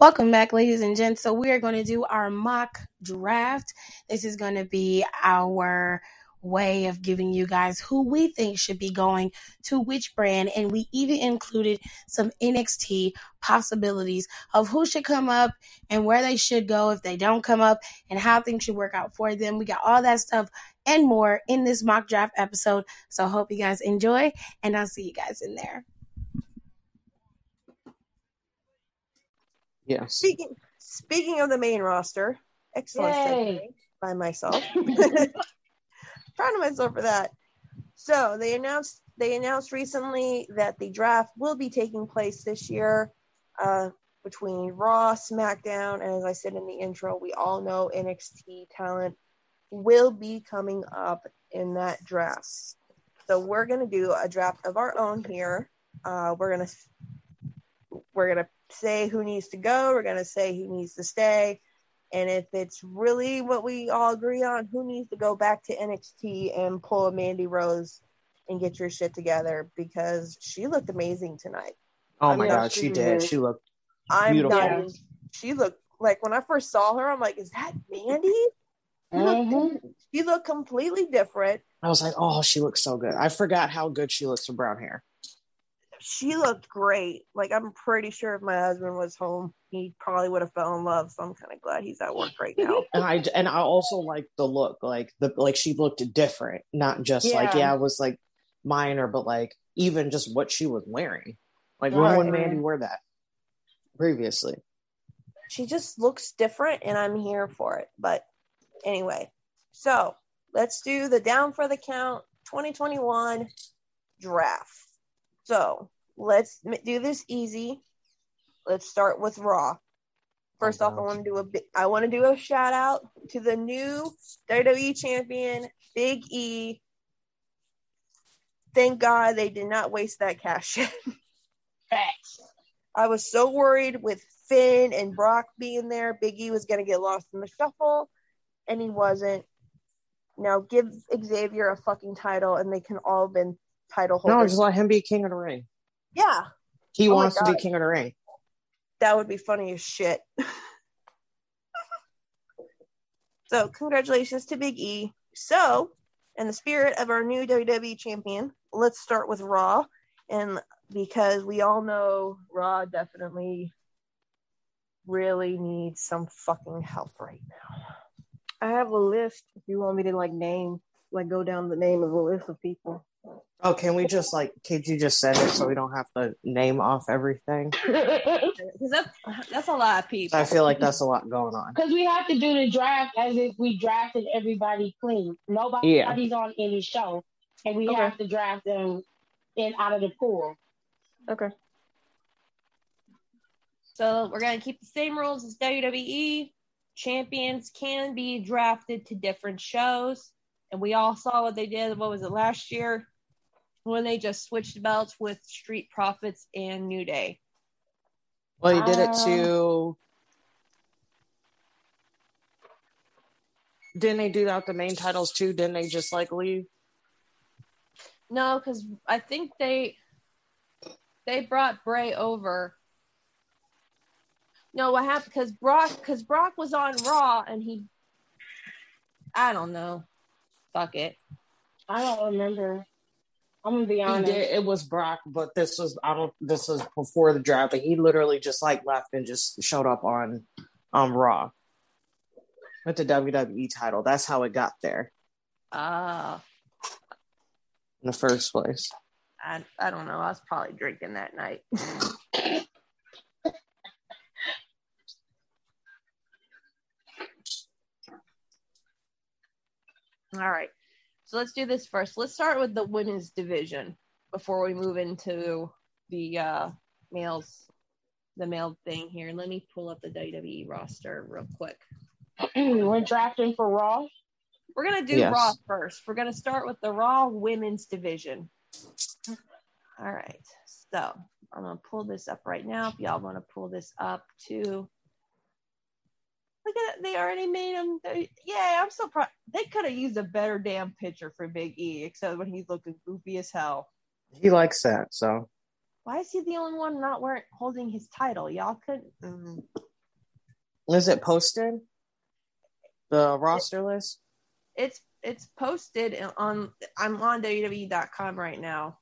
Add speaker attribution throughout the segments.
Speaker 1: Welcome back, ladies and gents. So, we are going to do our mock draft. This is going to be our way of giving you guys who we think should be going to which brand. And we even included some NXT possibilities of who should come up and where they should go if they don't come up and how things should work out for them. We got all that stuff and more in this mock draft episode. So, hope you guys enjoy, and I'll see you guys in there.
Speaker 2: Yes.
Speaker 3: Speaking speaking of the main roster, excellent segue
Speaker 4: Yay.
Speaker 3: by myself. Proud of myself for that. So they announced they announced recently that the draft will be taking place this year uh, between Raw, SmackDown, and as I said in the intro, we all know NXT talent will be coming up in that draft. So we're gonna do a draft of our own here. Uh, we're gonna we're gonna say who needs to go. We're gonna say who needs to stay. And if it's really what we all agree on, who needs to go back to NXT and pull a Mandy Rose and get your shit together because she looked amazing tonight.
Speaker 2: Oh
Speaker 3: I
Speaker 2: my
Speaker 3: mean,
Speaker 2: God, she did. She looked
Speaker 3: I'm
Speaker 2: beautiful.
Speaker 3: not.
Speaker 4: Yeah.
Speaker 3: even- She looked like when I first saw her, I'm like, is that Mandy? She looked,
Speaker 4: Mhm.
Speaker 3: she looked completely different.
Speaker 2: I was like, oh, she looks so good. I forgot how good she looks with brown hair.
Speaker 3: She looked great. Like I'm pretty sure if my husband was home, he probably would have fell in love. So I'm kind of glad he's at work right now.
Speaker 2: And I and I also like the look, like the like she looked different, not just like
Speaker 4: Yeah.
Speaker 2: yeah, it was like minor, but like even just what she was wearing. Like
Speaker 3: Right.
Speaker 2: when would Mandy wear that previously?
Speaker 3: she just looks different and I'm here for it. But anyway, so let's do the down for the count 2021 draft. So let's m- do this easy. Let's start with Raw. First off, I
Speaker 2: gosh.
Speaker 3: want to do a bi- I want to do a shout out to the new WWE champion, Big E. Thank God they did not waste that cash.
Speaker 4: Facts.
Speaker 3: I was so worried with Finn and Brock being there, Big E was going to get lost in the shuffle, and he wasn't. Now give Xavier a fucking title, and they can all have been title
Speaker 2: No,
Speaker 3: holders.
Speaker 2: just let him be king of the ring.
Speaker 3: yeah,
Speaker 2: He
Speaker 3: Oh my
Speaker 2: wants to be
Speaker 3: God.
Speaker 2: king of the ring.
Speaker 3: that would be funny as shit. so congratulations to Big E. So, in the spirit of our new WWE champion, let's start with Raw, and because we all know Raw definitely really needs some fucking help right now.
Speaker 5: I have a list. If you want me to like name, like go down the name of a list of people.
Speaker 2: Oh, can we just like could you just said it so we don't have to name off everything?
Speaker 4: Because
Speaker 3: because that's that's a lot of people.
Speaker 2: I feel like that's a lot going on.
Speaker 4: we have to do the draft as if we drafted everybody clean. Nobody's
Speaker 2: Yeah.
Speaker 4: on any show, and we
Speaker 5: Okay.
Speaker 4: have to draft them in out of the pool.
Speaker 5: Okay.
Speaker 6: So we're gonna keep the same rules as WWE. Champions can be drafted to different shows, and we all saw what they did. What was it last year when they just switched belts with Street Profits and New Day?
Speaker 2: Well, he did it
Speaker 4: Um,
Speaker 2: to. Didn't they do that with the main titles too? Didn't they just like leave?
Speaker 6: No, because I think they they brought Bray over. No, what happened? Because Brock, because Brock was on Raw, and he, I don't know, fuck it.
Speaker 4: I don't remember. I'm gonna be
Speaker 2: He
Speaker 4: honest.
Speaker 2: did. It was Brock, but this was I don't. This was before the draft, but he literally just like left and just showed up on, on Raw, with the WWE title. That's how it got there
Speaker 6: Ah.
Speaker 2: in the first place.
Speaker 6: I, I don't know. I was probably drinking that night. All right. So let's do this first. Let's start with the women's division before we move into the uh, males, the male thing here. Let me pull up the WWE roster real quick.
Speaker 4: We're drafting for Raw.
Speaker 6: We're going to do
Speaker 2: Yes.
Speaker 6: Raw first. We're going to start with the Raw women's division. All right. So I'm going to pull this up right now. If y'all want to pull this up too. Look at it. They already made him. They, yeah, I'm so proud. They could have used a better damn picture for Big E, except when he's looking goofy as hell.
Speaker 2: He likes that, so
Speaker 6: Why is he the only one not wearing holding his title? Y'all could. Mm.
Speaker 2: Is it posted? The roster list?
Speaker 3: It's it's posted in- on I'm on
Speaker 6: E
Speaker 3: WWE.com right now.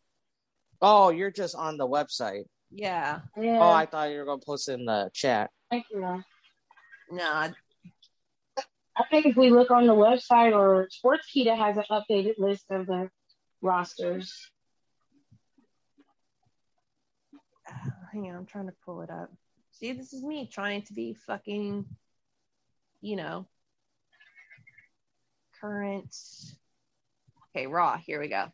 Speaker 2: Oh, you're just on the website.
Speaker 3: Yeah.
Speaker 4: Yeah.
Speaker 2: Oh, I thought you were gonna post it in the chat.
Speaker 4: Thank you. man.
Speaker 3: No, I-
Speaker 4: I think if we look on the website or Sports Kita has an updated list of the rosters.
Speaker 3: hang on, I'm trying to pull it up. See, this is me trying to be fucking, you know, current. Okay, Raw. Here we go.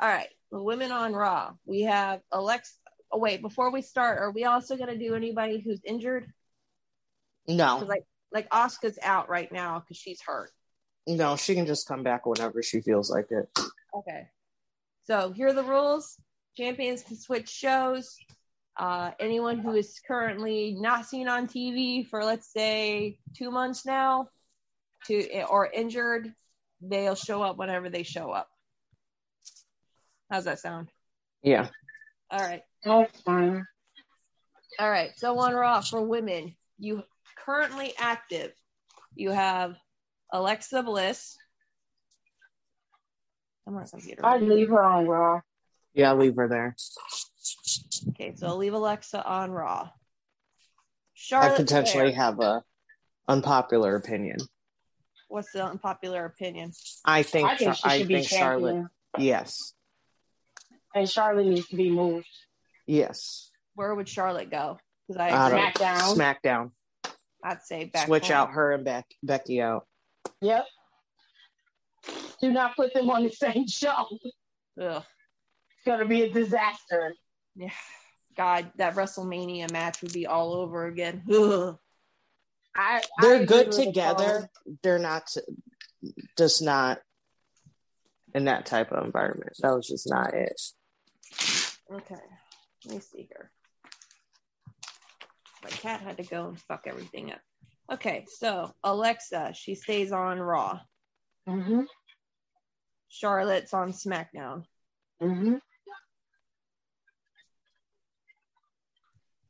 Speaker 3: All right, the women on Raw. We have Alex. Oh wait, before we start, are we also gonna do anybody who's injured?
Speaker 2: No,
Speaker 3: Because like, like Oscar's out right now because she's hurt.
Speaker 2: no, she can just come back whenever she feels like it.
Speaker 3: Okay. So here are the rules. Champions can switch shows. Uh, anyone who is currently not seen on TV for let's say two months now, to or injured, they'll show up whenever they show up. How's that sound?
Speaker 2: Yeah.
Speaker 3: All right.
Speaker 4: That's fine.
Speaker 3: All right. So on Raw for women, you currently active. You have Alexa Bliss. I'm on computer.
Speaker 4: I'd leave her on Raw.
Speaker 2: Yeah, leave her there.
Speaker 3: Okay, so I'll leave Alexa on Raw.
Speaker 2: I
Speaker 3: Charlotte
Speaker 2: potentially
Speaker 3: Flair.
Speaker 2: have a unpopular opinion.
Speaker 3: What's the unpopular opinion?
Speaker 2: I think
Speaker 4: I think
Speaker 2: Char-
Speaker 4: she
Speaker 2: I
Speaker 4: should be
Speaker 2: think Charlotte.
Speaker 4: champion.
Speaker 2: Yes.
Speaker 4: And Charlotte needs to be moved.
Speaker 2: Yes.
Speaker 3: Where would Charlotte go? Because
Speaker 2: I
Speaker 3: I
Speaker 2: don't-
Speaker 3: agree.
Speaker 4: SmackDown.
Speaker 2: SmackDown.
Speaker 3: I'd say back
Speaker 2: Switch
Speaker 3: home.
Speaker 2: out her and Beck- Becky out.
Speaker 4: Yep. Do not put them on the same show. It's
Speaker 3: Ugh.
Speaker 4: gonna be a disaster.
Speaker 3: Yeah. God, that WrestleMania match would be all over again. Ugh.
Speaker 4: I I
Speaker 2: They're
Speaker 4: agree
Speaker 2: good
Speaker 4: with the
Speaker 2: together. They're not just not in that type of environment. That was just not it.
Speaker 3: Okay. Let me see here. My cat had to go and fuck everything up. Okay, so Alexa, she stays on Raw.
Speaker 4: poll. Mhm.
Speaker 3: Charlotte's on SmackDown.
Speaker 4: Mhm.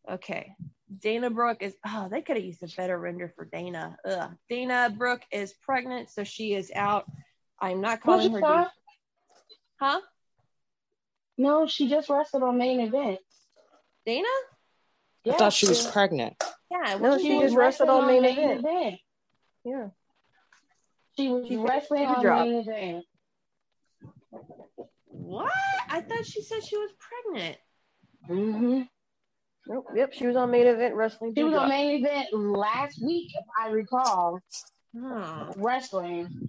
Speaker 3: Okay. Dana Brooke is oh, they could have used a better render for Dana. Ugh. Dana Brooke is pregnant, so she is out. I'm not
Speaker 4: What
Speaker 3: calling
Speaker 4: you
Speaker 3: her
Speaker 4: thought?
Speaker 3: Dana. Huh?
Speaker 4: No, she just wrestled on main event.
Speaker 3: Dana?
Speaker 2: I
Speaker 4: Yeah,
Speaker 2: thought she was pregnant.
Speaker 3: Yeah,
Speaker 5: No,
Speaker 3: wasn't
Speaker 5: she
Speaker 3: Dana-
Speaker 5: just wrestled on main event.
Speaker 4: Yeah.
Speaker 5: Yeah.
Speaker 4: She was
Speaker 5: She said
Speaker 4: wrestling
Speaker 5: she would
Speaker 4: on
Speaker 5: drop.
Speaker 4: main event.
Speaker 3: what? I thought she said she was pregnant.
Speaker 4: Mm-hmm.
Speaker 5: Nope. Yep, she was on main event wrestling.
Speaker 4: She was on
Speaker 5: Dewdrop.
Speaker 4: main event last week, if I recall,
Speaker 3: Hmm.
Speaker 4: wrestling.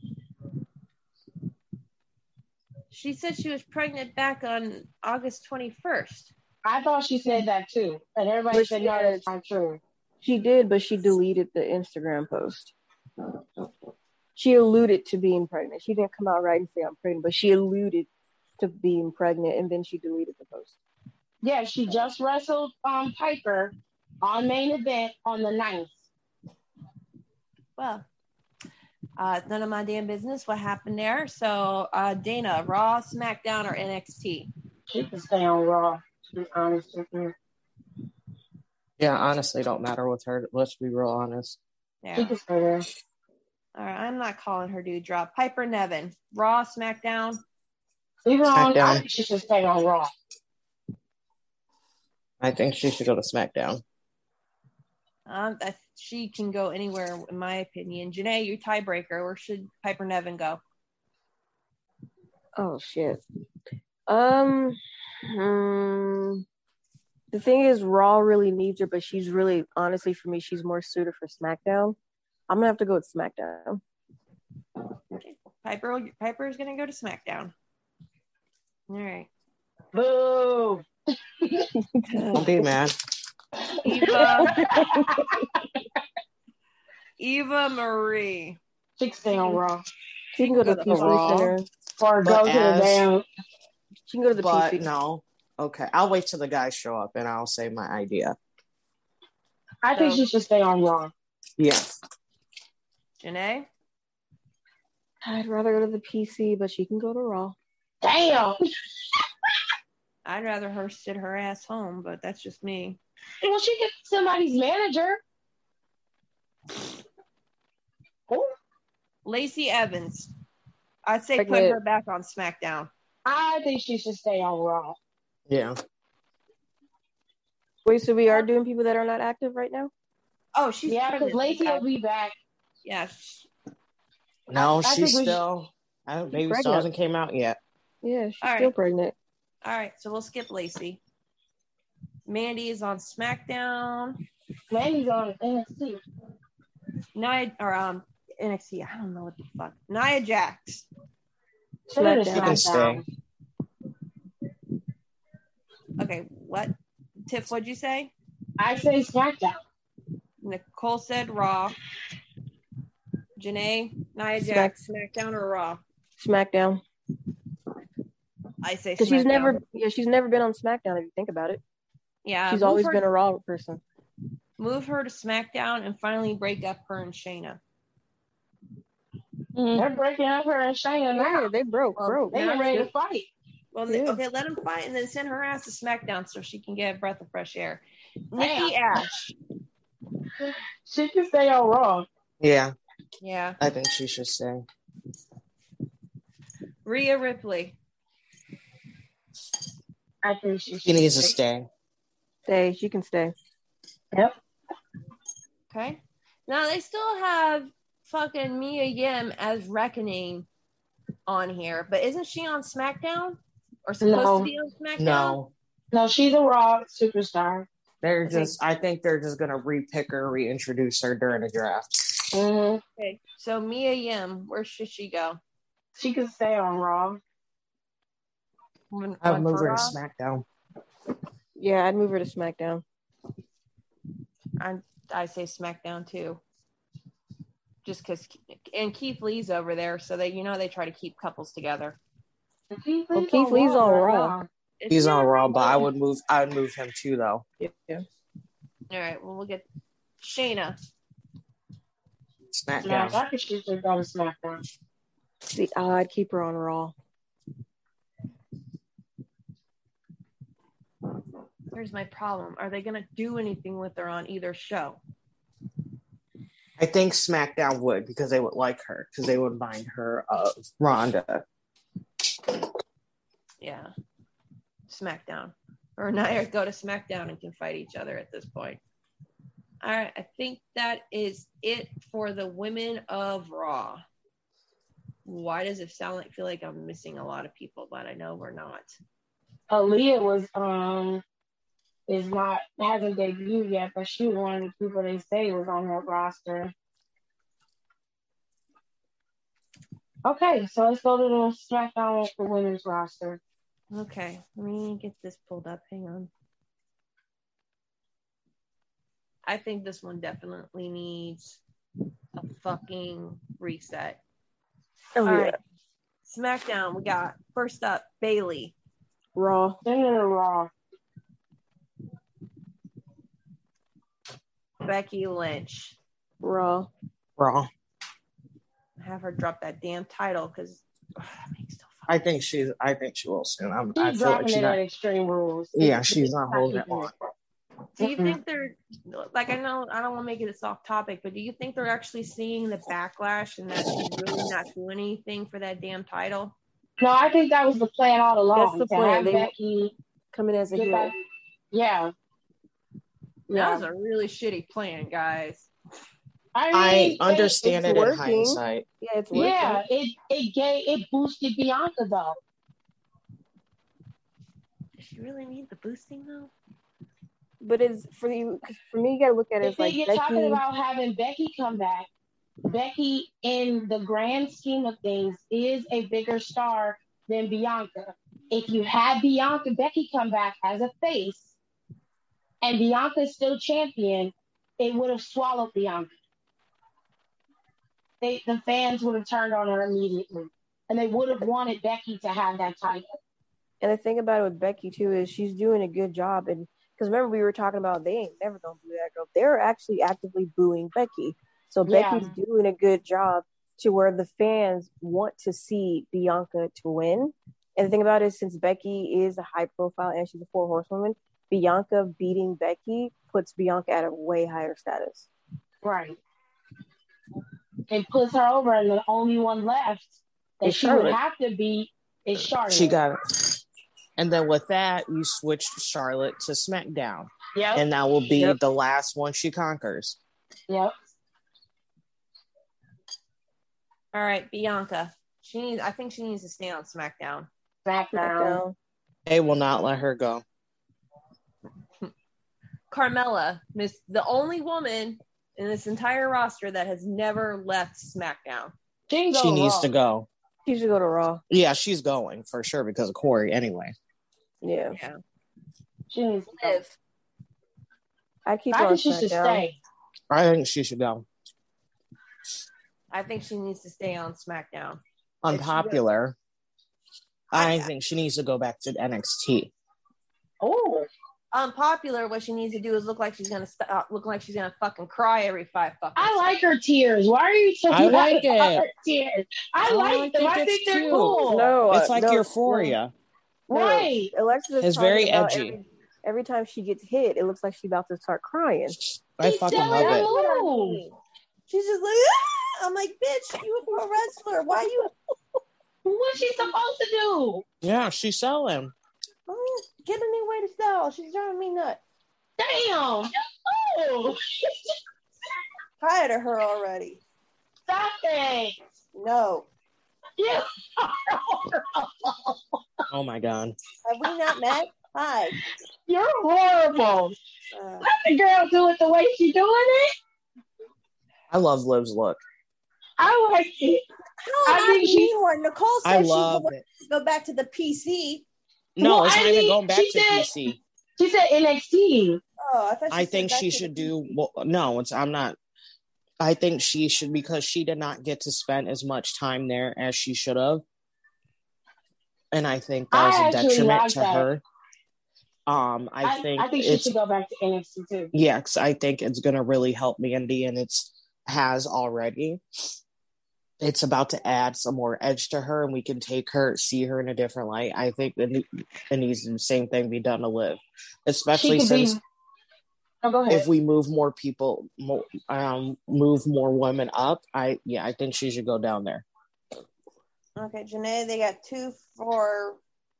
Speaker 3: She said she was pregnant back on August 21st.
Speaker 4: I thought she said that too, and everybody
Speaker 5: But
Speaker 4: said
Speaker 5: she
Speaker 4: no, that's
Speaker 5: is.
Speaker 4: not true.
Speaker 5: She did, but she deleted the Instagram post. She alluded to being pregnant. She didn't come out right and say I'm pregnant, but she alluded to being pregnant, and then she deleted the post.
Speaker 4: Yeah, she just wrestled um, Piper on main event on the 9th.
Speaker 3: Well, uh, it's none of my damn business what happened there. So, uh, Dana, Raw, SmackDown, or NXT?
Speaker 4: She can stay on Raw. To be honest with you,
Speaker 2: Yeah, honestly, don't matter with her. Let's be real honest.
Speaker 4: she
Speaker 3: Yeah.
Speaker 4: can stay there.
Speaker 3: All right, I'm not calling her dude drop. Piper Nevin, Raw, SmackDown.
Speaker 4: Even on, I
Speaker 2: SmackDown.
Speaker 4: think she should stay on Raw.
Speaker 2: I think she should go to SmackDown.
Speaker 3: Um, that she can go anywhere, in my opinion. Janae, you tiebreaker. Where should Piper Nevin go?
Speaker 5: Oh shit. Um. hmm. the thing is, Raw really needs her, but she's really, honestly, for me, she's more suited for SmackDown. I'm gonna have to go with SmackDown.
Speaker 3: Piper, Piper is gonna go to SmackDown. All right.
Speaker 4: Boo!
Speaker 2: Don't be mad.
Speaker 3: Eva, Eva Marie.
Speaker 4: She can stay on Raw
Speaker 5: She can go to
Speaker 3: Go
Speaker 5: the
Speaker 3: to
Speaker 5: PC
Speaker 2: Raw.
Speaker 5: Center.
Speaker 4: or
Speaker 2: But
Speaker 4: go to
Speaker 2: as-
Speaker 4: the damn.
Speaker 5: She can go to the
Speaker 2: But
Speaker 5: PC.
Speaker 2: no. Okay. I'll wait till the guys show up and I'll say my idea.
Speaker 4: I think
Speaker 3: So-
Speaker 4: she should stay on Raw.
Speaker 2: Yeah.
Speaker 3: Janae,
Speaker 5: I'd rather go to the PC, but she can go to Raw.
Speaker 4: Damn,
Speaker 3: I'd rather her sit her ass home, but that's just me.
Speaker 4: well she could be somebody's manager.
Speaker 3: Lacey Evans. I'd say put
Speaker 5: Pregnant.
Speaker 3: her back on SmackDown.
Speaker 4: I think she should stay on Raw.
Speaker 2: Yeah.
Speaker 5: Wait, so we are doing people that are not active right now?
Speaker 3: Oh, she's
Speaker 4: Yeah, because
Speaker 3: pregnant.
Speaker 4: Lacey will be back.
Speaker 3: Yeah, sh-
Speaker 2: No,
Speaker 4: I think
Speaker 2: she's
Speaker 4: we should-
Speaker 2: still. I don't, baby
Speaker 5: pregnant.
Speaker 2: still hasn't came out yet.
Speaker 5: Yeah, she's
Speaker 3: All
Speaker 5: still
Speaker 3: right.
Speaker 5: pregnant.
Speaker 3: All right, so we'll skip Lacey. Mandy is on SmackDown.
Speaker 4: Mandy's on NXT.
Speaker 3: Nia or um NXT. I don't know what the fuck. Nia Jax.
Speaker 4: Send her to
Speaker 5: Smackdown.
Speaker 2: She can stay.
Speaker 4: SmackDown.
Speaker 3: Okay, what? Tiff, what'd you say?
Speaker 4: I say SmackDown.
Speaker 3: Nicole said Raw. Janae, Nia
Speaker 5: Smack-
Speaker 3: Jax, SmackDown or Raw?
Speaker 5: SmackDown.
Speaker 3: I say
Speaker 5: Because she's
Speaker 3: SmackDown.
Speaker 5: never yeah, she's never been on SmackDown if you think about it.
Speaker 3: Yeah,
Speaker 5: she's
Speaker 3: move
Speaker 5: always
Speaker 3: her-
Speaker 5: been a raw person.
Speaker 3: move her to SmackDown and finally break up her and Shayna.
Speaker 4: They're breaking up her and Shayna
Speaker 5: Yeah,
Speaker 4: now.
Speaker 5: they broke,
Speaker 3: Well,
Speaker 5: broke.
Speaker 4: They
Speaker 3: now
Speaker 4: are ready
Speaker 3: she-
Speaker 4: to fight.
Speaker 3: Well, th-
Speaker 5: Yeah.
Speaker 3: okay, let them fight and then send her ass to SmackDown so she can get a breath of fresh air.
Speaker 4: Damn.
Speaker 3: Nikki Ash.
Speaker 4: She can stay on Raw.
Speaker 2: Yeah,
Speaker 3: Yeah.
Speaker 2: I think she should stay.
Speaker 3: Rhea Ripley.
Speaker 4: I think she
Speaker 2: She
Speaker 4: should.
Speaker 2: needs to stay.
Speaker 5: Stay, she can stay.
Speaker 3: Okay. Now they still have fucking Mia Yim as Reckoning on here, but isn't she on SmackDown? Or supposed
Speaker 4: No.
Speaker 3: to be on SmackDown?
Speaker 2: No,
Speaker 4: No, she's a Raw superstar.
Speaker 2: they're
Speaker 3: Okay.
Speaker 2: just. I think they're just gonna repick her, reintroduce her during the draft.
Speaker 4: hmm
Speaker 3: Okay. So Mia Yim, where should she go?
Speaker 4: She can stay on Raw.
Speaker 3: One-
Speaker 2: I'll
Speaker 3: one
Speaker 2: move
Speaker 3: for
Speaker 2: her to
Speaker 3: Raw?
Speaker 2: SmackDown.
Speaker 5: Yeah, I'd move her to SmackDown.
Speaker 3: I, I say SmackDown too. Just because, and Keith Lee's over there, so they, you know, they try to keep couples together.
Speaker 4: Keith
Speaker 5: Well, Keith Lee's on Raw.
Speaker 3: It's
Speaker 2: He's on
Speaker 3: not
Speaker 2: Raw,
Speaker 3: right
Speaker 2: but I
Speaker 3: now.
Speaker 2: would move. I would move him too, though.
Speaker 5: Yeah.
Speaker 3: All right, well, we'll get Shayna.
Speaker 4: Smack.
Speaker 2: SmackDown.
Speaker 4: I think she should go to SmackDown.
Speaker 5: See, I'd keep her on Raw.
Speaker 3: Here's my problem. Are they going to do anything with her on either show?
Speaker 2: I think SmackDown would because they would like her because they would mind her of Ronda.
Speaker 3: Yeah. SmackDown. Or Nia go to SmackDown and can fight each other at this point. All right, I think that is it for the women of Raw. Why does it sound like feel like I'm missing a lot of people, but I know we're not.
Speaker 4: Aaliyah was um is not hasn't debuted yet, but she was one of the people they say was on her roster. Okay, so let's go to the SmackDown for women's roster.
Speaker 3: Okay, let me get this pulled up. Hang on. I think this one definitely needs a fucking reset.
Speaker 5: Oh
Speaker 3: All
Speaker 5: yeah.
Speaker 3: right. SmackDown, we got first up Bailey.
Speaker 5: Raw.
Speaker 4: Then in the Raw,
Speaker 3: Becky Lynch.
Speaker 5: Raw.
Speaker 2: Raw.
Speaker 3: Have her drop that damn title because makes no fucking
Speaker 2: I think she's. I think she will soon. I'm, I
Speaker 4: she's
Speaker 2: feel like
Speaker 4: dropping
Speaker 2: she's
Speaker 4: it at
Speaker 2: not.
Speaker 4: Extreme Rules.
Speaker 2: Yeah, she's not holding it
Speaker 4: keeping
Speaker 2: on.
Speaker 3: Do you
Speaker 2: Mm-mm.
Speaker 3: think they're like I know I don't want to make it a soft topic, but do you think they're actually seeing the backlash and that she's really not doing anything for that damn title?
Speaker 4: No, I think that was the plan all along.
Speaker 5: That's the
Speaker 4: to
Speaker 5: plan.
Speaker 4: have
Speaker 5: They-
Speaker 4: Becky
Speaker 5: Coming as a
Speaker 4: get
Speaker 5: heel.
Speaker 4: that. Yeah.
Speaker 3: That
Speaker 4: Yeah.
Speaker 3: was a really shitty plan, guys.
Speaker 2: I
Speaker 4: mean, they-
Speaker 2: understand
Speaker 5: it's
Speaker 2: it in
Speaker 5: working.
Speaker 2: hindsight.
Speaker 5: Yeah, it's working.
Speaker 4: Yeah, it it gave it boosted Bianca though.
Speaker 3: Does she really need the boosting though?
Speaker 5: But it's for you 'cause for me you gotta look at it
Speaker 4: If
Speaker 5: as like
Speaker 4: you're talking
Speaker 5: Becky
Speaker 4: about having Becky come back, Becky, in the grand scheme of things, is a bigger star than Bianca. If you have Bianca, Becky come back as a face, and Bianca is still champion, it would have swallowed Bianca. They, the fans would have turned on her immediately, and they would have wanted Becky to have that title.
Speaker 5: and the thing about it with Becky too is she's doing a good job and because remember we were talking about they ain't never gonna boo that girl. They're actually actively booing Becky. So
Speaker 4: Yeah.
Speaker 5: Becky's doing a good job to where the fans want to see Bianca to win. And the thing about it is since Becky is a high profile and she's a four horsewoman, Bianca beating Becky puts Bianca at a way higher status.
Speaker 4: Right. and puts her over, and the only one left that
Speaker 2: Is
Speaker 4: she
Speaker 2: Charlotte.
Speaker 4: would have to beat is Charlotte.
Speaker 2: She got it. And then with that, you switch Charlotte to SmackDown,
Speaker 4: Oh, Yep.
Speaker 2: and that will be
Speaker 5: Yep.
Speaker 2: the last one she conquers.
Speaker 4: yep.
Speaker 3: All right, Bianca. She needs. I think she needs to stay on SmackDown.
Speaker 4: SmackDown.
Speaker 5: SmackDown.
Speaker 2: They will not let her go.
Speaker 3: Carmella, Miss, the only woman in this entire roster that has never left SmackDown.
Speaker 4: She, can go
Speaker 2: She needs to
Speaker 4: Raw.
Speaker 2: go.
Speaker 5: She should go to Raw.
Speaker 2: Yeah, she's going for sure because of Corey anyway.
Speaker 5: Yeah.
Speaker 4: She needs to go.
Speaker 3: Liv,
Speaker 5: I keep her
Speaker 4: I
Speaker 5: on
Speaker 4: think she should
Speaker 5: SmackDown.
Speaker 4: stay.
Speaker 2: I think she should go.
Speaker 3: I think she needs to stay on SmackDown. If she
Speaker 2: Unpopular. I
Speaker 3: I-
Speaker 2: think she needs to go back to NXT.
Speaker 4: Oh,
Speaker 3: Unpopular. What she needs to do is look like she's gonna st- uh, look like she's gonna fucking cry every five fucking.
Speaker 4: I like her tears. Why are you so
Speaker 2: I
Speaker 4: mad
Speaker 2: like
Speaker 4: about
Speaker 2: it.
Speaker 4: her tears? I,
Speaker 2: Oh, I
Speaker 4: like them.
Speaker 2: think
Speaker 4: I
Speaker 2: it's
Speaker 4: think they're
Speaker 2: cute.
Speaker 4: cool.
Speaker 5: No, uh,
Speaker 2: It's like
Speaker 5: no,
Speaker 2: Euphoria.
Speaker 5: no, no.
Speaker 4: right.
Speaker 5: Alexis is
Speaker 2: It's
Speaker 5: talking
Speaker 2: very
Speaker 5: about
Speaker 2: edgy.
Speaker 5: Every, every time she gets hit, it looks like she's about to start crying.
Speaker 2: I
Speaker 4: She's
Speaker 2: fucking
Speaker 4: jealous.
Speaker 2: love
Speaker 4: I
Speaker 2: it.
Speaker 3: What I
Speaker 4: Ooh.
Speaker 3: mean. She's just like, "Ah!" I'm like, bitch, you a pro wrestler. Why you
Speaker 4: What's she supposed to do?
Speaker 2: Yeah, she's selling.
Speaker 3: oh, get a new way to sell? She's driving me nuts.
Speaker 4: Damn. Oh,
Speaker 3: Tired of her already.
Speaker 4: stop it.
Speaker 3: No.
Speaker 4: You
Speaker 2: Oh my god.
Speaker 3: Have we not met? Hi.
Speaker 4: You're horrible.
Speaker 3: Uh,
Speaker 4: Let the girl do it the way she doing it.
Speaker 2: I love Liv's look.
Speaker 4: I like it.
Speaker 3: how I
Speaker 4: I think
Speaker 3: think
Speaker 4: she-
Speaker 3: she or Nicole said
Speaker 2: I
Speaker 3: she
Speaker 2: love
Speaker 3: wanted
Speaker 2: it.
Speaker 3: to go back to the PC.
Speaker 2: No,
Speaker 4: Well,
Speaker 2: it's
Speaker 4: I
Speaker 2: not even
Speaker 4: mean,
Speaker 2: going back
Speaker 4: she
Speaker 2: to
Speaker 4: said-
Speaker 2: PC.
Speaker 4: She said NXT.
Speaker 3: Oh, I thought she
Speaker 2: I
Speaker 3: said
Speaker 2: think
Speaker 3: back
Speaker 2: she
Speaker 3: to
Speaker 2: should
Speaker 3: the
Speaker 2: do
Speaker 3: PC.
Speaker 2: well, no, it's I'm not I think she should because she did not get to spend as much time there as she should have. And I think that was
Speaker 4: I
Speaker 2: a
Speaker 4: actually
Speaker 2: detriment
Speaker 4: like
Speaker 2: to
Speaker 4: that.
Speaker 2: her. Um I, think
Speaker 4: I think she
Speaker 2: it's
Speaker 4: should go back to NXT too.
Speaker 2: yeah, 'cause I think it's going to really help Mandy, and it's has already. It's about to add some more edge to her, and we can take her, see her in a different light. I think it, ne- it needs the same thing be done to live, especially
Speaker 4: she could
Speaker 2: since
Speaker 4: be. Oh, go ahead.
Speaker 2: if we move more people, more, um, move more women up. I yeah, I think she should go down there.
Speaker 3: Okay, Janae, they got two for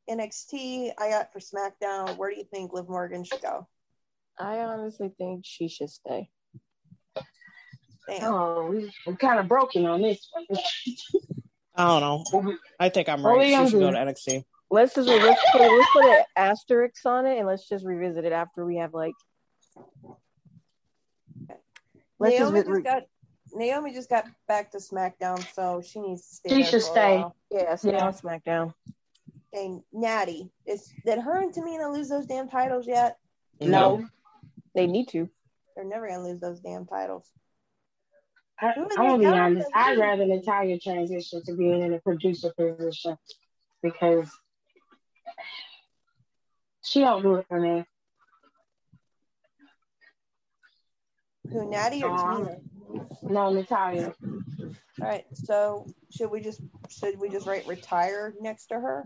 Speaker 3: NXT. I got for SmackDown. Where do you think Liv Morgan should go?
Speaker 5: I honestly think she should stay.
Speaker 3: Damn.
Speaker 4: oh, we, we're kind of broken on this one.
Speaker 2: I don't know. I think I'm
Speaker 4: What we
Speaker 2: right. She
Speaker 4: gonna
Speaker 2: should go
Speaker 4: do?
Speaker 2: to NXT.
Speaker 5: Let's just let's put, let's put an asterisk on it and let's just revisit it after we have like. Let's just,
Speaker 3: Naomi
Speaker 5: vi-
Speaker 3: just got Naomi just got back to SmackDown, so she needs to stay.
Speaker 4: She
Speaker 3: there
Speaker 4: should
Speaker 3: for a
Speaker 4: stay.
Speaker 3: while.
Speaker 5: yeah, stay
Speaker 4: Yeah.
Speaker 5: on SmackDown.
Speaker 3: Okay, Natty. Is did her and Tamina lose those damn titles yet?
Speaker 4: no,
Speaker 5: They need to.
Speaker 3: They're never gonna lose those damn titles.
Speaker 4: I,
Speaker 3: Who are
Speaker 4: I'm gonna
Speaker 3: they
Speaker 4: be
Speaker 3: going
Speaker 4: honest.
Speaker 3: to
Speaker 4: I'd
Speaker 3: lose?
Speaker 4: rather Natalia transition to being in a producer position because she don't do it for me.
Speaker 3: Who Natty or Tamina?
Speaker 4: Um, no, Natalia.
Speaker 3: All right. So should we just should we just write retire next to her?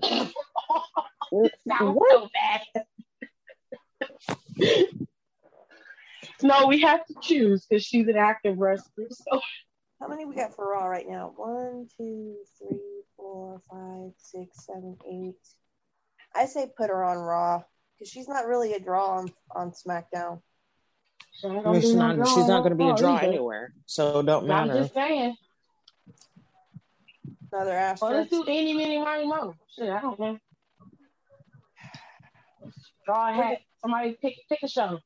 Speaker 4: Sounds so bad. no, we have to choose because she's an active wrestler. So
Speaker 3: How many we got for Raw right now? One, two, three, four, five, six, seven, eight. I say put her on Raw because she's not really a draw on, on SmackDown.
Speaker 4: she ain't
Speaker 2: I mean,
Speaker 4: gonna
Speaker 2: she's
Speaker 4: be no
Speaker 2: not.
Speaker 4: draw
Speaker 2: She's not
Speaker 4: on
Speaker 2: going to be a
Speaker 4: Raw
Speaker 2: draw
Speaker 4: either.
Speaker 2: anywhere, so it don't
Speaker 4: I'm
Speaker 2: matter.
Speaker 4: just saying.
Speaker 3: Another
Speaker 4: Well, let's
Speaker 3: asterisk.
Speaker 4: do any, mini, money, mo. Shit, I don't know. Draw a hat. Somebody pick pick a show.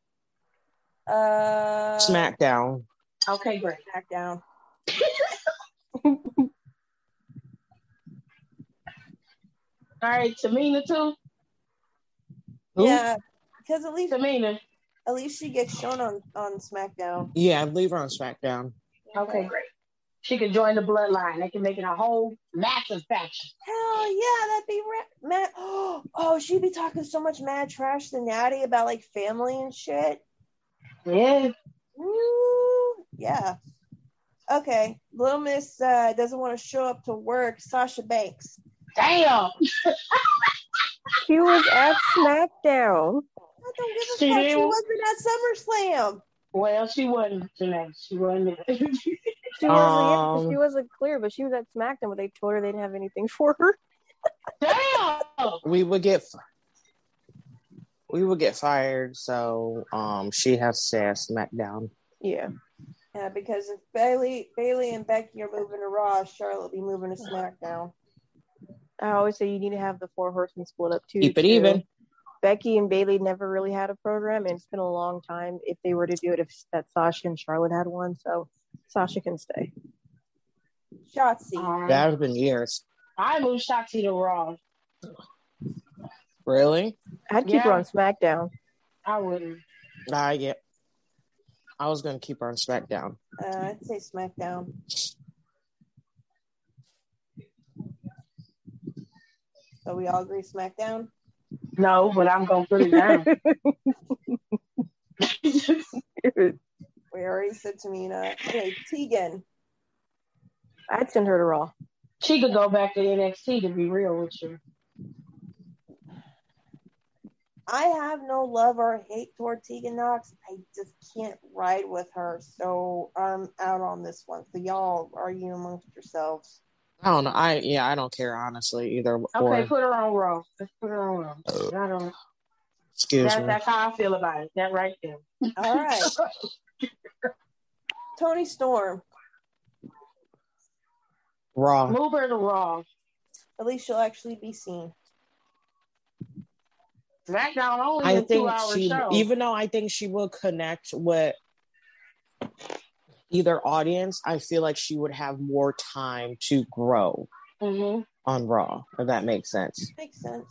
Speaker 3: Uh,
Speaker 2: SmackDown.
Speaker 4: Okay, great.
Speaker 3: SmackDown.
Speaker 4: All right, Tamina too.
Speaker 2: Who?
Speaker 3: Yeah, because at least
Speaker 4: Tamina.
Speaker 3: at least she gets shown on on SmackDown.
Speaker 2: Yeah, leave her on SmackDown.
Speaker 4: Okay, great. She can join the bloodline. They can make it a whole massive faction.
Speaker 3: Hell yeah, that'd be ra- Matt. Oh, she'd be talking so much mad trash to Natty about like family and shit.
Speaker 4: Yeah.
Speaker 3: Ooh, yeah. Okay. Little Miss uh, doesn't want to show up to work. Sasha Banks.
Speaker 4: Damn.
Speaker 5: She was at SmackDown.
Speaker 3: I don't give a
Speaker 4: She
Speaker 3: fuck. She
Speaker 4: didn't-
Speaker 3: wasn't at SummerSlam.
Speaker 4: Well, she wasn't tonight. She wasn't.
Speaker 5: She wasn't. yeah,
Speaker 2: Um,
Speaker 5: she wasn't clear, but she was at SmackDown, but they told her they didn't have anything for her.
Speaker 4: Damn.
Speaker 2: we would get we would get fired, so um she has to stay at SmackDown.
Speaker 5: Yeah,
Speaker 3: Yeah, because if Bailey, Bailey and Becky are moving to Raw, Charlotte will be moving to SmackDown.
Speaker 5: I always say you need to have the four horsemen split up too.
Speaker 2: Keep it
Speaker 5: too.
Speaker 2: even.
Speaker 5: Becky and Bailey never really had a program, and it's been a long time if they were to do it. If that Sasha and Charlotte had one, so Sasha can stay.
Speaker 3: Shotzi.
Speaker 4: Um,
Speaker 2: That has been years.
Speaker 4: I moved Shotzi to Raw.
Speaker 2: Really?
Speaker 5: I'd keep her
Speaker 4: Yeah.
Speaker 5: on SmackDown.
Speaker 4: I wouldn't.
Speaker 2: I get. I was gonna keep her on SmackDown.
Speaker 3: Uh, I'd say SmackDown. So we all agree SmackDown.
Speaker 4: No, but I'm gonna put it down.
Speaker 3: We already said Tamina. Okay, Tegan.
Speaker 5: I'd send her to Raw.
Speaker 4: she could go back to NXT to be real with you.
Speaker 3: I have no love or hate toward Tegan Knox. I just can't ride with her, so I'm out on this one. So y'all argue amongst yourselves.
Speaker 2: I don't know. I yeah, I don't care honestly either.
Speaker 4: Okay,
Speaker 2: Or Uh,
Speaker 4: put her on Raw. Let's put her on Raw. I don't.
Speaker 2: excuse
Speaker 4: That,
Speaker 2: me.
Speaker 4: that's how I feel about it. That right there.
Speaker 3: All right, Tony Storm.
Speaker 2: Raw.
Speaker 4: Move her to Raw.
Speaker 3: At least she'll actually be seen.
Speaker 4: SmackDown only
Speaker 2: I
Speaker 4: a
Speaker 2: think
Speaker 4: two-hour
Speaker 2: she,
Speaker 4: show.
Speaker 2: even though I think she will connect with either audience, I feel like she would have more time to grow
Speaker 4: Mhm.
Speaker 2: on Raw, if that makes sense.
Speaker 3: Makes sense.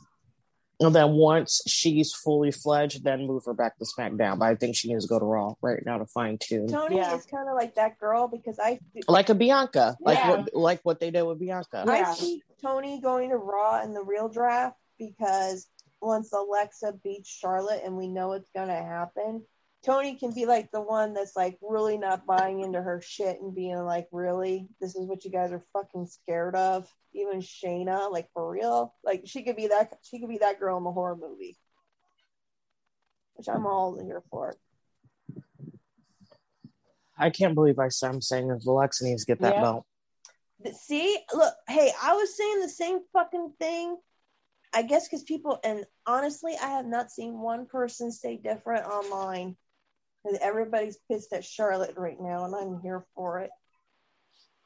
Speaker 2: And then once she's fully fledged, then move her back to SmackDown. But I think she needs to go to Raw right now to fine tune,
Speaker 3: Tony
Speaker 4: Yeah.
Speaker 3: is kind of like that girl because I
Speaker 2: like a Bianca, like
Speaker 4: Yeah.
Speaker 2: what like what they did with Bianca.
Speaker 4: Yeah.
Speaker 3: I see Tony going to Raw in the real draft because once Alexa beats Charlotte and we know it's gonna happen, Tony can be like the one that's like really not buying into her shit and being like, really, this is what you guys are fucking scared of. Even Shayna, like for real, like she could be that she could be that girl in the horror movie, which I'm all here for.
Speaker 2: I can't believe I, I'm saying this. Alexa needs to get that
Speaker 4: Yeah.
Speaker 2: belt.
Speaker 3: Th- See, look, hey, I was saying the same fucking thing. I guess because people, and honestly, I have not seen one person say different online. Because everybody's pissed at Charlotte right now, and I'm here for it.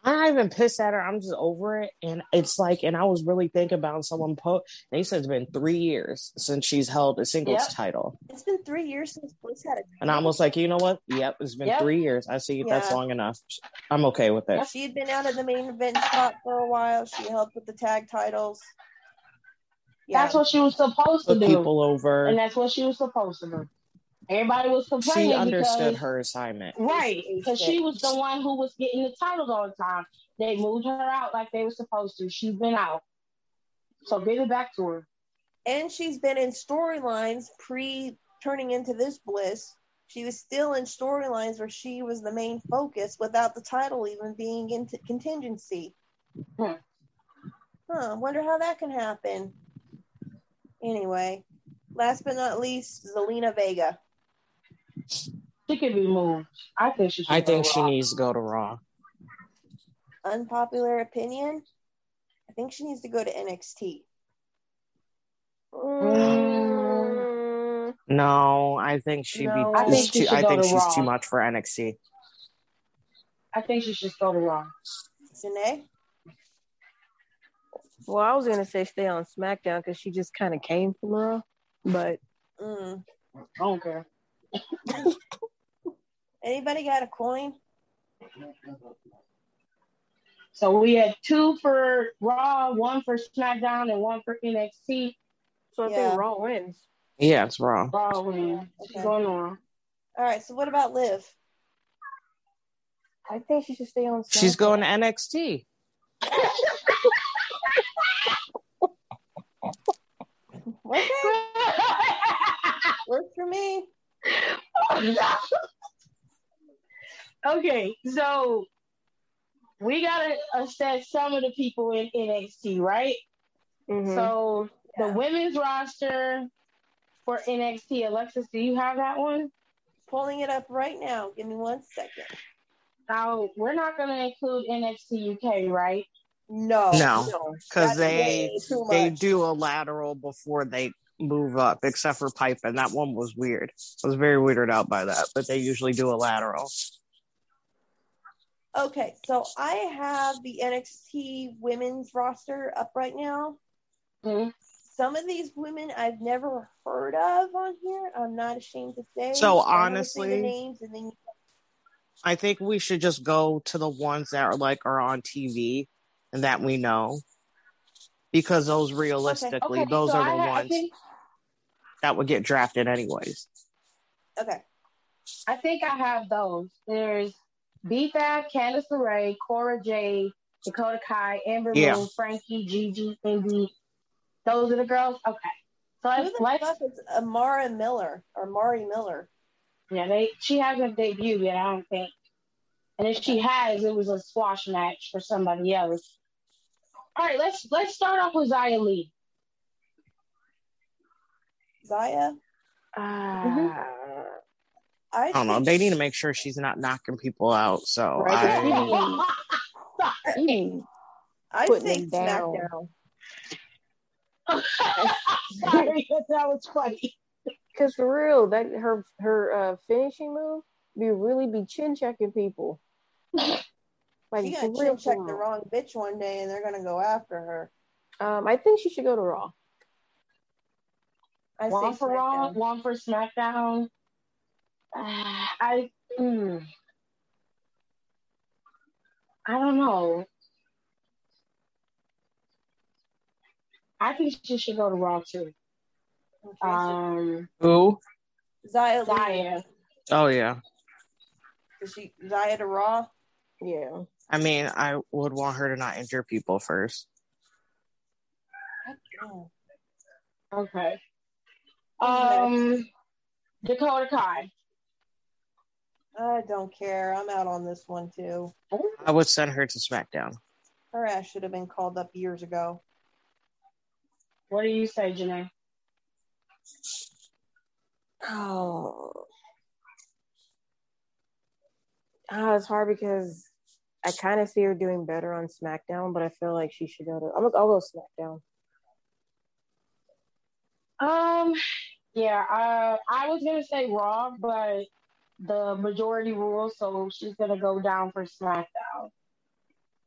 Speaker 2: I'm not even pissed at her. I'm just over it. And it's like, and I was really thinking about someone po They said it's been three years since she's held a singles
Speaker 4: Yep.
Speaker 2: title.
Speaker 3: It's been three years since Bliss had it.
Speaker 2: And I almost like, you know what? Yep, it's been
Speaker 4: Yep.
Speaker 2: three years. I see that's
Speaker 3: Yeah.
Speaker 2: long enough. I'm okay with it.
Speaker 3: She had been out of the main event spot for a while. She helped with the tag titles. Yeah,
Speaker 4: That's what she was supposed to
Speaker 2: Put
Speaker 4: do,
Speaker 2: people over.
Speaker 4: and that's what she was supposed to do. Everybody was
Speaker 2: she
Speaker 4: complaining
Speaker 2: understood
Speaker 4: because
Speaker 2: her assignment.
Speaker 4: Right, because
Speaker 3: Shit.
Speaker 4: she was the one who was getting the title all the time. They moved her out like they were supposed to. She's been out, so give it back to her.
Speaker 3: and she's been in storylines pre turning into this bliss. She was still in storylines where she was the main focus without the title even being in t- contingency.
Speaker 4: Hmm.
Speaker 3: Huh, wonder how that can happen. Anyway, last but not least, Zelina Vega.
Speaker 4: She could be moved. I think she. Should
Speaker 2: I
Speaker 4: go
Speaker 2: think she
Speaker 4: Raw.
Speaker 2: needs to go to Raw.
Speaker 3: Unpopular opinion. I think she needs to go to NXT.
Speaker 5: Mm,
Speaker 2: No, I think she'd
Speaker 5: No.
Speaker 2: be.
Speaker 5: I
Speaker 4: think she
Speaker 2: too,
Speaker 4: should
Speaker 2: I
Speaker 4: go
Speaker 2: think
Speaker 4: to
Speaker 2: she's
Speaker 4: Raw.
Speaker 2: too much for NXT.
Speaker 4: I think she should go to Raw.
Speaker 3: Janae?
Speaker 5: Well, I was gonna say stay on SmackDown because she just kind of came from Raw, but
Speaker 3: Mm.
Speaker 4: I don't care.
Speaker 3: Anybody got a coin?
Speaker 4: So we had two for Raw, one for SmackDown, and one for NXT.
Speaker 5: so I
Speaker 3: Yeah.
Speaker 5: think Raw wins.
Speaker 2: Yeah, it's Raw.
Speaker 4: Raw win. She's
Speaker 3: Okay.
Speaker 4: going on.
Speaker 3: All right, so what about Liv?
Speaker 5: I think she should stay on. SmackDown.
Speaker 2: She's going to NXT.
Speaker 3: Okay, worked for me.
Speaker 4: okay, so we gotta assess some of the people in NXT, right? Mm-hmm.
Speaker 5: Mhm.
Speaker 4: So
Speaker 3: Mm-hmm. Yeah.
Speaker 4: the women's roster for NXT, Alexis, do you have that one?
Speaker 3: Pulling it up right now. Give me one second.
Speaker 4: Now we're not going to include NXT UK, right?
Speaker 3: No,
Speaker 2: No, because
Speaker 3: that's
Speaker 2: they
Speaker 3: way too
Speaker 2: they
Speaker 3: much.
Speaker 2: do a lateral before they move up, except for Pipe, and that one was weird. I was very weirded out by that, but they usually do a lateral.
Speaker 3: Okay, so I have the NXT women's roster up right now. Mm-hmm.
Speaker 4: Mhm.
Speaker 3: Some of these women I've never heard of on here. I'm not ashamed to say.
Speaker 2: So
Speaker 3: I'm gonna say the
Speaker 2: honestly-
Speaker 3: names and then
Speaker 2: I think we should just go to the ones that are like are on TV and that we know, because those realistically,
Speaker 4: Okay,
Speaker 2: those
Speaker 4: so
Speaker 2: are
Speaker 4: I,
Speaker 2: the
Speaker 4: ha- I
Speaker 2: ones
Speaker 4: think
Speaker 2: that would get drafted anyways.
Speaker 3: okay,
Speaker 4: I think I have those. There's B-Fab, Candice LeRae, Cora J, Dakota Kai, Amber
Speaker 2: Yeah.
Speaker 4: Moon, Frankie, Gigi, Indy. Those are the girls. Okay. So
Speaker 3: who
Speaker 4: I
Speaker 3: the
Speaker 4: like,
Speaker 3: fuck is Amara Miller or Mari Miller?
Speaker 4: yeah, they she hasn't debuted yet, I don't think. And if she has, it was a squash match for somebody else. All right, let's let's start off with Zaya Lee.
Speaker 3: Zaya?
Speaker 4: Uh,
Speaker 3: I,
Speaker 2: I don't know.
Speaker 3: think-
Speaker 2: They need to make sure she's not knocking people out. So
Speaker 4: Mm-hmm.
Speaker 5: Right.
Speaker 2: I,
Speaker 5: You mean
Speaker 3: I
Speaker 5: putting
Speaker 3: think
Speaker 5: them down.
Speaker 3: SmackDown.
Speaker 4: Sorry, but that was funny.
Speaker 5: Because for real, that her her uh, finishing move be really be chin checking people. Like
Speaker 3: She
Speaker 5: for
Speaker 3: gonna
Speaker 5: real,
Speaker 3: chin check
Speaker 5: for
Speaker 3: the
Speaker 5: real.
Speaker 3: wrong bitch one day, and they're gonna go after her.
Speaker 5: Um, I think she should go to Raw.
Speaker 3: I
Speaker 4: One
Speaker 3: say
Speaker 4: for Raw,
Speaker 3: SmackDown.
Speaker 4: one for SmackDown. Uh, I mm, I don't know. I think she should go to Raw too.
Speaker 3: Okay, so
Speaker 4: Um,
Speaker 2: who?
Speaker 3: Zaya, Lee.
Speaker 4: Zaya.
Speaker 2: Oh yeah.
Speaker 3: Is she Zaya to Raw?
Speaker 5: Yeah.
Speaker 2: I mean, I would want her to not injure people first.
Speaker 3: Oh,
Speaker 4: Okay. Um, Dakota Kai.
Speaker 3: I don't care. I'm out on this one too.
Speaker 2: I would send her to SmackDown.
Speaker 3: Her ass should have been called up years ago.
Speaker 4: What do you say, Janae?
Speaker 5: Oh. Oh, it's hard because I kind of see her doing better on SmackDown, but I feel like she should go to. I'm, I'll go SmackDown.
Speaker 4: Um, yeah. Uh, I was gonna say Raw, but the majority rules, so she's gonna go down for SmackDown.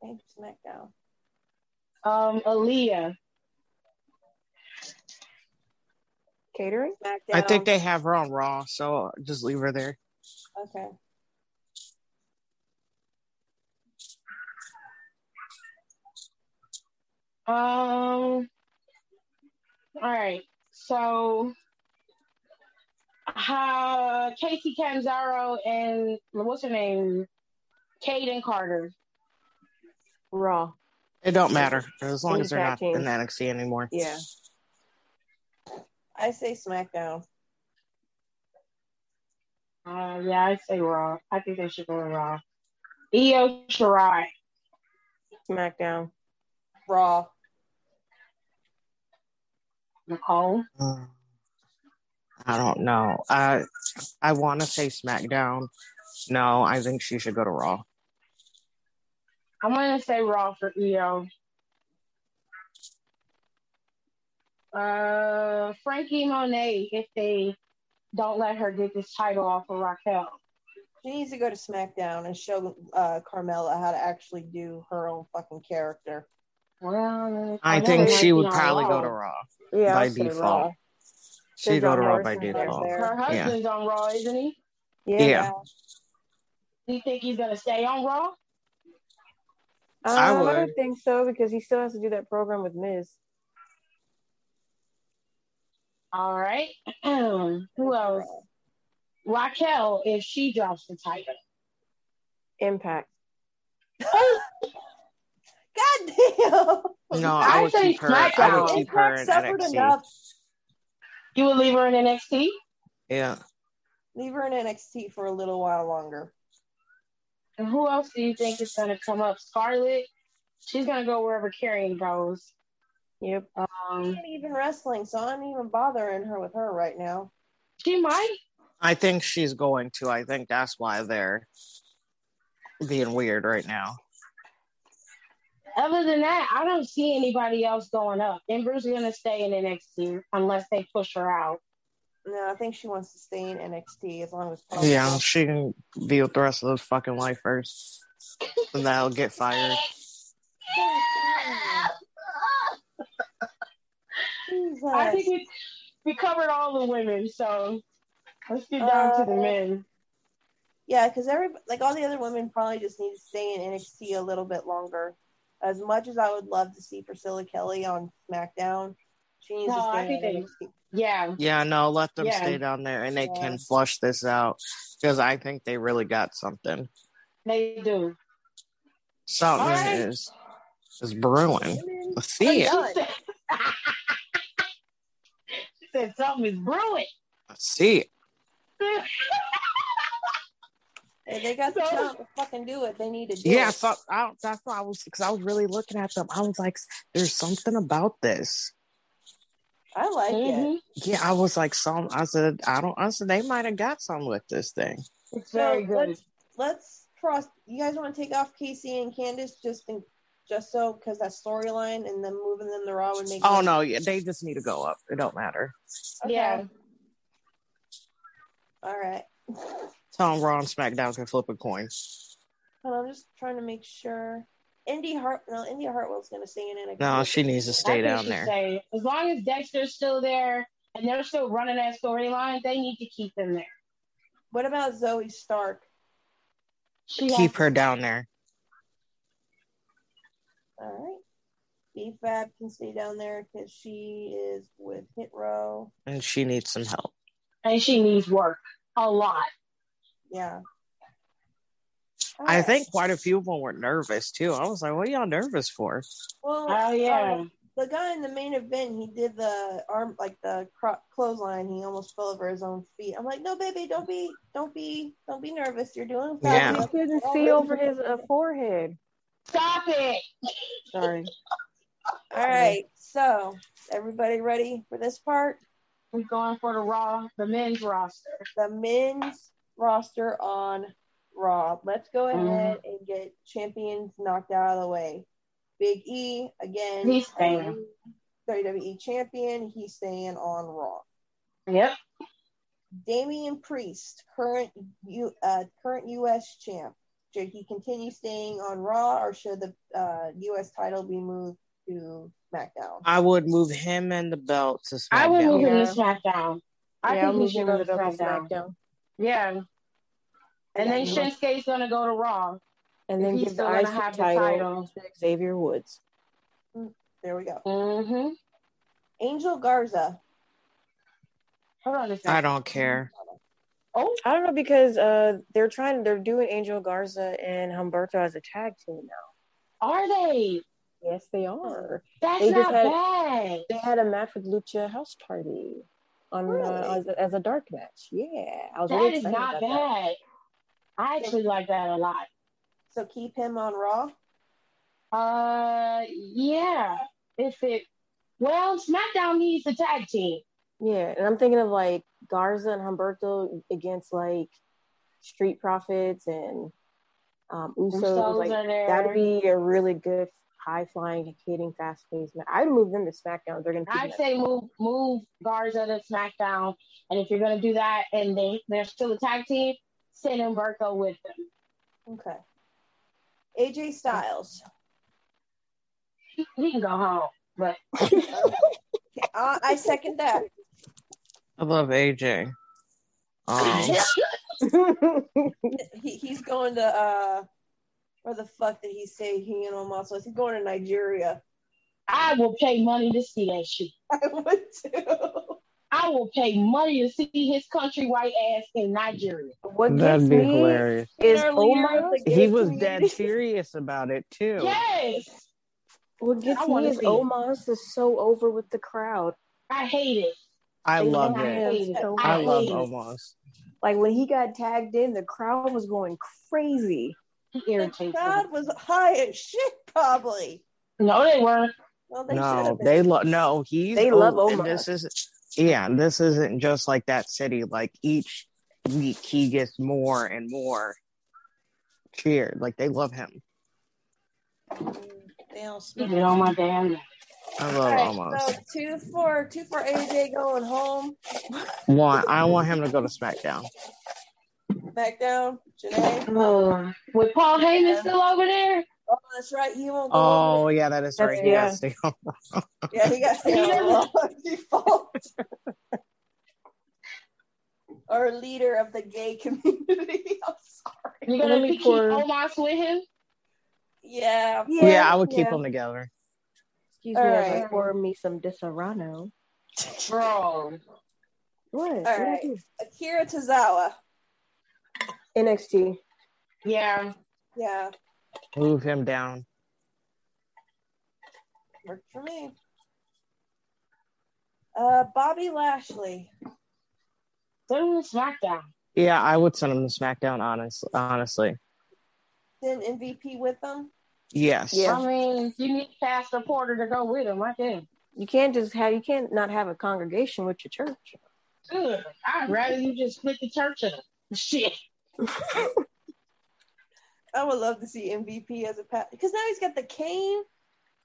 Speaker 3: Thank you, SmackDown.
Speaker 4: Um, Aaliyah.
Speaker 5: Catering?
Speaker 3: SmackDown.
Speaker 2: I think they have her on Raw, so just leave her there.
Speaker 3: okay.
Speaker 4: Um. All right. So, uh, Casey Canzaro and what's her name? Kaden Carter.
Speaker 5: Raw.
Speaker 2: It don't matter as long
Speaker 5: These
Speaker 2: as they're
Speaker 5: tag
Speaker 2: not in
Speaker 5: teams.
Speaker 2: NXT anymore.
Speaker 5: Yeah.
Speaker 3: I say SmackDown.
Speaker 4: Uh, yeah, I'd say Raw. I think they should go to Raw. Io Shirai.
Speaker 5: SmackDown.
Speaker 3: Raw.
Speaker 4: Nicole.
Speaker 2: Uh, I don't know. I I want to say SmackDown. No, I think she should go to Raw.
Speaker 4: I'm gonna say Raw for E Io. Uh, Frankie Monet. If they don't let her get this title off of Raquel.
Speaker 3: She needs to go to SmackDown and show uh, Carmella how to actually do her own fucking character.
Speaker 4: Well,
Speaker 2: I
Speaker 4: know
Speaker 2: think
Speaker 4: they
Speaker 2: she
Speaker 4: might
Speaker 2: would
Speaker 4: be on
Speaker 2: probably go
Speaker 4: Raw.
Speaker 2: to Raw.
Speaker 5: Yeah.
Speaker 2: By
Speaker 5: I'll say
Speaker 2: default.
Speaker 5: Raw.
Speaker 2: She'd go
Speaker 5: John
Speaker 2: to Raw by
Speaker 5: Morrison
Speaker 2: default.
Speaker 3: there.
Speaker 4: Her husband's on Raw, isn't he?
Speaker 5: Yeah.
Speaker 2: Yeah,
Speaker 4: Do you think he's gonna stay on Raw?
Speaker 5: Um,
Speaker 2: I
Speaker 5: I
Speaker 2: would.
Speaker 5: don't think so because he still has to do that program with Miz.
Speaker 4: All right. Who else? Raquel, if she drops the title.
Speaker 5: Impact.
Speaker 3: God damn!
Speaker 2: No,
Speaker 4: I
Speaker 2: I would
Speaker 4: say
Speaker 2: keep her. I would
Speaker 4: SmackDown.
Speaker 2: keep her in
Speaker 3: suffered
Speaker 2: NXT.
Speaker 3: enough.
Speaker 4: You would leave her in NXT?
Speaker 2: Yeah,
Speaker 3: Leave her in NXT for a little while longer.
Speaker 4: And who else do you think is gonna come up? Scarlett? She's gonna go wherever Carrion goes.
Speaker 5: Yep.
Speaker 3: She
Speaker 4: Um,
Speaker 3: ain't even wrestling, so I'm even bothering her with her right now.
Speaker 4: she might.
Speaker 2: I think she's going to. I think that's why they're being weird right now.
Speaker 4: Other than that, I don't see anybody else going up. Ember's gonna stay in NXT unless they push her out.
Speaker 3: No, I think she wants to stay in NXT as long as possible.
Speaker 2: Yeah, she can be with the rest of those fucking lifers, and that'll get fired.
Speaker 3: Jesus.
Speaker 4: I think we we covered all the women, so let's get down to the
Speaker 3: Uh,
Speaker 4: men.
Speaker 3: Yeah, because every like all the other women probably just need to stay in NXT a little bit longer. As much as I would love to see Priscilla Kelly on SmackDown, she needs
Speaker 4: No,
Speaker 3: to
Speaker 4: I
Speaker 3: stay in
Speaker 4: think they-
Speaker 3: NXT.
Speaker 4: Yeah,
Speaker 2: Yeah, no, let them
Speaker 4: Yeah.
Speaker 2: stay down there, and they
Speaker 3: Yeah.
Speaker 2: can flush this out because I think they really got something.
Speaker 4: they do.
Speaker 2: Something
Speaker 4: All right.
Speaker 2: is is brewing.
Speaker 3: Women,
Speaker 2: I see it.
Speaker 4: She
Speaker 3: Done.
Speaker 4: said, she said something is brewing.
Speaker 2: I see it.
Speaker 3: if they got the
Speaker 4: So-
Speaker 3: talent to fucking do it. They need to do
Speaker 2: Yeah,
Speaker 3: it.
Speaker 2: so I, that's why I was because I was really looking at them. I was like, "There's something about this."
Speaker 3: I like it.
Speaker 4: Mhm.
Speaker 2: Yeah, I was like, "Some." I said, "I don't." I said, "They might have got some with this thing."
Speaker 4: It's
Speaker 3: So
Speaker 4: very good.
Speaker 3: let's let's cross. You guys want to take off Casey and Candice just in, just so because that storyline and then moving them to Raw would make.
Speaker 2: Oh no, yeah, they just need to go up. It don't matter.
Speaker 3: Okay.
Speaker 4: Yeah.
Speaker 3: All right.
Speaker 2: Tom Raw and SmackDown can flip a coin.
Speaker 3: Hold on, I'm just trying to make sure. Indy Hart, no, Indy Hartwell's gonna sing in NXT.
Speaker 2: No, she needs to
Speaker 4: I
Speaker 2: stay
Speaker 4: think
Speaker 2: down
Speaker 4: she
Speaker 2: there.
Speaker 4: stayed. As long as Dexter's still there and they're still running that storyline, they need to keep them there.
Speaker 3: What about Zoe Stark?
Speaker 4: She
Speaker 2: Keep
Speaker 4: has
Speaker 2: her down there.
Speaker 3: All right, B Fab can stay down there because she is with Hit Row.
Speaker 2: and she needs some help.
Speaker 4: and she needs work a lot.
Speaker 3: Yeah. All
Speaker 2: I
Speaker 3: right.
Speaker 2: think quite a few of them were nervous too. I was like, "What are y'all nervous for?"
Speaker 3: Well,
Speaker 4: Oh yeah.
Speaker 3: uh, the guy in the main event, he did the arm like the cro- clothesline. He almost fell over his own feet. I'm like, no, baby, don't be, don't be, don't be nervous. You're doing fine.
Speaker 2: Yeah.
Speaker 5: He couldn't see over his uh, forehead.
Speaker 4: Stop it.
Speaker 5: Sorry.
Speaker 3: All right. So, everybody ready for this part?
Speaker 4: We're going for the raw, the men's roster.
Speaker 3: the men's roster on Raw. Let's go
Speaker 4: Mm-hmm.
Speaker 3: ahead and get champions knocked out of the way. Big E again,
Speaker 4: He's staying.
Speaker 3: WWE champion. He's staying on Raw.
Speaker 4: Yep.
Speaker 3: Damian Priest, current U, uh, current U.S. champ. Should he continue staying on Raw, or should the uh, U.S. title be moved to SmackDown?
Speaker 2: I would move him and the belt to SmackDown.
Speaker 4: I would move him to
Speaker 5: Yeah.
Speaker 4: SmackDown. I
Speaker 5: yeah,
Speaker 4: think
Speaker 5: I'm
Speaker 4: he should
Speaker 5: moving
Speaker 4: go
Speaker 5: it
Speaker 4: to
Speaker 5: up to
Speaker 4: SmackDown.
Speaker 5: SmackDown.
Speaker 4: Yeah. And then Shinsuke's gonna go to Raw.
Speaker 5: And then
Speaker 4: He's
Speaker 5: give the
Speaker 4: still gonna
Speaker 5: IC
Speaker 4: have the
Speaker 5: title
Speaker 4: title.
Speaker 5: to Xavier Woods.
Speaker 3: There we go.
Speaker 4: Mm-hmm.
Speaker 3: Angel Garza.
Speaker 4: Hold on a
Speaker 2: I
Speaker 4: second.
Speaker 2: don't care.
Speaker 4: Oh,
Speaker 5: I don't know because uh, they're trying, they're doing Angel Garza and Humberto as a tag team
Speaker 4: are they?
Speaker 5: now. Yes, they are.
Speaker 4: That's
Speaker 5: They just
Speaker 4: not
Speaker 5: had-
Speaker 4: bad.
Speaker 5: They had a match with Lucha House Party on uh,
Speaker 3: Really?
Speaker 5: as, a, as a dark match. Yeah, I was
Speaker 4: That
Speaker 5: really
Speaker 4: is
Speaker 5: excited
Speaker 4: not
Speaker 5: about
Speaker 4: bad.
Speaker 5: that.
Speaker 4: I actually like that a lot.
Speaker 3: So keep him on Raw.
Speaker 4: Uh, yeah. If it, well, SmackDown needs a tag team.
Speaker 5: Yeah, and I'm thinking of like Garza and Humberto against like Street Profits and um, Usos.
Speaker 4: Usos
Speaker 5: like
Speaker 4: are there.
Speaker 5: that'd be a really good high flying, hitting, fast paced match. I'd move them to SmackDown. They're gonna. keep
Speaker 4: I'd
Speaker 5: that-
Speaker 4: say move move Garza to SmackDown, and if you're gonna do that, and they they're still a tag team, send Umberto with them.
Speaker 3: Okay. AJ Styles.
Speaker 4: He can go home, but
Speaker 3: Uh, I second that.
Speaker 2: I love AJ. Um,
Speaker 3: He, he's going to uh, where the fuck did he say he and Omos was? He's going to Nigeria.
Speaker 4: I will pay money to see that shit.
Speaker 3: I would too.
Speaker 4: I will pay money to see his country white ass in Nigeria.
Speaker 5: what gets me is
Speaker 3: Earlier
Speaker 5: Omos.
Speaker 3: with the
Speaker 2: He
Speaker 3: gay
Speaker 2: was
Speaker 3: community.
Speaker 2: dead serious about it too.
Speaker 4: Yes,
Speaker 5: What gets
Speaker 4: I
Speaker 5: me
Speaker 4: wanna
Speaker 5: is
Speaker 4: see it.
Speaker 5: Omos is so over with the crowd.
Speaker 4: I hate it.
Speaker 2: I
Speaker 5: They
Speaker 2: love
Speaker 4: I
Speaker 2: it.
Speaker 5: him
Speaker 4: hate it.
Speaker 5: so
Speaker 2: I
Speaker 4: I
Speaker 5: much.
Speaker 2: love
Speaker 4: hate it.
Speaker 2: Omos.
Speaker 5: Like when he got tagged in, the crowd was going crazy.
Speaker 4: He
Speaker 3: The
Speaker 4: irritates me.
Speaker 3: crowd was high as shit, probably.
Speaker 4: No, they weren't.
Speaker 3: Well, they should
Speaker 2: No,
Speaker 3: have been.
Speaker 2: they love. No, he's.
Speaker 5: They love
Speaker 2: And
Speaker 5: Omos.
Speaker 2: this is. Yeah, and this isn't just like that city. Like each week, he gets more and more cheered. Like they love him.
Speaker 3: They all
Speaker 4: Get
Speaker 3: smell.
Speaker 4: it on my damn neck.
Speaker 2: I
Speaker 3: All
Speaker 2: love
Speaker 3: right,
Speaker 2: almost.
Speaker 3: so two for two for AJ going home.
Speaker 2: Want I want him to go to SmackDown.
Speaker 3: Back down, Janae.
Speaker 5: Oh.
Speaker 4: Ugh. With Paul Heyman still over there,
Speaker 3: Oh, that's right. He won't go. over.
Speaker 2: Oh yeah, that is
Speaker 5: That's-
Speaker 2: right. He
Speaker 5: yeah.
Speaker 2: has to go.
Speaker 3: Yeah, he got to default. Our leader of the gay community. I'm sorry.
Speaker 4: you're gonna
Speaker 5: Only
Speaker 4: keep
Speaker 5: for-
Speaker 4: Omos with him.
Speaker 3: Yeah.
Speaker 2: Yeah, I would keep them together.
Speaker 5: Excuse
Speaker 3: All
Speaker 5: me as I
Speaker 3: right.
Speaker 5: pour me some Disaronno.
Speaker 4: Bro,
Speaker 5: What? What
Speaker 3: All
Speaker 5: did I
Speaker 3: right.
Speaker 5: do?
Speaker 3: Akira Tozawa.
Speaker 5: NXT.
Speaker 4: yeah,
Speaker 3: Yeah.
Speaker 2: Move him down.
Speaker 3: Worked for me. Uh, Bobby Lashley.
Speaker 4: they're in SmackDown.
Speaker 2: Yeah, I would send him to SmackDown. Honest, honestly.
Speaker 3: Then MVP with them.
Speaker 2: Yes.
Speaker 5: Yeah.
Speaker 4: I mean, you need Pastor Porter to go with him. I guess.
Speaker 5: You can't just have you can't not have a congregation with your church.
Speaker 4: Good. I'd rather you just split the church up. Shit.
Speaker 3: I would love to see MVP as a pat because now he's got the cane,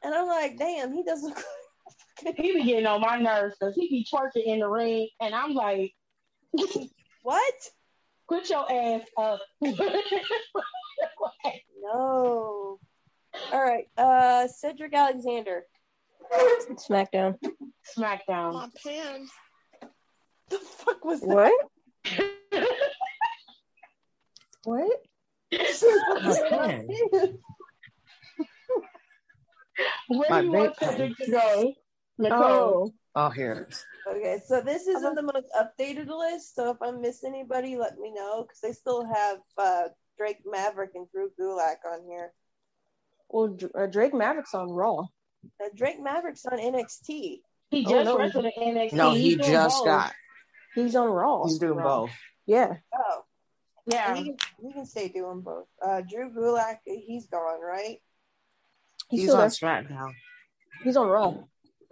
Speaker 3: and I'm like, damn, he doesn't. look like a fucking-
Speaker 4: He be getting on my nerves because he be twerking in the ring, and I'm like,
Speaker 3: what?
Speaker 4: put your ass up.
Speaker 3: No. All right. Uh, Cedric Alexander.
Speaker 5: SmackDown.
Speaker 4: SmackDown.
Speaker 2: pen.
Speaker 3: The fuck was that?
Speaker 5: What? what?
Speaker 2: pen.
Speaker 4: Where
Speaker 2: My
Speaker 4: do you want
Speaker 2: big
Speaker 4: Cedric to go? Nicole.
Speaker 5: Oh,
Speaker 2: Oh, here. it is.
Speaker 3: Okay, so this isn't the most updated list. So if I miss anybody, let me know because they still have uh, Drake Maverick and Drew Gulak on here.
Speaker 5: well, Dr- uh, Drake Maverick's on Raw.
Speaker 3: Now, Uh, Drake Maverick's on NXT.
Speaker 4: He
Speaker 5: Oh,
Speaker 4: just
Speaker 5: no.
Speaker 4: went to the NXT.
Speaker 2: No,
Speaker 4: He's
Speaker 2: he
Speaker 4: doing
Speaker 2: just
Speaker 4: both.
Speaker 2: got.
Speaker 5: He's on Raw.
Speaker 2: He's doing
Speaker 4: Raw.
Speaker 2: both.
Speaker 5: Yeah.
Speaker 3: Oh,
Speaker 4: Yeah.
Speaker 3: he, can- he can stay doing both. Uh, Drew Gulak, he's gone, right?
Speaker 5: He's,
Speaker 2: He's
Speaker 5: still
Speaker 2: on
Speaker 5: there.
Speaker 2: SmackDown.
Speaker 5: He's on Raw.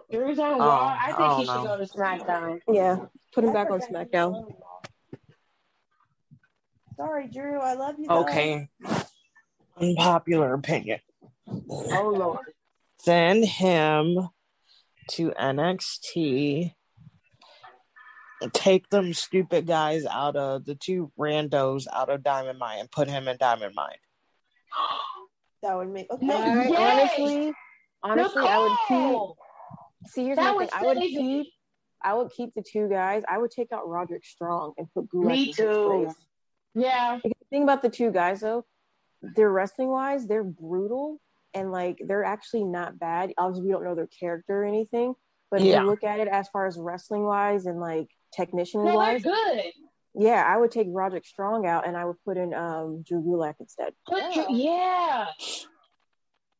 Speaker 4: Drew's on
Speaker 2: Oh,
Speaker 4: Raw. I think
Speaker 2: oh,
Speaker 4: he should
Speaker 2: no.
Speaker 4: go to SmackDown.
Speaker 5: Yeah. Put him
Speaker 3: I
Speaker 5: back on
Speaker 3: forgot he was
Speaker 5: SmackDown.
Speaker 3: on Raw. Sorry, Drew. I love you. though.
Speaker 2: Okay. Unpopular opinion.
Speaker 4: Oh Lord.
Speaker 2: Send him to NXT. Take them stupid guys out of the two randos out of Diamond Mine and put him in Diamond Mine.
Speaker 3: That would make okay.
Speaker 4: No.
Speaker 5: I
Speaker 4: Yes!
Speaker 5: honestly, honestly, I would keep.
Speaker 4: Nicole!
Speaker 5: See, here's
Speaker 4: That
Speaker 5: my
Speaker 4: was
Speaker 5: thing. I would
Speaker 4: crazy.
Speaker 5: keep. I would keep the two guys. I would take out Roderick Strong and put Gulak
Speaker 4: Me
Speaker 5: in his
Speaker 4: too.
Speaker 5: place.
Speaker 4: Yeah.
Speaker 5: Like, the thing about the two guys though, they're wrestling wise, they're brutal and like they're actually not bad. Obviously, we don't know their character or anything, but if
Speaker 2: Yeah.
Speaker 5: you look at it as far as wrestling wise and like technician
Speaker 4: No, they're
Speaker 5: wise,
Speaker 4: good.
Speaker 5: yeah, I would take Roderick Strong out and I would put in um Drew Gulak instead.
Speaker 4: Put Drew, yeah.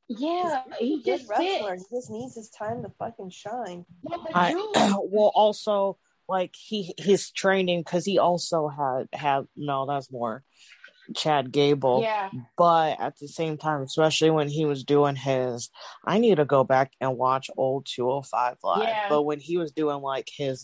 Speaker 4: Yeah. He
Speaker 3: Good
Speaker 4: just
Speaker 3: wrestler.
Speaker 4: did.
Speaker 3: He just needs his time to fucking shine.
Speaker 4: No, but
Speaker 2: I
Speaker 4: Drew,
Speaker 2: well also like he his training because he also had had no that's more Chad Gable
Speaker 4: yeah.
Speaker 2: but at the same time especially when he was doing his I need to go back and watch old 205 live
Speaker 4: Yeah.
Speaker 2: but when he was doing like his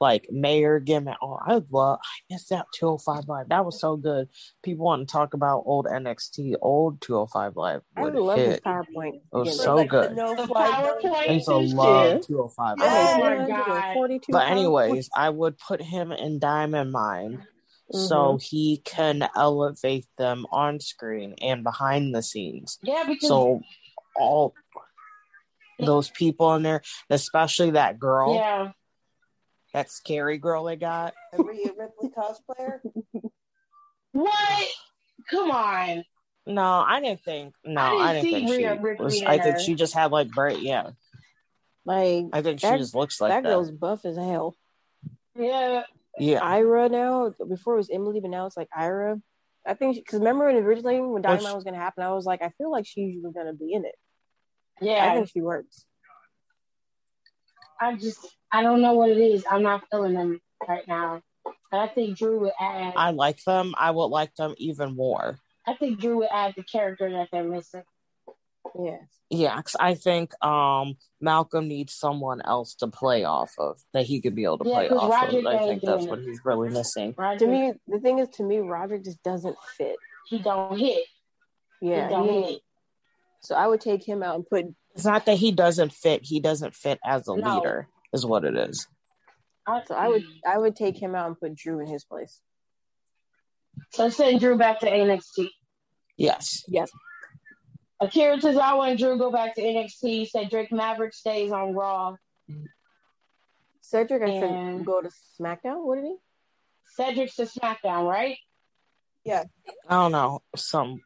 Speaker 2: like mayor gimmick oh I love I miss that 205 live that was so good people want to talk about old NXT old 205 live
Speaker 5: I
Speaker 2: would
Speaker 5: love his
Speaker 2: hit
Speaker 5: PowerPoint.
Speaker 2: It was
Speaker 5: gimmick.
Speaker 3: For
Speaker 2: so
Speaker 3: like the
Speaker 2: good.
Speaker 3: no
Speaker 4: The
Speaker 3: fly zone.
Speaker 2: I
Speaker 4: PowerPoint
Speaker 2: used to
Speaker 4: and
Speaker 2: love
Speaker 4: shit.
Speaker 2: 205
Speaker 5: I oh
Speaker 2: live
Speaker 5: made
Speaker 3: Yes.
Speaker 4: Oh my God.
Speaker 5: 142
Speaker 2: but
Speaker 5: PowerPoints.
Speaker 2: anyways, I would put him in Diamond Mine so
Speaker 5: Mhm.
Speaker 2: he can elevate them on screen and behind the scenes.
Speaker 4: Yeah, because
Speaker 2: So all those people in there, especially that girl,
Speaker 4: yeah,
Speaker 2: that scary girl they got.
Speaker 3: The Rhea Ripley cosplayer.
Speaker 4: what? Come on,
Speaker 2: No, I didn't think. No,
Speaker 4: I didn't
Speaker 2: I didn't,
Speaker 4: see
Speaker 2: think
Speaker 4: Rhea
Speaker 2: she
Speaker 4: Ripley
Speaker 2: was.
Speaker 4: in
Speaker 2: I think
Speaker 4: her.
Speaker 2: she just had like bright. Yeah,
Speaker 5: Like
Speaker 2: I think she
Speaker 5: That-
Speaker 2: just looks like
Speaker 5: that
Speaker 2: that.
Speaker 5: girl's buff as hell.
Speaker 4: yeah,
Speaker 2: yeah,
Speaker 5: Ira now. Before it was Emily, but now it's like Ira. I think because remember when originally when Dynamite
Speaker 2: Which-
Speaker 5: was going to happen, I was like, I feel like she's usually going to be in it. I
Speaker 4: yeah.
Speaker 5: think she works.
Speaker 4: I just I don't know what it is. I'm not feeling them right now. But I think Drew would add.
Speaker 2: I like them. I would like them even more.
Speaker 4: I think Drew would add the character that they're missing.
Speaker 5: Yeah,
Speaker 2: Yeah, 'cause I think um Malcolm needs someone else to play off of that he could be able to
Speaker 4: Yeah,
Speaker 2: play
Speaker 4: 'cause
Speaker 2: off of.
Speaker 4: Roderick
Speaker 2: I
Speaker 4: ain't
Speaker 2: think
Speaker 4: doing
Speaker 2: that's
Speaker 4: it.
Speaker 2: what he's really missing.
Speaker 4: Roger,
Speaker 5: to me, the thing is, to me, Roderick just doesn't fit.
Speaker 4: he don't hit. It
Speaker 5: Yeah.
Speaker 4: don't
Speaker 5: he-
Speaker 4: fit.
Speaker 5: so I would take him out and put
Speaker 2: It's not that he doesn't fit; he doesn't fit as a
Speaker 4: No.
Speaker 2: leader, is what it is.
Speaker 5: so I would I would take him out and put Drew in his place.
Speaker 4: So send Drew back to NXT.
Speaker 2: Yes,
Speaker 5: Yes.
Speaker 4: Akira Tozawa and Drew go back to NXT. Cedric Maverick stays on Raw.
Speaker 5: Cedric, I
Speaker 4: And-
Speaker 5: said go to SmackDown, wouldn't he?
Speaker 4: Cedric's to SmackDown, right?
Speaker 2: I don't know. Some,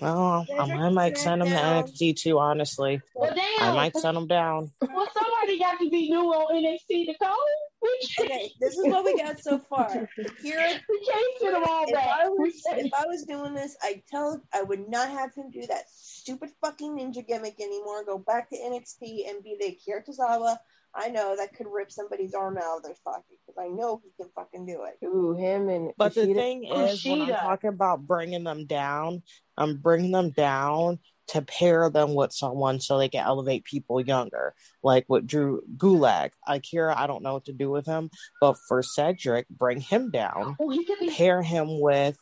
Speaker 2: well, I
Speaker 3: Cedric
Speaker 2: might- might send him to
Speaker 3: SmackDown.
Speaker 2: NXT too. Honestly,
Speaker 4: Well, damn.
Speaker 2: I might send him down.
Speaker 4: Well, somebody got to be new on NXT to go. We can't,
Speaker 3: Okay, this is what we got so far. Kira
Speaker 4: we can't fit them all
Speaker 3: if
Speaker 4: back.
Speaker 3: I
Speaker 4: We
Speaker 3: was
Speaker 4: can't.
Speaker 3: if I was doing this, I tell I would not have him do that stupid fucking ninja gimmick anymore. Go back to NXT and be the Akira Tozawa. I know that could rip somebody's arm out of their socket because I know he can fucking do it.
Speaker 5: Ooh, him and
Speaker 2: But the
Speaker 5: Kushida.
Speaker 2: thing is, when I'm
Speaker 4: Kushida.
Speaker 2: talking about bringing them down, I'm bringing them down to pair them with someone so they can elevate people younger, like with Drew Gulag. Akira, I don't know what to do with him, but for Cedric, bring him down,
Speaker 4: Oh, he could be.
Speaker 2: pair him with,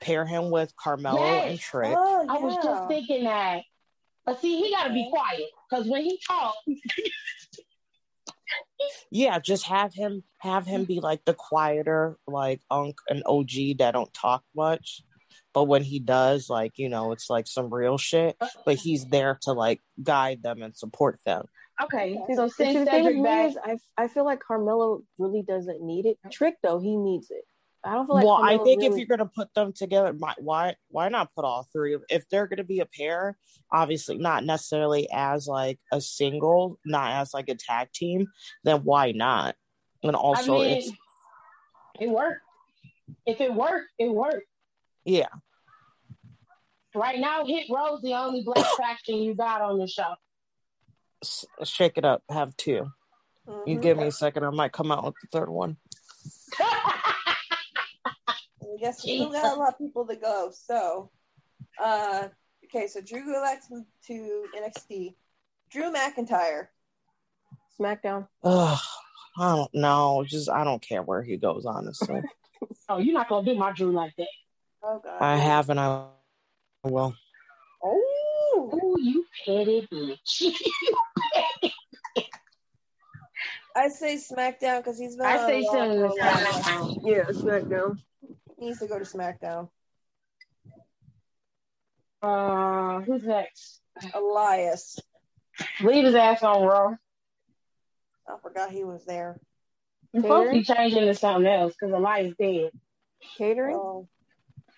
Speaker 2: pair him with Carmelo and
Speaker 4: Yes.
Speaker 2: Trick.
Speaker 3: Oh yeah.
Speaker 4: I was just thinking that. But see, he got to be quiet because when he talks,
Speaker 2: yeah just have him have him be like the quieter like unk and og that don't talk much but when he does like you know it's like some real shit but he's there to like guide them and support them
Speaker 4: okay.
Speaker 5: See,
Speaker 4: So
Speaker 5: see,
Speaker 4: send
Speaker 5: the thing with
Speaker 4: Cedric
Speaker 5: me
Speaker 4: back.
Speaker 5: is, I I feel like Carmelo really doesn't need it. Trick though, he needs it. I don't feel like
Speaker 2: well
Speaker 5: Carmelo
Speaker 2: i think if
Speaker 5: really-
Speaker 2: you're gonna put them together my, why why not put all three of if they're gonna be a pair obviously not necessarily as like a single not as like a tag team then why not and
Speaker 4: I
Speaker 2: also
Speaker 4: mean,
Speaker 2: it's
Speaker 4: it worked. If it worked, it worked.
Speaker 2: yeah
Speaker 4: Right now, Hit Row's the only black faction you got on the show.
Speaker 2: s- shake it up have two You
Speaker 3: Mhm.
Speaker 2: give me a second, I might come out with the third one.
Speaker 3: I guess we still got a lot of people to go. So, uh, okay, so Drew Gulak to, to NXT. Drew McIntyre.
Speaker 5: SmackDown.
Speaker 2: Ugh, I don't know. Just I don't care where he goes, honestly.
Speaker 4: oh, you're not gonna do my Drew like that.
Speaker 3: Oh God.
Speaker 2: I have and I will.
Speaker 3: Oh,
Speaker 4: Oh, you petty bitch.
Speaker 3: I say SmackDown because he's been.
Speaker 4: I
Speaker 3: on
Speaker 4: say
Speaker 3: Raw for
Speaker 4: send
Speaker 3: a
Speaker 4: him to
Speaker 3: while.
Speaker 4: SmackDown.
Speaker 5: Yeah, SmackDown.
Speaker 3: He needs to go to SmackDown.
Speaker 4: Uh, who's next?
Speaker 3: Elias.
Speaker 4: Leave his ass on Raw.
Speaker 3: I forgot he was there.
Speaker 4: You're supposed to be changing to something else because Elias dead.
Speaker 5: Catering.
Speaker 3: Oh,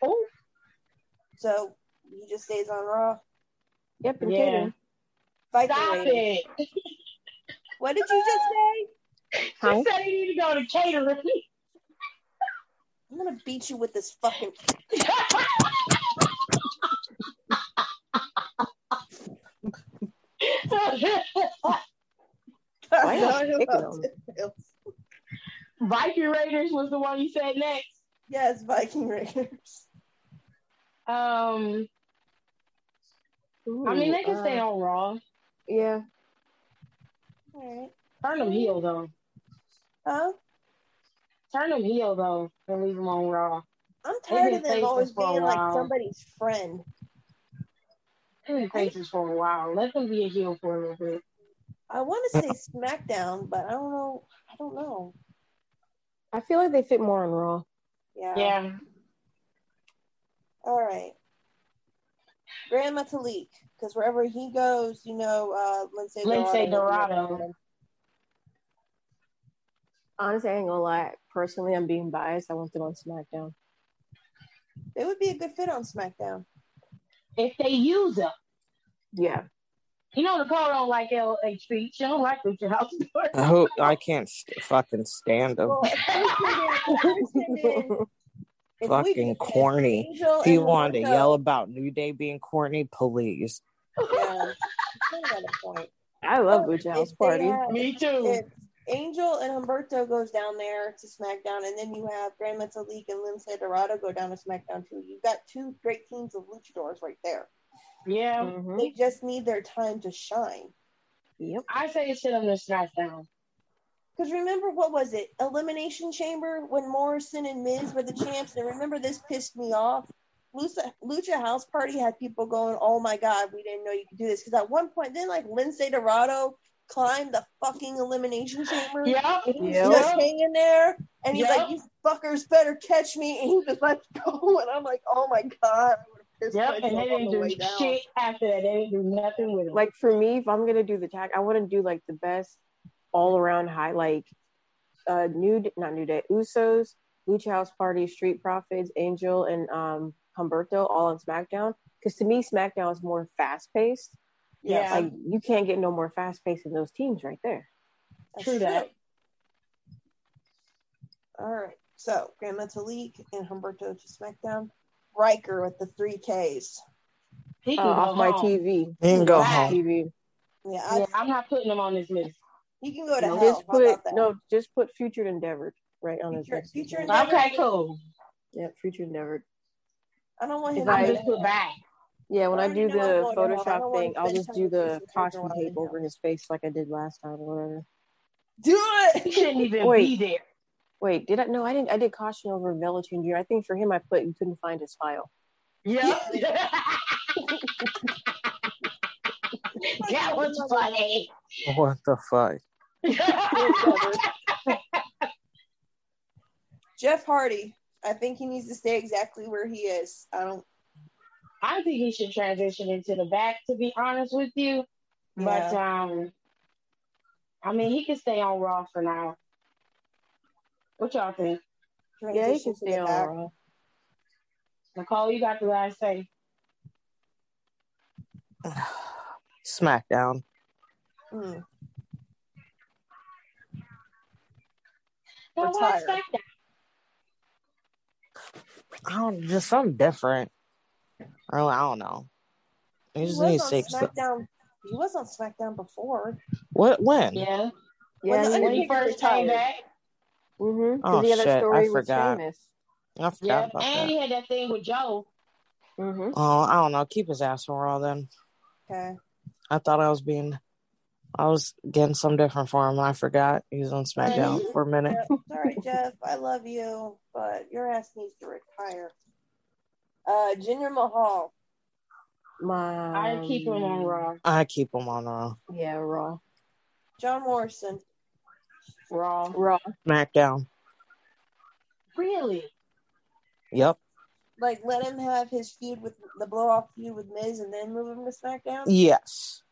Speaker 4: Oh,
Speaker 3: so he just stays on Raw.
Speaker 5: Yep, and
Speaker 4: Yeah.
Speaker 5: catering.
Speaker 3: Viking
Speaker 4: stop
Speaker 3: lady.
Speaker 4: it.
Speaker 3: What did you just say?
Speaker 5: Huh?
Speaker 4: She said he need to go to catering.
Speaker 3: I'm gonna beat you with this fucking.
Speaker 5: Why not picking him?
Speaker 4: Viking Raiders was the one you said next.
Speaker 3: yes, Viking Raiders.
Speaker 4: Um, I mean, they can stay on Raw.
Speaker 5: uh, Yeah.
Speaker 3: All right.
Speaker 4: Turn them heel, though.
Speaker 3: Huh?
Speaker 4: Turn them heel, though, and leave them on Raw.
Speaker 3: I'm
Speaker 4: They've
Speaker 3: tired
Speaker 4: been
Speaker 3: of them
Speaker 4: faces
Speaker 3: always
Speaker 4: for a
Speaker 3: being like
Speaker 4: while.
Speaker 3: somebody's friend.
Speaker 4: They've been faces for a while. Let them be a heel for a little bit.
Speaker 3: I want to say SmackDown, but I don't know. I don't know.
Speaker 5: I feel like they fit more on Raw.
Speaker 3: Yeah.
Speaker 4: Yeah.
Speaker 3: All right. Grandma Talik, because wherever he goes, you know, uh, Lindsay
Speaker 4: Lindsay
Speaker 3: Dorado.
Speaker 4: Dorado.
Speaker 5: Honestly, I ain't gonna lie. Personally, I'm being biased. I want them on SmackDown.
Speaker 3: They would be a good fit on SmackDown.
Speaker 4: If they use them.
Speaker 5: Yeah.
Speaker 4: You know, Nicole don't like LHB. She don't like the house
Speaker 2: I hope I can't st- fucking stand him.
Speaker 3: Well, if Christian is, if we
Speaker 2: Fucking
Speaker 3: could get
Speaker 2: corny.
Speaker 3: Angel and
Speaker 2: He wanted to
Speaker 3: Wardlow,
Speaker 2: yell about New Day being corny. Please,
Speaker 3: Yeah, you got a point.
Speaker 5: I love
Speaker 3: But
Speaker 5: Lucha House
Speaker 3: if they
Speaker 5: Party.
Speaker 3: have-
Speaker 4: Me too.
Speaker 3: if Angel and Humberto goes down there to SmackDown, and then you have Grandma Talik and Lindsay Dorado go down to SmackDown too. You've got two great teams of luchadors right there.
Speaker 4: Yeah.
Speaker 5: Mhm.
Speaker 3: They just need their time to shine.
Speaker 5: Yep.
Speaker 4: I say send them to SmackDown.
Speaker 3: Because remember, what was it? Elimination Chamber when Morrison and Miz were the champs. And remember, this pissed me off Lucha, Lucha House Party had people going, "Oh my God, we didn't know you could do this." Because at one point, then like Lindsay Dorado climbed the fucking elimination chamber.
Speaker 4: Yep.
Speaker 3: And he's
Speaker 5: Yep.
Speaker 3: just hanging there, and he's
Speaker 4: Yep.
Speaker 3: like, "You fuckers better catch me!" And he just lets go, and I'm like, "Oh my God!" I would have pissed
Speaker 4: Yep.
Speaker 3: myself
Speaker 4: And they
Speaker 3: on
Speaker 4: didn't
Speaker 3: the way
Speaker 4: do
Speaker 3: down.
Speaker 4: shit after that. They didn't do nothing with it.
Speaker 5: Like for me, if I'm gonna do the tag, I want to do like the best all around high, like uh, new D- not new day Usos, Lucha House Party, Street Profits, Angel, and um Humberto all on SmackDown. Because to me, SmackDown is more fast paced.
Speaker 4: yeah.
Speaker 5: Like you can't get no more fast paced than those teams right there.
Speaker 3: That's
Speaker 4: true that.
Speaker 3: All right. So Grandma Talik and Humberto to SmackDown. Riker with the three Ks.
Speaker 4: He
Speaker 5: Uh,
Speaker 4: can go
Speaker 5: off my
Speaker 4: home.
Speaker 5: TV,
Speaker 2: You can go
Speaker 4: Right.
Speaker 2: home.
Speaker 5: TV.
Speaker 3: Yeah, I,
Speaker 4: Yeah, I'm not putting him on this list.
Speaker 3: he can go to
Speaker 5: No.
Speaker 3: hell.
Speaker 5: Just
Speaker 3: How
Speaker 5: put
Speaker 3: about that?
Speaker 5: no, just put Future Endeavored right on his
Speaker 3: Future-
Speaker 5: next to his
Speaker 3: Future
Speaker 5: name.
Speaker 3: Endeavored.
Speaker 4: Okay, cool.
Speaker 5: Yeah, Future Endeavored.
Speaker 3: I don't want him.
Speaker 5: If
Speaker 4: I'm
Speaker 5: I-
Speaker 3: to
Speaker 4: just put back.
Speaker 5: Yeah, when
Speaker 3: I
Speaker 5: I
Speaker 3: already
Speaker 5: do
Speaker 3: know I'm
Speaker 5: the
Speaker 3: going to hell. I don't
Speaker 5: Photoshop
Speaker 3: wanna
Speaker 5: thing, I'll
Speaker 3: spend
Speaker 5: just
Speaker 3: time
Speaker 5: do
Speaker 3: with
Speaker 5: the
Speaker 3: Jason Tatum
Speaker 5: caution
Speaker 3: while I'm
Speaker 5: tape
Speaker 3: in
Speaker 5: over
Speaker 3: hell.
Speaker 5: his face like I did last time or whatever.
Speaker 3: Do
Speaker 4: He
Speaker 3: it.
Speaker 4: shouldn't even
Speaker 5: Wait.
Speaker 4: be there.
Speaker 5: Wait, did I? No, I didn't. I did caution over Velichon Jr. I think for him, I put you couldn't find his file.
Speaker 4: Yep. that was funny.
Speaker 2: What the fuck?
Speaker 3: Whatever. Jeff Hardy. I think he needs to stay exactly where he is. I don't.
Speaker 4: I think he should transition into the back, to be honest with you. But um, I mean, he can stay on Raw for now. What y'all think,
Speaker 5: yeah,
Speaker 3: Transition
Speaker 5: he can
Speaker 3: to
Speaker 5: stay
Speaker 3: the
Speaker 5: on
Speaker 3: back.
Speaker 5: Raw.
Speaker 4: Nicole? You got the last say.
Speaker 2: SmackDown.
Speaker 3: Mm,
Speaker 4: Now, why
Speaker 3: Retire.
Speaker 4: SmackDown?
Speaker 2: I don't just something different. Or I don't know. You
Speaker 3: He
Speaker 2: just need
Speaker 3: was
Speaker 2: to
Speaker 3: on
Speaker 2: shake some-
Speaker 3: SmackDown. He was on SmackDown before.
Speaker 2: What when?
Speaker 4: Yeah,
Speaker 3: When
Speaker 5: Yeah,
Speaker 3: the
Speaker 4: when
Speaker 5: he,
Speaker 4: he
Speaker 3: Undertaker
Speaker 4: first came
Speaker 3: retired.
Speaker 4: back.
Speaker 5: mm-hmm.
Speaker 2: Oh,
Speaker 5: he had
Speaker 2: shit,
Speaker 5: that
Speaker 2: I
Speaker 5: story with
Speaker 2: forgot.
Speaker 5: Sheamus.
Speaker 2: I forgot
Speaker 4: Yep,
Speaker 2: about
Speaker 4: and
Speaker 2: that.
Speaker 4: he had that thing with Joe.
Speaker 5: Mm-hmm.
Speaker 2: Oh, I don't know. Keep his ass on raw then.
Speaker 3: Okay.
Speaker 2: I thought I was being I was getting some different for him and I forgot he was on SmackDown for a minute.
Speaker 3: Yep. Sorry, Jeff. I love you, but your ass needs to retire. Uh, Jinder Mahal.
Speaker 5: My,
Speaker 4: I keep him on Raw.
Speaker 2: I keep him on uh, Raw.
Speaker 5: Yeah, Raw.
Speaker 3: John Morrison.
Speaker 4: Raw.
Speaker 5: Raw.
Speaker 2: SmackDown.
Speaker 4: Really?
Speaker 2: Yep.
Speaker 3: Like, let him have his feud with the blow off feud with Miz and then move him to
Speaker 5: Mm.
Speaker 3: SmackDown.
Speaker 2: Yes.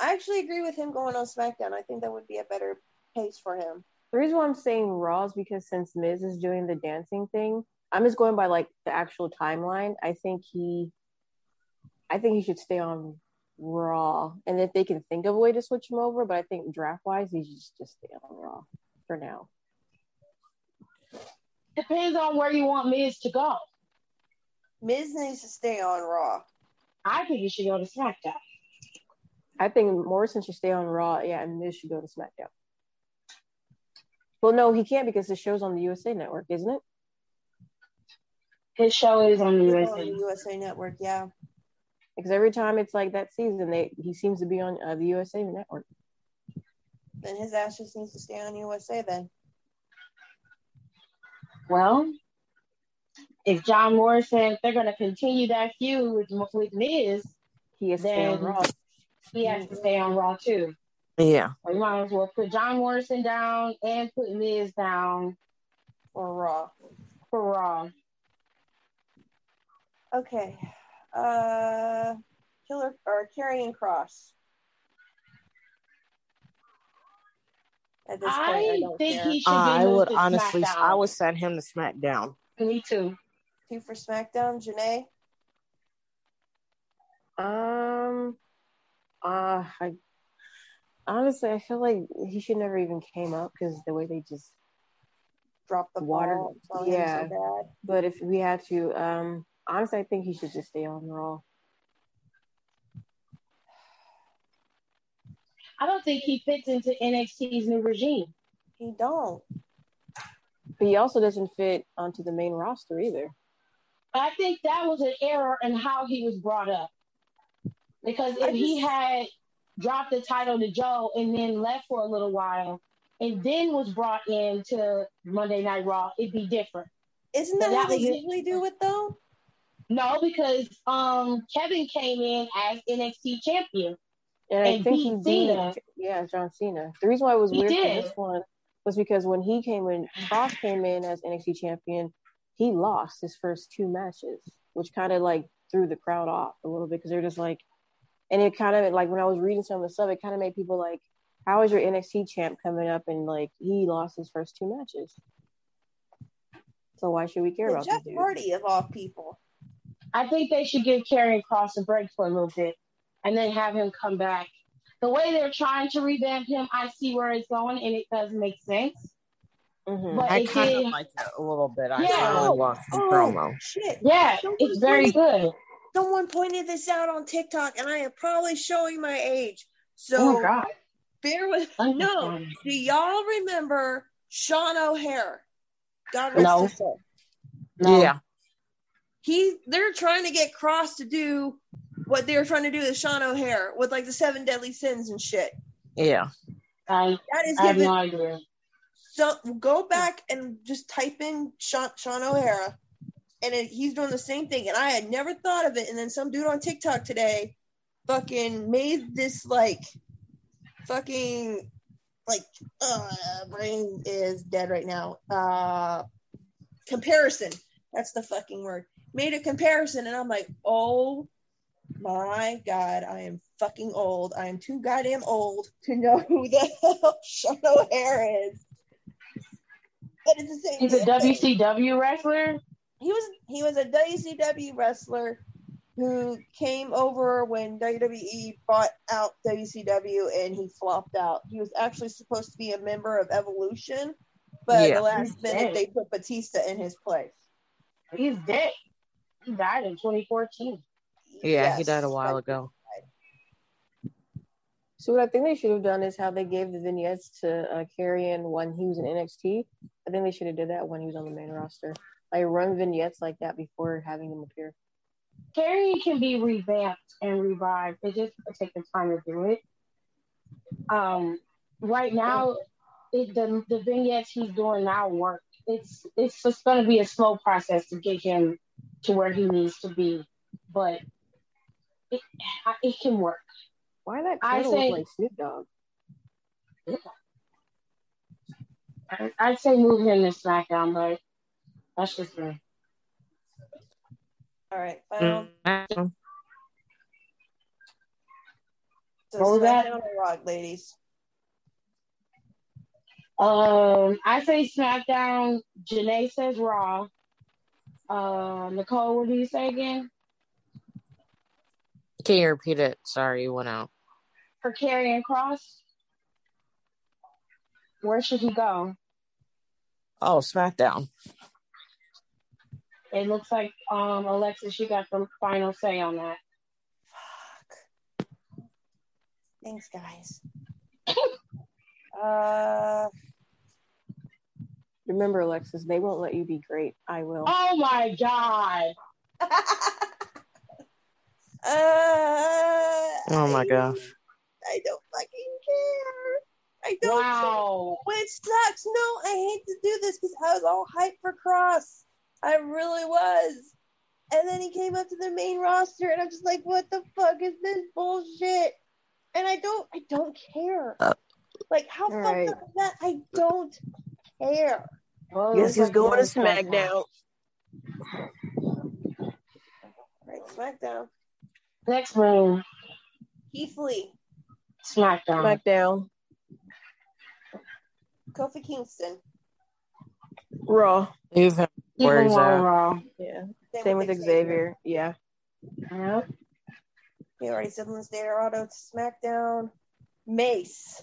Speaker 3: I actually agree with him going on SmackDown. I think that would be a better pace for him.
Speaker 5: The reason why I'm saying Raw is because since Miz is doing the dancing thing, I'm just going by like the actual timeline. I think he, I think he should stay on Raw, and if they can think of a way to switch him over, but I think draft wise, he should just, just stay on Raw for now.
Speaker 4: Depends on where you want Miz to go.
Speaker 3: Miz needs to stay on Raw.
Speaker 4: I think you should go to SmackDown.
Speaker 5: I think Morrison should stay on Raw, yeah, and Miz should go to SmackDown. Well, no, he can't because the show's on the USA Network, isn't it?
Speaker 4: His show is on the
Speaker 3: He's on
Speaker 4: USA.
Speaker 3: the USA Network, yeah.
Speaker 5: Because every time it's like that season, they he seems to be on uh, the USA Network.
Speaker 3: Then his ass just needs to stay on USA then.
Speaker 4: Well, if John Morrison, if they're going to continue that feud with, with Miz,
Speaker 5: He has to stay on
Speaker 4: Then-
Speaker 5: Raw.
Speaker 4: he has to stay on Raw too.
Speaker 2: Yeah.
Speaker 4: Or you might as well put John Morrison down and put Miz down
Speaker 3: Or Raw.
Speaker 4: for Raw.
Speaker 3: Okay. Uh Killer or Carrying Cross. At this point, I
Speaker 4: I
Speaker 3: don't
Speaker 4: think
Speaker 3: care.
Speaker 4: he should
Speaker 2: I
Speaker 4: be moved
Speaker 2: would
Speaker 4: to
Speaker 2: honestly
Speaker 4: SmackDown.
Speaker 2: I would send him to SmackDown.
Speaker 4: Me too.
Speaker 3: Two for SmackDown, Janae.
Speaker 5: Um, uh, I honestly I feel like he should never even came up because the way they just.
Speaker 3: Drop the
Speaker 5: Water-
Speaker 3: ball. Blow
Speaker 5: yeah.
Speaker 3: him so
Speaker 5: But if we had to, um, honestly, I think he should just stay on Raw.
Speaker 4: I don't think he fits into NXT's new regime.
Speaker 3: bad. He don't.
Speaker 5: But he also doesn't fit onto the main roster either.
Speaker 4: I think that was an error in how he was brought up. Because if
Speaker 3: I
Speaker 4: he
Speaker 3: just-
Speaker 4: had dropped the title to Joe and then left for a little while and then was brought into Monday Night Raw, it'd be different.
Speaker 3: Isn't
Speaker 4: But
Speaker 3: that how
Speaker 4: that
Speaker 3: they
Speaker 4: was it.
Speaker 3: usually do it though?
Speaker 4: No, because um Kevin came in as NXT champion.
Speaker 5: And I
Speaker 4: And
Speaker 5: think
Speaker 4: beat
Speaker 5: he
Speaker 4: Cena.
Speaker 5: did. Yeah, John Cena. The reason why it was
Speaker 4: He
Speaker 5: weird
Speaker 4: did.
Speaker 5: for this one was because when he came in, Cross came in as NXT champion, he lost his first two matches, which kind of like threw the crowd off a little bit because they're just like, and it kind of like when I was reading some of the stuff, it kind of made people like, how is your NXT champ coming up and like he lost his first two matches? So why should we care
Speaker 3: And
Speaker 5: about
Speaker 3: Jeff
Speaker 5: this dude?
Speaker 3: Hardy of all people.
Speaker 4: I think they should give Karrion Cross a break for a little bit and then have him come back. The way they're trying to revamp him, I see where it's going and it does make sense.
Speaker 5: Mhm.
Speaker 4: But
Speaker 2: I
Speaker 4: it
Speaker 2: kind of
Speaker 4: did,
Speaker 2: like it a little bit. I
Speaker 4: Yeah.
Speaker 2: finally watched the
Speaker 3: Oh,
Speaker 2: promo.
Speaker 3: Shit.
Speaker 4: yeah,
Speaker 3: Someone
Speaker 4: it's very
Speaker 3: pointed-
Speaker 4: good.
Speaker 3: Someone pointed this out on TikTok, and I am probably showing my age. So
Speaker 4: Oh my god. Oh
Speaker 3: bear with.
Speaker 4: I'm
Speaker 3: No,
Speaker 4: sorry.
Speaker 3: do y'all remember Sean O'Hare? God rest
Speaker 4: No.
Speaker 3: his soul.
Speaker 4: No.
Speaker 2: Yeah,
Speaker 3: He, they're trying to get Cross to do what they were trying to do with Sean O'Hare with like the seven deadly sins and shit.
Speaker 2: yeah.
Speaker 4: I,
Speaker 3: That is
Speaker 4: I have
Speaker 3: giving
Speaker 4: no idea.
Speaker 3: So go back and just type in Sean, Sean O'Hara, and it, he's doing the same thing. And I had never thought of it. And then some dude on TikTok today fucking made this like fucking like uh brain is dead right now. Uh comparison. That's the fucking word. Made a comparison and I'm like, oh my god, I am fucking old. I am too goddamn old to know who the hell Sean O'Hara is. But it's the same
Speaker 4: He's a
Speaker 3: damn thing
Speaker 4: WCW wrestler.
Speaker 3: he was he was a WCW wrestler who came over when WWE bought out WCW and he flopped out. He was actually supposed to be a member of Evolution, but
Speaker 2: Yeah.
Speaker 3: the last minute
Speaker 4: Dang.
Speaker 3: they put Batista in his place.
Speaker 4: He's dead. He died in 2014.
Speaker 2: Yeah, he
Speaker 3: Yes.
Speaker 2: died a while ago.
Speaker 5: So what I think they should have done is how they gave the vignettes to uh, Carrion when he was in NXT. I think they should have did that when he was on the main roster. Like run vignettes like that before having him appear.
Speaker 4: Carrion can be revamped and revived. It just will take the time to do it. Um, right now, it, the the vignettes he's doing now work. It's it's just going to be a slow process to get him to where he needs to be, but it I- it can work.
Speaker 5: Why that
Speaker 4: I
Speaker 5: title
Speaker 4: say-
Speaker 5: look like Snoop Dogg?
Speaker 4: I, I'd say move him to SmackDown, but that's just me.
Speaker 3: All right. Final.
Speaker 2: Mm, I don't know.
Speaker 3: So
Speaker 4: What was that?
Speaker 3: SmackDown or Rock, ladies.
Speaker 4: Um, I say SmackDown. Janae says Raw. Uh, Nicole, what do you say again?
Speaker 2: Can you repeat it? Sorry, you went out.
Speaker 4: For Karrion Cross, where should he go?
Speaker 2: Oh, SmackDown.
Speaker 4: It looks like um Alexis, you got the final say on that.
Speaker 3: Fuck. Thanks, guys. Uh,
Speaker 5: Remember, Alexis, they won't let you be great. I will.
Speaker 4: Oh my god!
Speaker 3: Uh,
Speaker 2: Oh my gosh.
Speaker 3: I don't fucking care. I don't care.
Speaker 4: Wow.
Speaker 3: Which sucks. No, I hate to do this because I was all hyped for Cross. I really was. And then he came up to the main roster, and I'm just like, what the fuck is this bullshit? And I don't, I don't care.
Speaker 2: Uh,
Speaker 3: like, how fucked
Speaker 5: Right.
Speaker 3: up is that? I don't care.
Speaker 4: Well, it
Speaker 5: Yes,
Speaker 4: looks like he's going
Speaker 3: All right, SmackDown.
Speaker 4: Next room,
Speaker 3: Keith Lee,
Speaker 4: SmackDown.
Speaker 5: SmackDown,
Speaker 3: Kofi Kingston.
Speaker 5: Raw.
Speaker 2: Leave him
Speaker 4: Keep
Speaker 2: where
Speaker 4: him
Speaker 2: he's
Speaker 4: on
Speaker 2: at.
Speaker 4: Raw.
Speaker 5: Yeah. Same with Xavier. Yeah.
Speaker 4: Yeah.
Speaker 3: We already said Lindsay Dorado to SmackDown. Mace.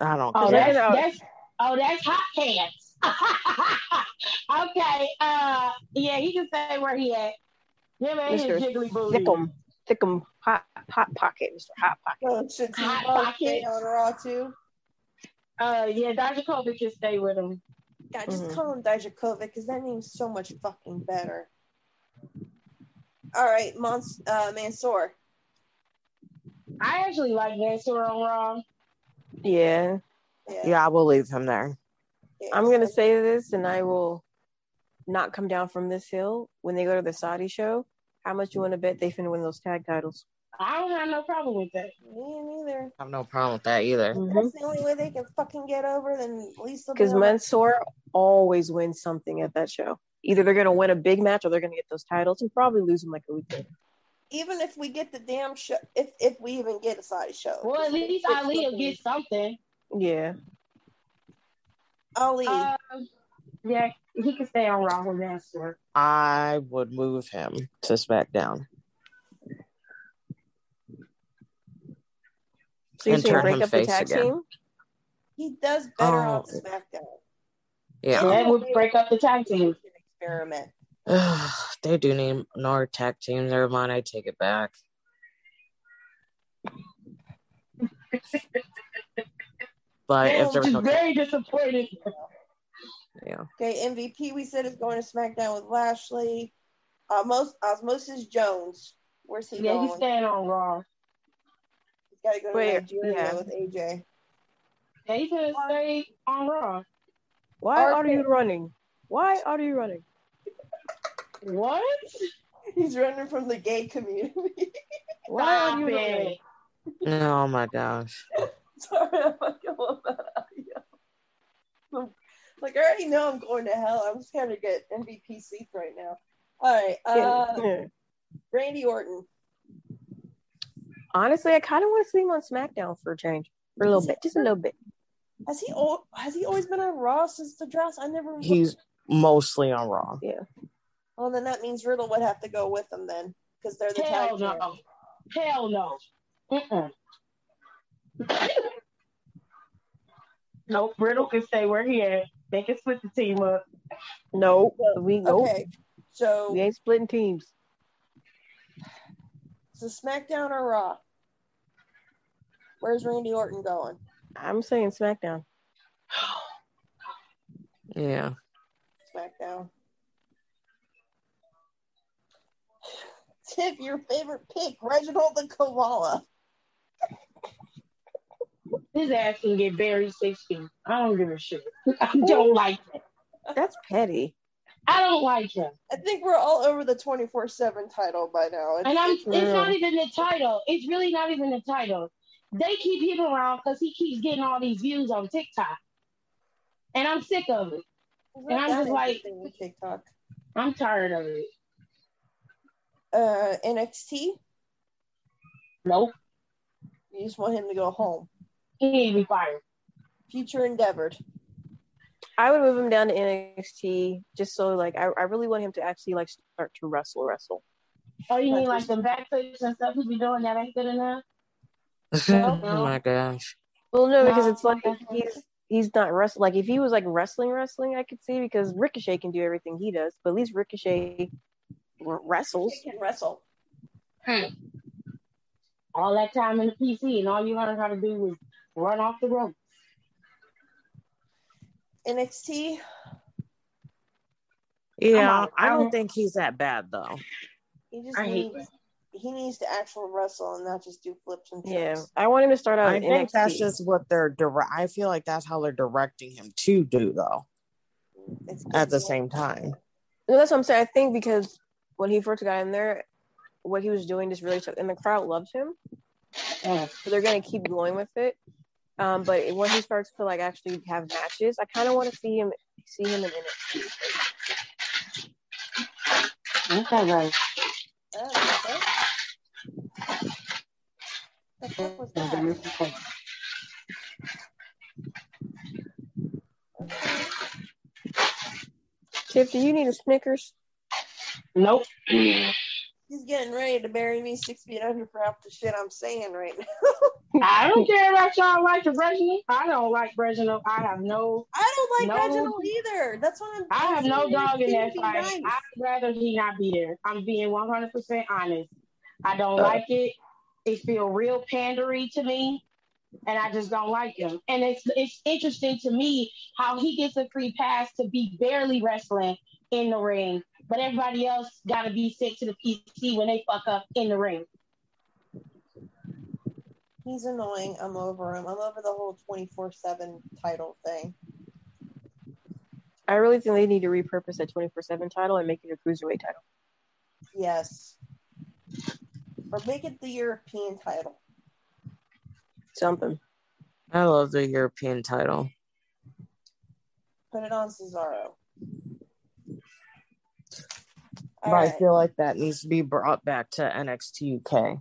Speaker 2: I don't
Speaker 4: Oh,
Speaker 5: Cause
Speaker 2: care.
Speaker 5: that-
Speaker 4: that's,
Speaker 5: Check it out.
Speaker 4: that's oh, that's hot pants. okay. Uh, yeah, he can stay where he at. Him and
Speaker 5: Mr.
Speaker 4: his jiggly booty.
Speaker 5: Thickum. Thickum. Hot, hot pocket. Mr. Hot pocket.
Speaker 3: Oh, should
Speaker 4: Hot
Speaker 3: T-Bone
Speaker 4: Pocket.
Speaker 3: stay on Raw too?
Speaker 4: Uh, yeah, Dr. Kobe can stay with him.
Speaker 3: God, just
Speaker 5: Mhm.
Speaker 3: call him Dijakovic because that name's so much fucking better. All right, Mons- uh, Mansoor.
Speaker 4: I actually like Mansoor on Raw.
Speaker 5: Yeah.
Speaker 3: Yeah,
Speaker 2: Yeah, I will leave him there.
Speaker 3: yeah.
Speaker 5: I'm gonna say this, and I will not come down from this hill when they go to the Saudi show, how much you want to bet they finna win those tag titles?
Speaker 4: I don't have no problem with that.
Speaker 3: Me neither.
Speaker 2: I have no problem with that either.
Speaker 3: That's
Speaker 5: Because
Speaker 3: the only way they can fucking get over. Then at least they'll be over.
Speaker 5: Mansoor always wins something at that show. Either they're gonna win a big match or they're gonna get those titles and probably lose them like a week later.
Speaker 3: even if we get the damn show, if if we even get a side show,
Speaker 4: Well, at
Speaker 3: It's
Speaker 4: least Ali will
Speaker 3: looking-
Speaker 4: get something.
Speaker 5: Yeah.
Speaker 3: Ali.
Speaker 4: Um, yeah, he can stay on Raw with Mansoor.
Speaker 2: I would move him to SmackDown
Speaker 5: So you're
Speaker 2: And
Speaker 5: saying
Speaker 2: turn
Speaker 5: break
Speaker 2: him
Speaker 5: up the
Speaker 2: face
Speaker 5: tag
Speaker 2: again.
Speaker 5: team?
Speaker 3: he does better on
Speaker 2: oh.
Speaker 3: SmackDown.
Speaker 4: Yeah.
Speaker 2: Yeah,
Speaker 4: That would break up the tag team.
Speaker 3: Experiment.
Speaker 2: they do need more tag team. Never mind, I take it back. But if
Speaker 4: Which
Speaker 2: there's
Speaker 4: is
Speaker 2: no, tag-
Speaker 4: very disappointing.
Speaker 2: yeah,
Speaker 3: Okay, MVP we said is going to SmackDown with Lashley. Osmos- Osmosis Jones. Where's he
Speaker 4: Yeah,
Speaker 3: going?
Speaker 4: he's staying on Raw.
Speaker 3: He's got to go to
Speaker 5: Where?
Speaker 3: Nigeria
Speaker 5: Yeah.
Speaker 3: with AJ.
Speaker 4: Yeah, he's gonna stay on Raw.
Speaker 5: Why
Speaker 3: Or-
Speaker 5: are you running? Why are you running?
Speaker 4: What?
Speaker 3: He's running from the gay community.
Speaker 5: Why
Speaker 4: Stop
Speaker 5: are you running?
Speaker 4: it.
Speaker 2: oh my gosh,
Speaker 3: Sorry, I'm like, I love that idea. Like, I already know I'm going to hell. I'm scared to get MVP seats right now. All right, uh, Randy Orton.
Speaker 5: Honestly, I kind of want to see him on SmackDown for a change, for a
Speaker 3: Mm-hmm.
Speaker 5: little bit, just a little bit.
Speaker 3: Has he al- has he always been on Raw since the draft? I never.
Speaker 2: he's mostly on Raw.
Speaker 3: Well, then that means Riddle would have to go with them then, because they're the
Speaker 4: Hell
Speaker 3: tag team.
Speaker 4: no. Hell no. Mm-mm. nope, Riddle can stay where he at. They can split the team up.
Speaker 5: No, we nope.
Speaker 3: Okay, so
Speaker 5: We ain't splitting teams.
Speaker 3: so SmackDown or Raw? Where's Randy Orton going?
Speaker 5: I'm saying SmackDown.
Speaker 2: Yeah,
Speaker 3: SmackDown. Tip your favorite pick, Reginald the Koala.
Speaker 4: His ass can get buried six feet. I don't give a shit. I don't like him.
Speaker 5: That's petty.
Speaker 4: I don't like him.
Speaker 3: I think we're all over the 24 7 title by now. It's,
Speaker 4: And I'm
Speaker 3: it's-
Speaker 4: it's not even the title. It's really not even the title. They keep him around because he keeps getting all these views on TikTok. And I'm sick of it.
Speaker 3: it's
Speaker 4: and
Speaker 3: not
Speaker 4: I'm
Speaker 3: that
Speaker 4: just like-
Speaker 3: interesting with TikTok.
Speaker 4: I'm tired of it.
Speaker 3: Uh, NXT, you
Speaker 4: Nope.
Speaker 3: just want him to go home.
Speaker 4: He need to be fired.
Speaker 3: Future endeavored.
Speaker 5: I would move him down to NXT just so like I, I really want him to actually like start to wrestle wrestle.
Speaker 4: Oh, you mean
Speaker 3: Like
Speaker 4: like the backflips and stuff he be doing that ain't good enough?
Speaker 2: oh
Speaker 4: No,
Speaker 2: my gosh,
Speaker 5: Well, no, because
Speaker 2: Oh,
Speaker 4: No,
Speaker 5: it's like
Speaker 4: that's not
Speaker 5: he's he's not wrestling. Like if he was like wrestling, wrestling, I could see because Ricochet can do everything he does, but at least Ricochet r- wrestles.
Speaker 3: He can wrestle.
Speaker 4: All that time in the PC and all you learned how to do was run off the rope.
Speaker 3: NXT,
Speaker 4: I'm
Speaker 2: yeah,
Speaker 4: out.
Speaker 2: I
Speaker 4: I'm-
Speaker 2: don't think he's that bad though.
Speaker 3: he just
Speaker 4: I hate
Speaker 3: needs he needs to actually wrestle and not just do flips and
Speaker 5: Yeah,
Speaker 3: tricks.
Speaker 5: I want him to start out.
Speaker 2: I
Speaker 5: in
Speaker 2: think
Speaker 5: NXT.
Speaker 2: that's just what they're direct. I feel like that's how they're directing him to do though.
Speaker 3: It's
Speaker 2: At the
Speaker 3: getting-
Speaker 2: same time,
Speaker 5: No, that's what I'm saying. I think because when he first got in there, what he was doing just really took, and the crowd loved him,
Speaker 4: Mm.
Speaker 5: so they're gonna keep going with it. Um, but when he starts to like actually have matches, I kind of want to see him see him in NXT.
Speaker 4: Okay, right.
Speaker 3: Oh, what the fuck was that?
Speaker 5: Tip, do you need a Snickers?
Speaker 4: Nope.
Speaker 3: He's getting ready to bury me six feet under for half the shit I'm saying right now.
Speaker 4: I don't care about y'all like the Reginald. I don't like Reginald. I have no
Speaker 3: I don't like
Speaker 4: No.
Speaker 3: Reginald either. That's what I'm.
Speaker 4: I have no
Speaker 3: saying.
Speaker 4: dog in
Speaker 3: He
Speaker 4: that
Speaker 3: would be
Speaker 4: fight.
Speaker 3: nice.
Speaker 4: I'd rather he not be there. I'm being 100% honest. I don't like it. It feel real pandery to me, and I just don't like him. And it's it's interesting to me how he gets a free pass to be barely wrestling in the ring, but everybody else got to be sick to the PC when they fuck up in the ring.
Speaker 3: He's annoying. I'm over him. I'm over the whole 24 7 title thing.
Speaker 5: I really think they need to repurpose that 24 7 title and make it a cruiserweight title.
Speaker 3: Yes. Or make it the European title.
Speaker 5: Something.
Speaker 2: I love the European title.
Speaker 3: Put it on Cesaro.
Speaker 2: but
Speaker 3: All
Speaker 2: I
Speaker 3: right.
Speaker 2: feel like that needs to be brought back to NXT UK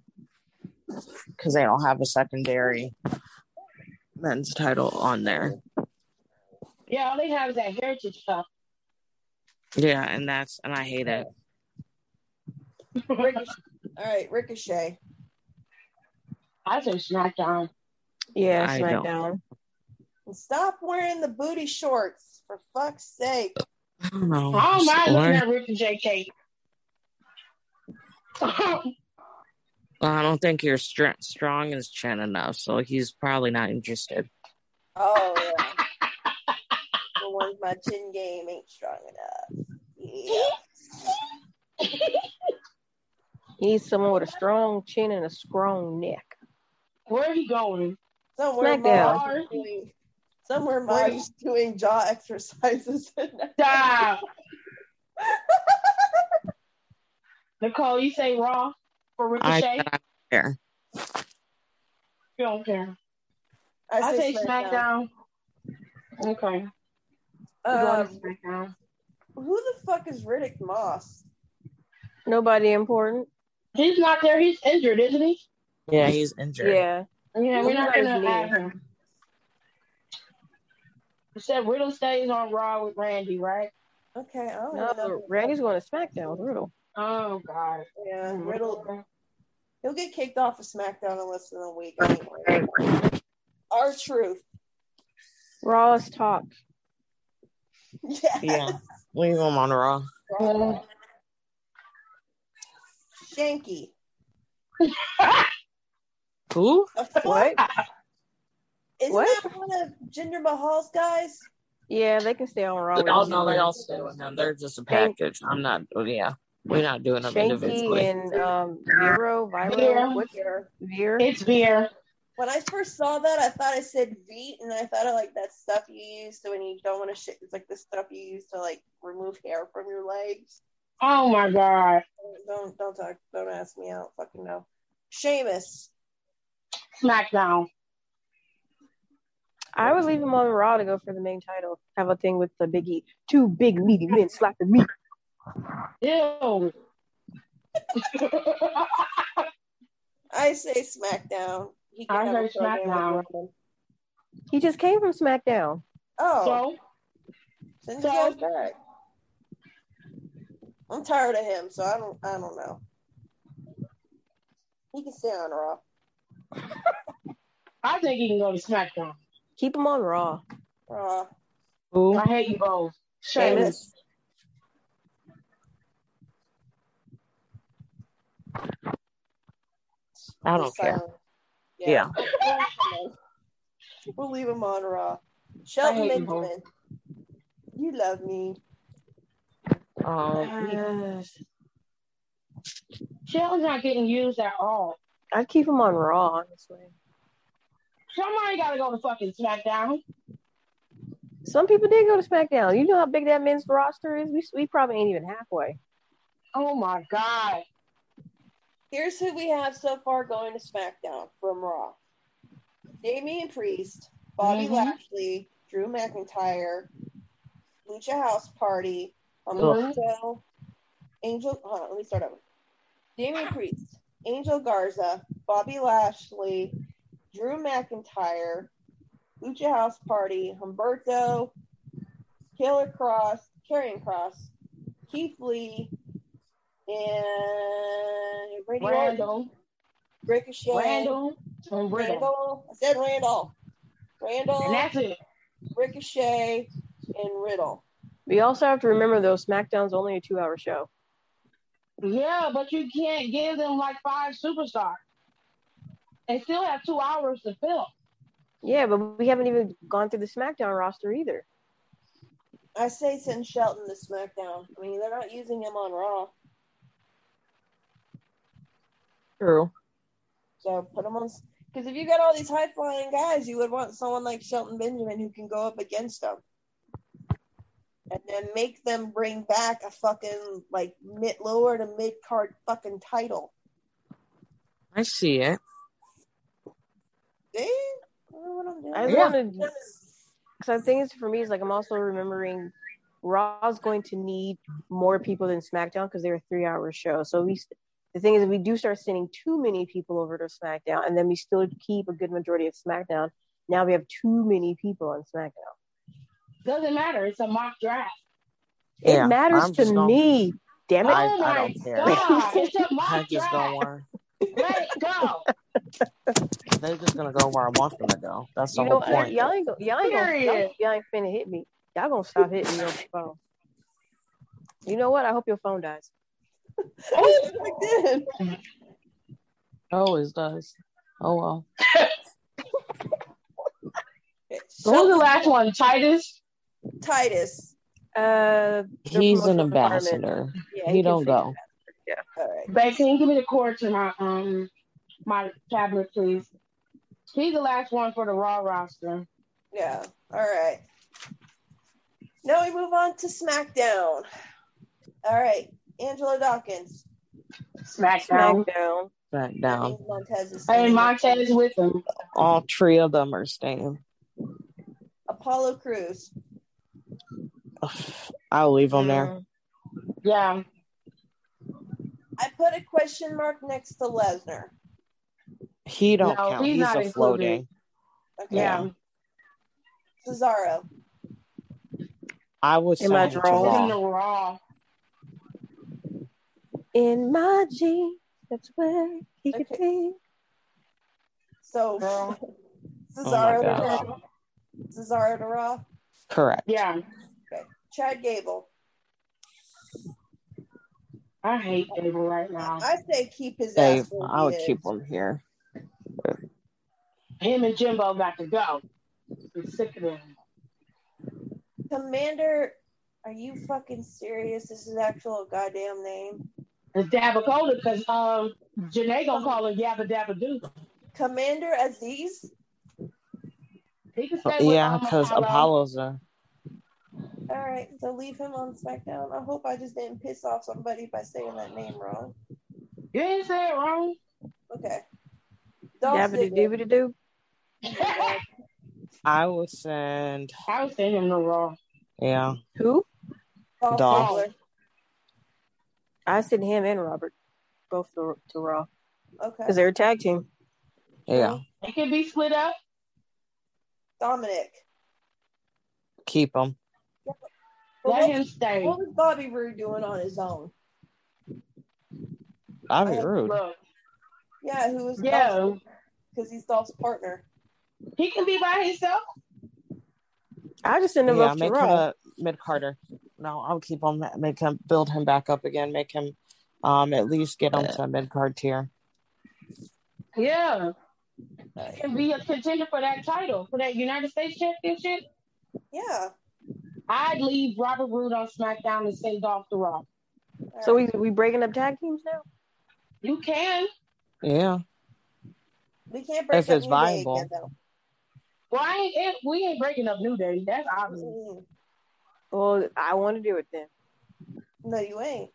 Speaker 2: because they don't have a secondary men's title on there.
Speaker 4: Yeah, all they have is that Heritage Cup.
Speaker 2: Yeah, and that's and I hate it.
Speaker 3: Ricochet. All right, Ricochet.
Speaker 4: I think SmackDown.
Speaker 5: Yeah,
Speaker 2: I don't.
Speaker 5: SmackDown.
Speaker 3: And stop wearing the booty shorts, for fuck's sake.
Speaker 2: I don't know.
Speaker 4: I don't mind looking
Speaker 2: Lauren-
Speaker 4: at Oh, Rick and JK.
Speaker 2: I don't think you're str- strong as Chen enough, so he's probably not interested.
Speaker 3: Oh, yeah. the ones my chin game ain't strong enough. Yeah.
Speaker 5: He needs someone with a strong chin and a strong neck.
Speaker 4: Where are you going?
Speaker 3: Somewhere
Speaker 5: Smackdown.
Speaker 3: Mars is doing somewhere Mars is doing jaw exercises.
Speaker 4: Stop. Nicole, you say Raw for
Speaker 2: I
Speaker 4: Ricochet?
Speaker 2: don't care.
Speaker 4: you don't care. I say SmackDown. Okay. we
Speaker 3: Uh,
Speaker 4: going to SmackDown.
Speaker 3: who the fuck is Riddick Moss?
Speaker 5: Nobody important.
Speaker 4: He's not there. He's injured, isn't he?
Speaker 2: Yeah, he's injured.
Speaker 5: Yeah.
Speaker 4: Yeah, we're not
Speaker 5: Riddle's
Speaker 4: going to have
Speaker 5: leaving.
Speaker 4: him. You said Riddle stays on Raw with Randy, right?
Speaker 3: Okay, I don't
Speaker 5: No,
Speaker 3: know. who the
Speaker 5: Randy's going to SmackDown. Riddle.
Speaker 4: Oh, God.
Speaker 3: fuck- Yeah, Riddle. He'll get kicked off of SmackDown in less than a week anyway. Our truth.
Speaker 5: Raw's talk.
Speaker 3: Yeah.
Speaker 2: Yeah. Leave him on Raw.
Speaker 4: Uh,
Speaker 3: Shanky.
Speaker 2: Who?
Speaker 3: The fuck?
Speaker 5: What?
Speaker 3: Isn't
Speaker 5: What?
Speaker 3: that one of Jinder Mahal's guys?
Speaker 5: Yeah, they can stay on Raw. with
Speaker 2: Oh
Speaker 5: him.
Speaker 2: no, they all stay with him. They're just a package. I'm not. Yeah, we're not doing them
Speaker 5: Shanky
Speaker 2: individually.
Speaker 5: and um, Vero, Viro,
Speaker 4: Veer.
Speaker 5: what's
Speaker 3: Here.
Speaker 5: Veer?
Speaker 4: it's beer.
Speaker 3: When I first saw that, I thought I said Veet, and I thought of like that stuff you use to when you don't want to shit. It's like the stuff you use to like remove hair from your legs.
Speaker 4: Oh, my God.
Speaker 3: Don't don't talk. Don't ask me. I don't fucking know. Seamus.
Speaker 4: SmackDown.
Speaker 5: I would leave him on Raw to go for the main title. Have a thing with the biggie. Two big meaty men slapping me.
Speaker 4: Ew.
Speaker 3: I say SmackDown. He
Speaker 4: I
Speaker 3: have a
Speaker 4: heard
Speaker 3: program with
Speaker 4: SmackDown.
Speaker 3: Roman.
Speaker 5: He just came from SmackDown.
Speaker 3: Oh,
Speaker 4: so,
Speaker 3: send
Speaker 4: so-
Speaker 3: the guy back. I'm tired of him, so I don't. I don't know. He can stay on Raw.
Speaker 4: I think he can go to SmackDown.
Speaker 5: Keep him on Raw.
Speaker 3: Raw.
Speaker 2: Who?
Speaker 4: I hate you both. Shame.
Speaker 5: Sheamus.
Speaker 2: I
Speaker 3: He's
Speaker 2: don't care.
Speaker 3: silent.
Speaker 2: Yeah.
Speaker 3: we'll leave him on Raw.
Speaker 4: I
Speaker 3: Shelton
Speaker 4: hate you both.
Speaker 3: Benjamin. You love me.
Speaker 2: Um,
Speaker 5: Uh,
Speaker 4: Shell's not getting used at all.
Speaker 5: I'd keep him on Raw, honestly.
Speaker 4: Somebody gotta go to fucking SmackDown.
Speaker 5: Some people did go to SmackDown. You know how big that men's roster is? We, we probably ain't even halfway.
Speaker 4: Oh my god.
Speaker 3: Here's who we have so far going to SmackDown from Raw: Damian Priest, Bobby
Speaker 4: Mhm.
Speaker 3: Lashley, Drew McIntyre, Lucha House Party,
Speaker 4: Mhm.
Speaker 3: Humberto, Angel. Hold on, let me start over. Damian Priest, Angel Garza, Bobby Lashley, Drew McIntyre, Lucha House Party, Humberto, Killer Cross, Karrion Cross, Keith Lee, and Brady Orton,
Speaker 4: Randall.
Speaker 3: Ricochet,
Speaker 4: Randall. And Riddle.
Speaker 3: Randall. I said Randall. Randall,
Speaker 4: And that's it.
Speaker 3: Ricochet, and Riddle.
Speaker 5: We also have to remember, though, SmackDown's only a two hour show.
Speaker 4: Yeah, but you can't give them like five superstars. They still have two hours to fill.
Speaker 5: Yeah, but we haven't even gone through the SmackDown roster either.
Speaker 3: I say send Shelton to SmackDown. I mean, they're not using him on Raw,
Speaker 5: True.
Speaker 3: so put him on. Because if you got all these high flying guys, you would want someone like Shelton Benjamin who can go up against them. and then make them bring back a fucking like mid lower to mid card fucking title.
Speaker 2: I see it.
Speaker 3: See? I don't know what I'm doing.
Speaker 5: I just
Speaker 2: Yeah.
Speaker 5: want to. Because the thing is, for me, is like I'm also remembering Raw's going to need more people than SmackDown because they're a three-hour show. So we, st- the thing is, if we do start sending too many people over to SmackDown, and then we still keep a good majority of SmackDown. Now we have too many people on SmackDown.
Speaker 4: Doesn't matter. It's a mock draft.
Speaker 5: it matters to me. Damn it!
Speaker 2: I-
Speaker 4: oh
Speaker 2: I
Speaker 4: my
Speaker 2: don't care.
Speaker 4: god, it's a
Speaker 2: I
Speaker 4: mock
Speaker 2: just don't
Speaker 4: draft.
Speaker 2: want.
Speaker 4: Let it go.
Speaker 2: They're just gonna go where I want them to go. That's the
Speaker 5: you know
Speaker 2: whole
Speaker 5: what?
Speaker 2: point.
Speaker 5: Y'all ain't gonna, y'all ain't gonna, y'all,
Speaker 4: Period.
Speaker 5: ain't- y'all ain't finna hit me. Y'all gonna stop hitting me on the phone. You know what? I hope your phone dies.
Speaker 3: I did.
Speaker 2: Always does. Oh well.
Speaker 4: Who's the
Speaker 3: So
Speaker 4: last one? Titus.
Speaker 3: Titus.
Speaker 5: Uh, Their
Speaker 2: He's an
Speaker 5: promotional department.
Speaker 2: ambassador.
Speaker 5: yeah,
Speaker 2: He
Speaker 5: can
Speaker 2: don't
Speaker 5: figure
Speaker 2: go.
Speaker 3: All right.
Speaker 4: Babe, can you give me the cord to my um my tablet, please? He's the last one for the Raw roster.
Speaker 3: Yeah. All right. Now we move on to SmackDown. All right. Angela Dawkins.
Speaker 4: SmackDown.
Speaker 5: SmackDown.
Speaker 2: Back
Speaker 3: That
Speaker 2: down.
Speaker 3: means Montez is
Speaker 4: Hey,
Speaker 3: staying.
Speaker 4: Montez with him.
Speaker 2: All three of them are staying.
Speaker 3: Apollo Cruz.
Speaker 2: I'll leave them there.
Speaker 5: Mm.
Speaker 4: Yeah.
Speaker 3: I put a question mark next to Lesnar.
Speaker 2: He don't
Speaker 4: No,
Speaker 2: count.
Speaker 4: he's
Speaker 2: He's,
Speaker 4: not
Speaker 2: a
Speaker 4: included.
Speaker 2: floating.
Speaker 3: Okay.
Speaker 4: Yeah.
Speaker 3: Cesaro.
Speaker 2: I would
Speaker 5: In my
Speaker 2: send him to
Speaker 5: drawer.
Speaker 4: Put him
Speaker 2: Raw.
Speaker 4: to Raw.
Speaker 5: In my jeans, that's where he could
Speaker 3: Okay.
Speaker 5: be.
Speaker 3: So
Speaker 4: Girl. Oh
Speaker 3: Cesaro to
Speaker 2: gosh.
Speaker 3: Raw. Cesaro to Raw.
Speaker 2: Correct.
Speaker 4: Yeah.
Speaker 3: Chad Gable.
Speaker 4: I hate Gable right now.
Speaker 3: I say keep his
Speaker 2: Dave,
Speaker 3: ass where
Speaker 2: I
Speaker 3: he
Speaker 2: would
Speaker 3: is.
Speaker 2: keep him here.
Speaker 4: Him and Jimbo got to go. I'm sick of them.
Speaker 3: Commander, are you fucking serious? This is actual goddamn name.
Speaker 4: It's Dabacoda because um Janae gonna call her Yabba Dabba Doo.
Speaker 3: Commander Aziz?
Speaker 4: He can stay with
Speaker 2: Yeah,
Speaker 4: um,
Speaker 2: because
Speaker 4: Apollo.
Speaker 2: Apollo's a
Speaker 3: All right, so leave him on SmackDown. I hope I just didn't piss off somebody by saying that name wrong.
Speaker 4: You ain't say it wrong.
Speaker 3: Okay. Dolph
Speaker 5: Dabbity
Speaker 3: Ziggler.
Speaker 5: doobity doo.
Speaker 2: I would send
Speaker 4: I was saying him to Raw.
Speaker 2: yeah.
Speaker 5: Who?
Speaker 3: Dolph
Speaker 2: Dolph.
Speaker 3: Ziggler.
Speaker 5: I sent him and Robert both to, to Raw because
Speaker 3: Okay.
Speaker 5: they were tag team.
Speaker 2: Yeah.
Speaker 4: It can be split up.
Speaker 3: Dominic.
Speaker 2: Keep him.
Speaker 3: But
Speaker 4: Let
Speaker 3: what,
Speaker 4: him stay.
Speaker 3: what was Bobby Roode doing on his own?
Speaker 2: That'd be
Speaker 3: I-
Speaker 2: rude.
Speaker 4: Look,
Speaker 3: Yeah, who was
Speaker 4: yeah,
Speaker 3: because he's Dolph's partner.
Speaker 4: he can be by himself.
Speaker 5: I just sent them
Speaker 2: Yeah,
Speaker 5: both to
Speaker 2: make him
Speaker 5: Raw.
Speaker 2: a mid Carter. No, I'll keep him. Make him build him back up again. Make him, um, at least get him to mid card tier.
Speaker 4: Yeah, he can be a contender for that title, for that United States Championship.
Speaker 3: Yeah.
Speaker 4: I'd leave Robert Roode on SmackDown and send Dolph to Raw.
Speaker 3: All
Speaker 5: So
Speaker 3: right.
Speaker 5: we we breaking up tag teams now.
Speaker 4: You can.
Speaker 2: Yeah,
Speaker 3: we, can't break
Speaker 2: if
Speaker 3: up
Speaker 2: it's
Speaker 3: New
Speaker 2: viable.
Speaker 3: Day again though.
Speaker 4: Well, I ain't, it, we ain't breaking up New Day. That's obvious.
Speaker 3: Mm,
Speaker 5: Well, I want to do it then.
Speaker 3: No, you ain't.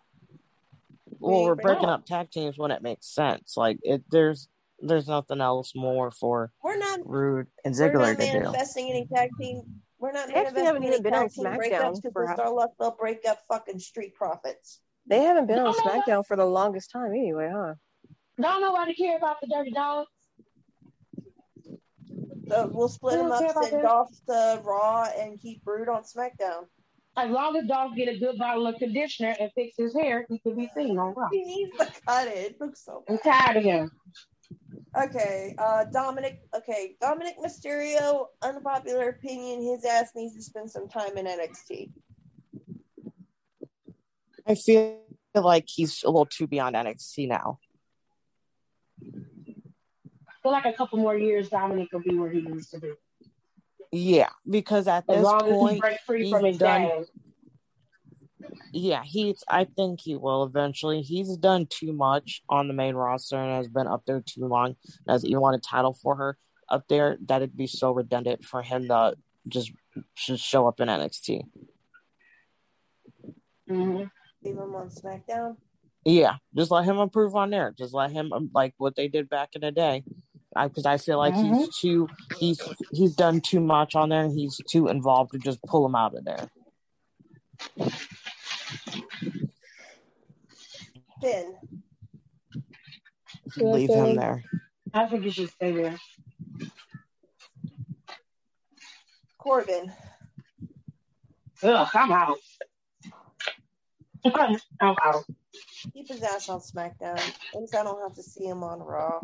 Speaker 2: well,
Speaker 3: We
Speaker 2: we're
Speaker 3: ain't breaking-
Speaker 2: breaking up tag teams when it makes sense. Like it, there's there's nothing else more for
Speaker 3: We're not.
Speaker 2: Rude and
Speaker 3: We're
Speaker 2: Ziggler
Speaker 3: not
Speaker 2: to do.
Speaker 3: manifesting any tag team. We're not
Speaker 5: They actually haven't
Speaker 3: manifesting any
Speaker 5: even been on
Speaker 3: tag team breakups
Speaker 5: SmackDown
Speaker 3: because
Speaker 5: for
Speaker 3: with
Speaker 5: how-
Speaker 3: Starlust they'll break up fucking street profits.
Speaker 5: They haven't been on
Speaker 4: No, no, no.
Speaker 5: SmackDown for the longest time, anyway, huh?
Speaker 4: Don't nobody care about the Dirty Dogs.
Speaker 3: So we'll split
Speaker 4: We
Speaker 3: them
Speaker 4: don't
Speaker 3: up,
Speaker 4: care about
Speaker 3: send
Speaker 4: that.
Speaker 3: Dolph to Raw, and keep Rude on SmackDown.
Speaker 4: As long as Dolph get a good bottle of conditioner and fix his hair, he can be seen on Raw.
Speaker 3: He needs to cut it. It looks so
Speaker 4: I'm tired of him.
Speaker 3: Okay, uh, Dominic. Okay, Dominic Mysterio. Unpopular opinion: His ass needs to spend some time in NXT.
Speaker 2: I feel like he's a little too beyond NXT now.
Speaker 4: I feel like a couple more years, Dominic will be where he needs to be.
Speaker 2: Yeah, because at
Speaker 4: As
Speaker 2: this
Speaker 4: long as he
Speaker 2: point,
Speaker 4: breaks free
Speaker 2: he's
Speaker 4: from his
Speaker 2: done
Speaker 4: dad.
Speaker 2: Yeah, he's. I think he will eventually. He's done too much on the main roster and has been up there too long. As you want a title for her up there, that'd be so redundant for him to just just show up in NXT.
Speaker 4: Mhm.
Speaker 3: Leave him on SmackDown.
Speaker 2: Yeah, just let him improve on there. Just let him um, like what they did back in the day. Because I, feel like he's too he's he's done too much on there, and he's too involved to just pull him out of there.
Speaker 3: Finn.
Speaker 5: Yeah,
Speaker 2: Leave
Speaker 5: so-
Speaker 2: him there.
Speaker 4: I think you should stay there.
Speaker 3: Corbin.
Speaker 4: Ugh, I'm out. I'm out.
Speaker 3: Keep his ass on SmackDown. At least I don't have to see him on Raw.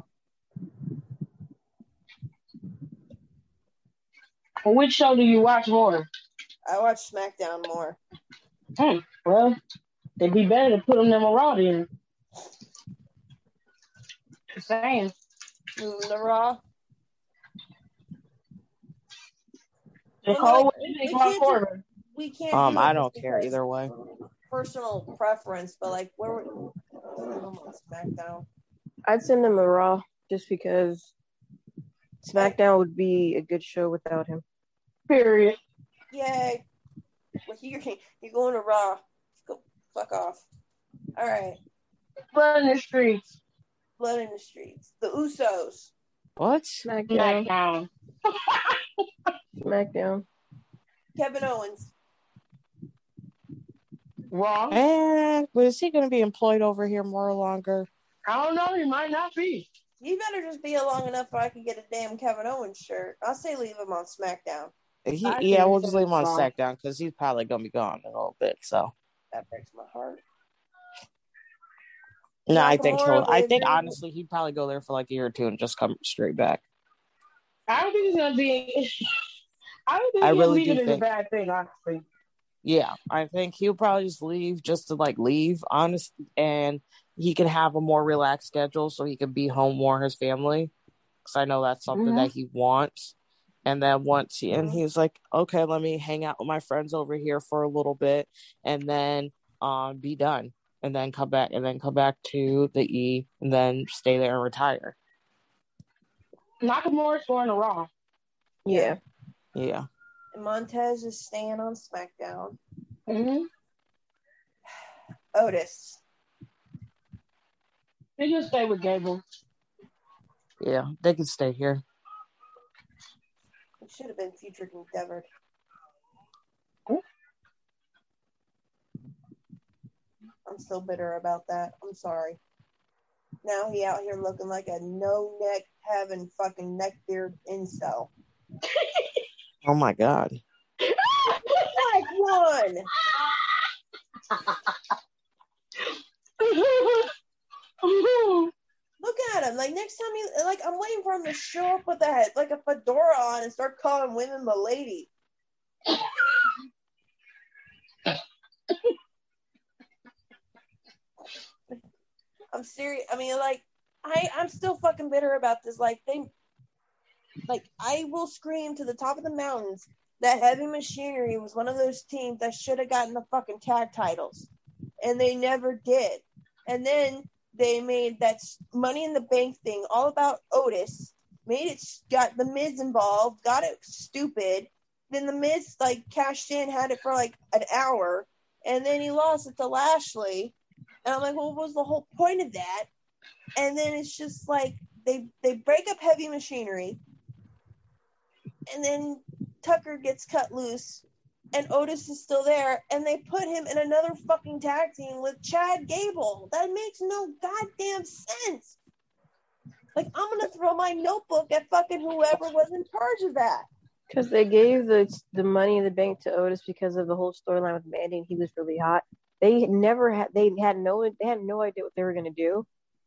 Speaker 4: Well, which show do you watch more?
Speaker 3: I watch SmackDown more.
Speaker 4: Hmm. Well, it'd be better to put them in Raw then. Just saying.
Speaker 3: Move him to Mm, Raw.
Speaker 4: The
Speaker 3: Well,
Speaker 4: whole
Speaker 3: like, we can't do- We can't.
Speaker 2: Um,
Speaker 3: do
Speaker 2: I
Speaker 3: it
Speaker 2: don't
Speaker 3: just
Speaker 2: care
Speaker 3: because
Speaker 2: either way.
Speaker 3: Personal preference, but like, where would leave him on SmackDown?
Speaker 5: I'd send him a Raw just because SmackDown would be a good show without him.
Speaker 4: Period.
Speaker 3: Yay! Well, you're you're going to Raw. Go fuck off. All right,
Speaker 4: Blood in the streets.
Speaker 3: blood in the streets. The Usos.
Speaker 2: What?
Speaker 5: SmackDown,
Speaker 4: SmackDown.
Speaker 5: SmackDown.
Speaker 3: Kevin Owens.
Speaker 4: Raw.
Speaker 2: And but is he going to be employed over here more or longer?
Speaker 4: I don't know. He might not be.
Speaker 3: You better just be here long enough where I can get a damn Kevin Owens shirt. I say leave him on SmackDown.
Speaker 2: He,
Speaker 4: I
Speaker 2: yeah,
Speaker 4: think
Speaker 2: we'll
Speaker 4: so.
Speaker 2: just leave him on
Speaker 4: Wrong.
Speaker 2: SmackDown because he's probably going to be gone in a little bit. So
Speaker 3: That breaks my heart.
Speaker 2: no, I
Speaker 3: Nakamura
Speaker 2: think he'll. I
Speaker 3: with-
Speaker 2: think honestly, he'd probably go there for like a year or two and just come straight back.
Speaker 4: I don't think it's gonna be. I don't think
Speaker 2: I
Speaker 4: him
Speaker 2: really
Speaker 4: leaving
Speaker 2: do
Speaker 4: is a
Speaker 2: think-
Speaker 4: bad thing, honestly.
Speaker 2: Yeah, I think he'll probably just leave just to like leave, honest, and he can have a more relaxed schedule so he can be home more his family. Because I know that's something
Speaker 4: Mhm.
Speaker 2: that he wants. And then once he and
Speaker 3: Mhm.
Speaker 2: he's like, okay, let me hang out with my friends over here for a little bit, and then um be done, and then come back, and then come back to the E, and then stay there and retire.
Speaker 4: Nakamura's going to Raw.
Speaker 5: Yeah.
Speaker 2: Yeah,
Speaker 3: And Montez is staying on SmackDown.
Speaker 4: Mm-hmm.
Speaker 3: Otis.
Speaker 4: They just stay with Gable.
Speaker 2: yeah, they can stay here.
Speaker 3: It should have been featured and covered. I'm so bitter about that. I'm sorry. Now he out here looking like a no neck having fucking neck beard incel.
Speaker 2: Oh my god.
Speaker 3: Like one. Look at him. Like next time he like I'm waiting for him to show up with a head like a fedora on and start calling women milady. I'm serious. I mean, like, I I'm still fucking bitter about this. Like they, like I will scream to the top of the mountains that Heavy Machinery was one of those teams that should have gotten the fucking tag titles, and they never did. And then they made that s- Money in the Bank thing all about Otis. Made it s- got the Miz involved. Got it stupid. Then the Miz like cashed in, had it for like an hour, and then he lost it to Lashley. And I'm like, well, what was the whole point of that? And then it's just like they they break up heavy machinery, and then Tucker gets cut loose, and Otis is still there, and they put him in another fucking tag team with Chad Gable. That makes no goddamn sense. Like I'm gonna throw my notebook at fucking whoever was in charge of that.
Speaker 5: Because they gave the the money in the bank to Otis because of the whole storyline with Mandy, and he was really hot. They had never had they had no they had no idea what they were gonna do.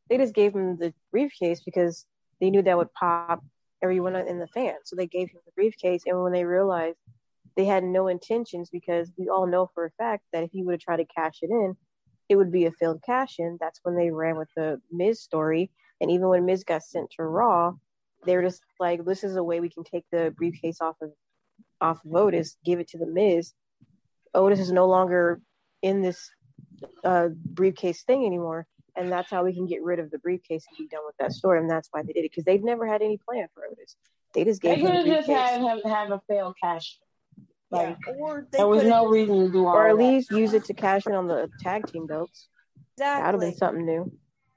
Speaker 5: They just gave him the briefcase because they knew that would pop everyone in the fan. So they gave him the briefcase, and when they realized they had no intentions, because we all know for a fact that if he would have tried to cash it in, it would be a failed cash in. That's when they ran with the Miz story, and even when Miz got sent to Raw, they were just like, this is a way we can take the briefcase off of off of Otis, give it to the Miz. Otis is no longer in this uh, briefcase thing anymore, and that's how we can get rid of the briefcase and be done with that story. And that's why they did it because they'd never had any plan for Otis. They just
Speaker 4: They
Speaker 5: gave him the
Speaker 4: could have just
Speaker 5: briefcase.
Speaker 4: had him have a failed cash.
Speaker 3: Like, or they
Speaker 4: There was
Speaker 3: could've-
Speaker 4: no reason to do all
Speaker 5: or at
Speaker 4: that.
Speaker 5: least use it to cash in on the tag team belts. That'd have
Speaker 3: exactly.
Speaker 5: been something new.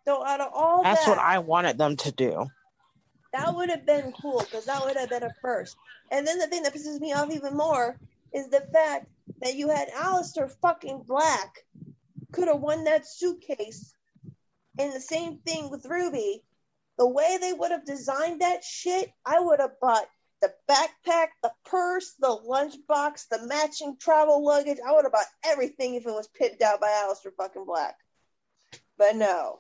Speaker 3: so out of all
Speaker 2: That's
Speaker 3: that,
Speaker 2: what I wanted them to do.
Speaker 3: that would have been cool because that would have been a first. And then the thing that pisses me off even more is the fact that you had Alistair fucking Black could have won that suitcase. And the same thing with Ruby. The way they would have designed that shit, I would have bought the backpack, the purse, the lunchbox, the matching travel luggage. I would have bought everything if it was pimped out by Alistair fucking Black. But no.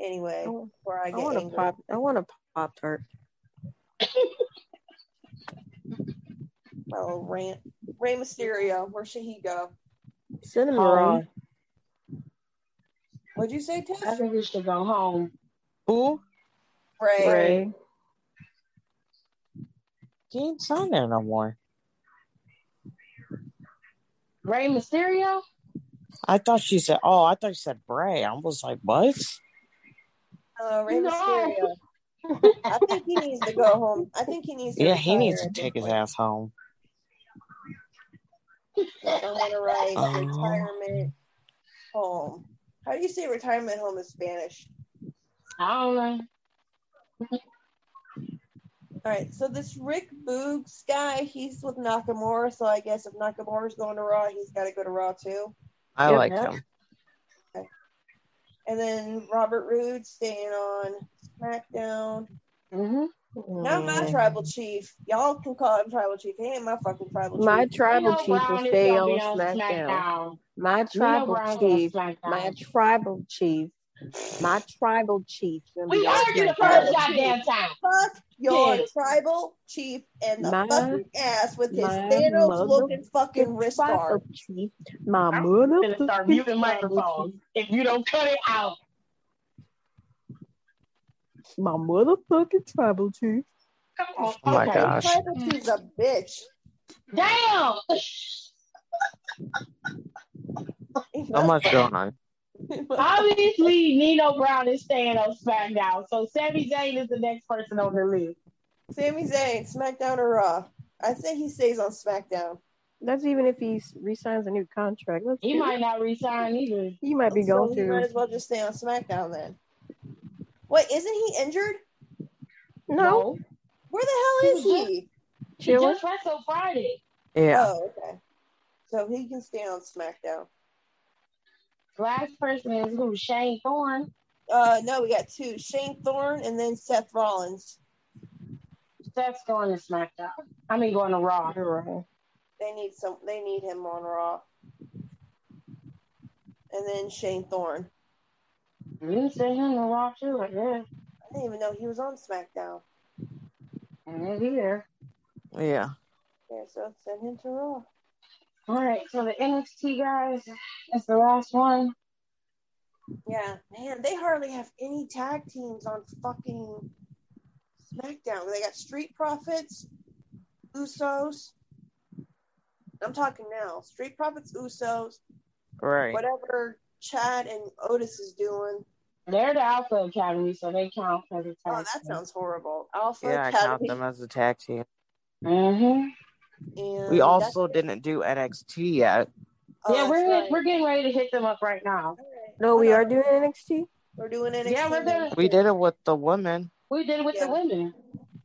Speaker 3: Anyway,
Speaker 5: I-
Speaker 3: before I
Speaker 5: I
Speaker 3: get
Speaker 5: want a
Speaker 3: angry.
Speaker 5: pop. I want a pop tart.
Speaker 3: my little rant. Oh, Rey Mysterio, where should he go?
Speaker 5: Send him a
Speaker 4: Um,
Speaker 5: raw.
Speaker 3: What'd you say,
Speaker 4: I
Speaker 3: Tish?
Speaker 4: think we should go home.
Speaker 2: Who?
Speaker 3: Ray.
Speaker 5: Ray.
Speaker 2: He ain't on there no more.
Speaker 4: Ray Mysterio?
Speaker 2: I thought she said, oh, I thought you said Bray. I was like, what?
Speaker 3: Hello, Ray
Speaker 4: No.
Speaker 3: Uh, Mysterio. I think he needs to go home. I think he needs to
Speaker 2: Yeah, he
Speaker 3: retire
Speaker 2: needs to
Speaker 3: at this
Speaker 2: take his
Speaker 3: point.
Speaker 2: ass home.
Speaker 3: Let someone to write
Speaker 2: Oh.
Speaker 3: retirement home. How do you say retirement home in Spanish?
Speaker 4: I don't know.
Speaker 3: All right, so this Rick Boogs guy, he's with Nakamura, so I guess if Nakamura's going to Raw, he's got to go to Raw too.
Speaker 2: I
Speaker 5: Yep.
Speaker 2: like
Speaker 4: Yep.
Speaker 2: him.
Speaker 3: And then Robert Roode staying on SmackDown.
Speaker 4: hmm
Speaker 3: Not my
Speaker 5: Mm.
Speaker 3: tribal chief. Y'all can call him tribal chief. He ain't my fucking tribal chief.
Speaker 5: My
Speaker 4: We
Speaker 5: tribal
Speaker 4: know
Speaker 5: chief will
Speaker 4: Brown is
Speaker 5: stay
Speaker 4: going to
Speaker 5: on
Speaker 4: be on
Speaker 5: SmackDown.
Speaker 4: SmackDown.
Speaker 5: My
Speaker 4: We know
Speaker 5: tribal
Speaker 4: Brown's on
Speaker 5: chief. My
Speaker 4: SmackDown.
Speaker 5: tribal chief. My tribal chief. gonna
Speaker 4: We
Speaker 5: be on
Speaker 4: heard you the
Speaker 5: SmackDown.
Speaker 4: first
Speaker 3: Tribal chief.
Speaker 4: goddamn time.
Speaker 3: Fuck your
Speaker 4: Shit.
Speaker 3: tribal chief and the
Speaker 5: My-
Speaker 3: fucking ass with his
Speaker 5: my
Speaker 3: Thanos
Speaker 5: mother-
Speaker 3: looking fucking wrist guard.
Speaker 5: tribal chief. My
Speaker 4: I'm
Speaker 5: mother.
Speaker 4: going to start muting microphones if you don't cut it out.
Speaker 5: My motherfucking tribal chief.
Speaker 4: Come on.
Speaker 2: Oh my
Speaker 4: okay.
Speaker 2: gosh.
Speaker 3: Tribal chief's a bitch.
Speaker 4: Damn.
Speaker 5: Oh
Speaker 2: So much going on.
Speaker 4: Obviously, Nino Brown is staying on SmackDown. So Sami Zayn is the next person on the list.
Speaker 3: Sami Zayn, SmackDown or Raw? I think he stays on SmackDown.
Speaker 5: That's even if he s- resigns a new contract. Let's
Speaker 4: He
Speaker 5: do
Speaker 4: might not resign either.
Speaker 5: He might be
Speaker 3: So
Speaker 5: going
Speaker 3: he might
Speaker 5: to.
Speaker 3: as well just stay on SmackDown then. Wait, isn't he injured?
Speaker 5: No,
Speaker 3: Where
Speaker 4: He
Speaker 3: the hell
Speaker 4: was
Speaker 3: is he?
Speaker 4: He
Speaker 5: chilling.
Speaker 4: just wrestled Friday.
Speaker 2: Yeah.
Speaker 3: Oh, okay. So he can stay on SmackDown.
Speaker 4: Last person is who? Shane Thorne.
Speaker 3: Uh, no, we got two: Shane Thorne and then Seth Rollins.
Speaker 4: Seth's going to SmackDown. I mean, going to Raw.
Speaker 5: You're right.
Speaker 3: They need some. They need him on Raw. And then Shane Thorne.
Speaker 4: You can see him on Raw too, I guess.
Speaker 3: I didn't even know he was on SmackDown.
Speaker 4: And they're here.
Speaker 2: Yeah.
Speaker 3: Yeah, so send him to Raw.
Speaker 4: All right, so the NXT guys is the last one.
Speaker 3: Yeah, man, they hardly have any tag teams on fucking SmackDown. They got Street Profits, Usos. I'm talking now. Street Profits, Usos,
Speaker 2: Right.
Speaker 3: whatever Chad and Otis is doing.
Speaker 4: They're the Alpha Academy, so they count for the
Speaker 3: Oh,
Speaker 4: tag.
Speaker 3: that sounds horrible. Alpha
Speaker 2: Yeah, I count
Speaker 3: Academy.
Speaker 2: them as a tag team.
Speaker 4: Mm-hmm.
Speaker 3: And
Speaker 2: We
Speaker 3: that's
Speaker 2: also
Speaker 3: it.
Speaker 2: didn't do NXT yet.
Speaker 3: Oh,
Speaker 4: yeah,
Speaker 3: that's
Speaker 4: we're
Speaker 3: right.
Speaker 4: we're getting ready to hit them up right now.
Speaker 3: All right.
Speaker 5: No, we
Speaker 3: Hold
Speaker 5: are
Speaker 3: on.
Speaker 5: doing NXT.
Speaker 3: We're doing NXT.
Speaker 4: Yeah, we're gonna.
Speaker 2: We did it with the women.
Speaker 4: We did it with
Speaker 3: Yeah.
Speaker 4: the women.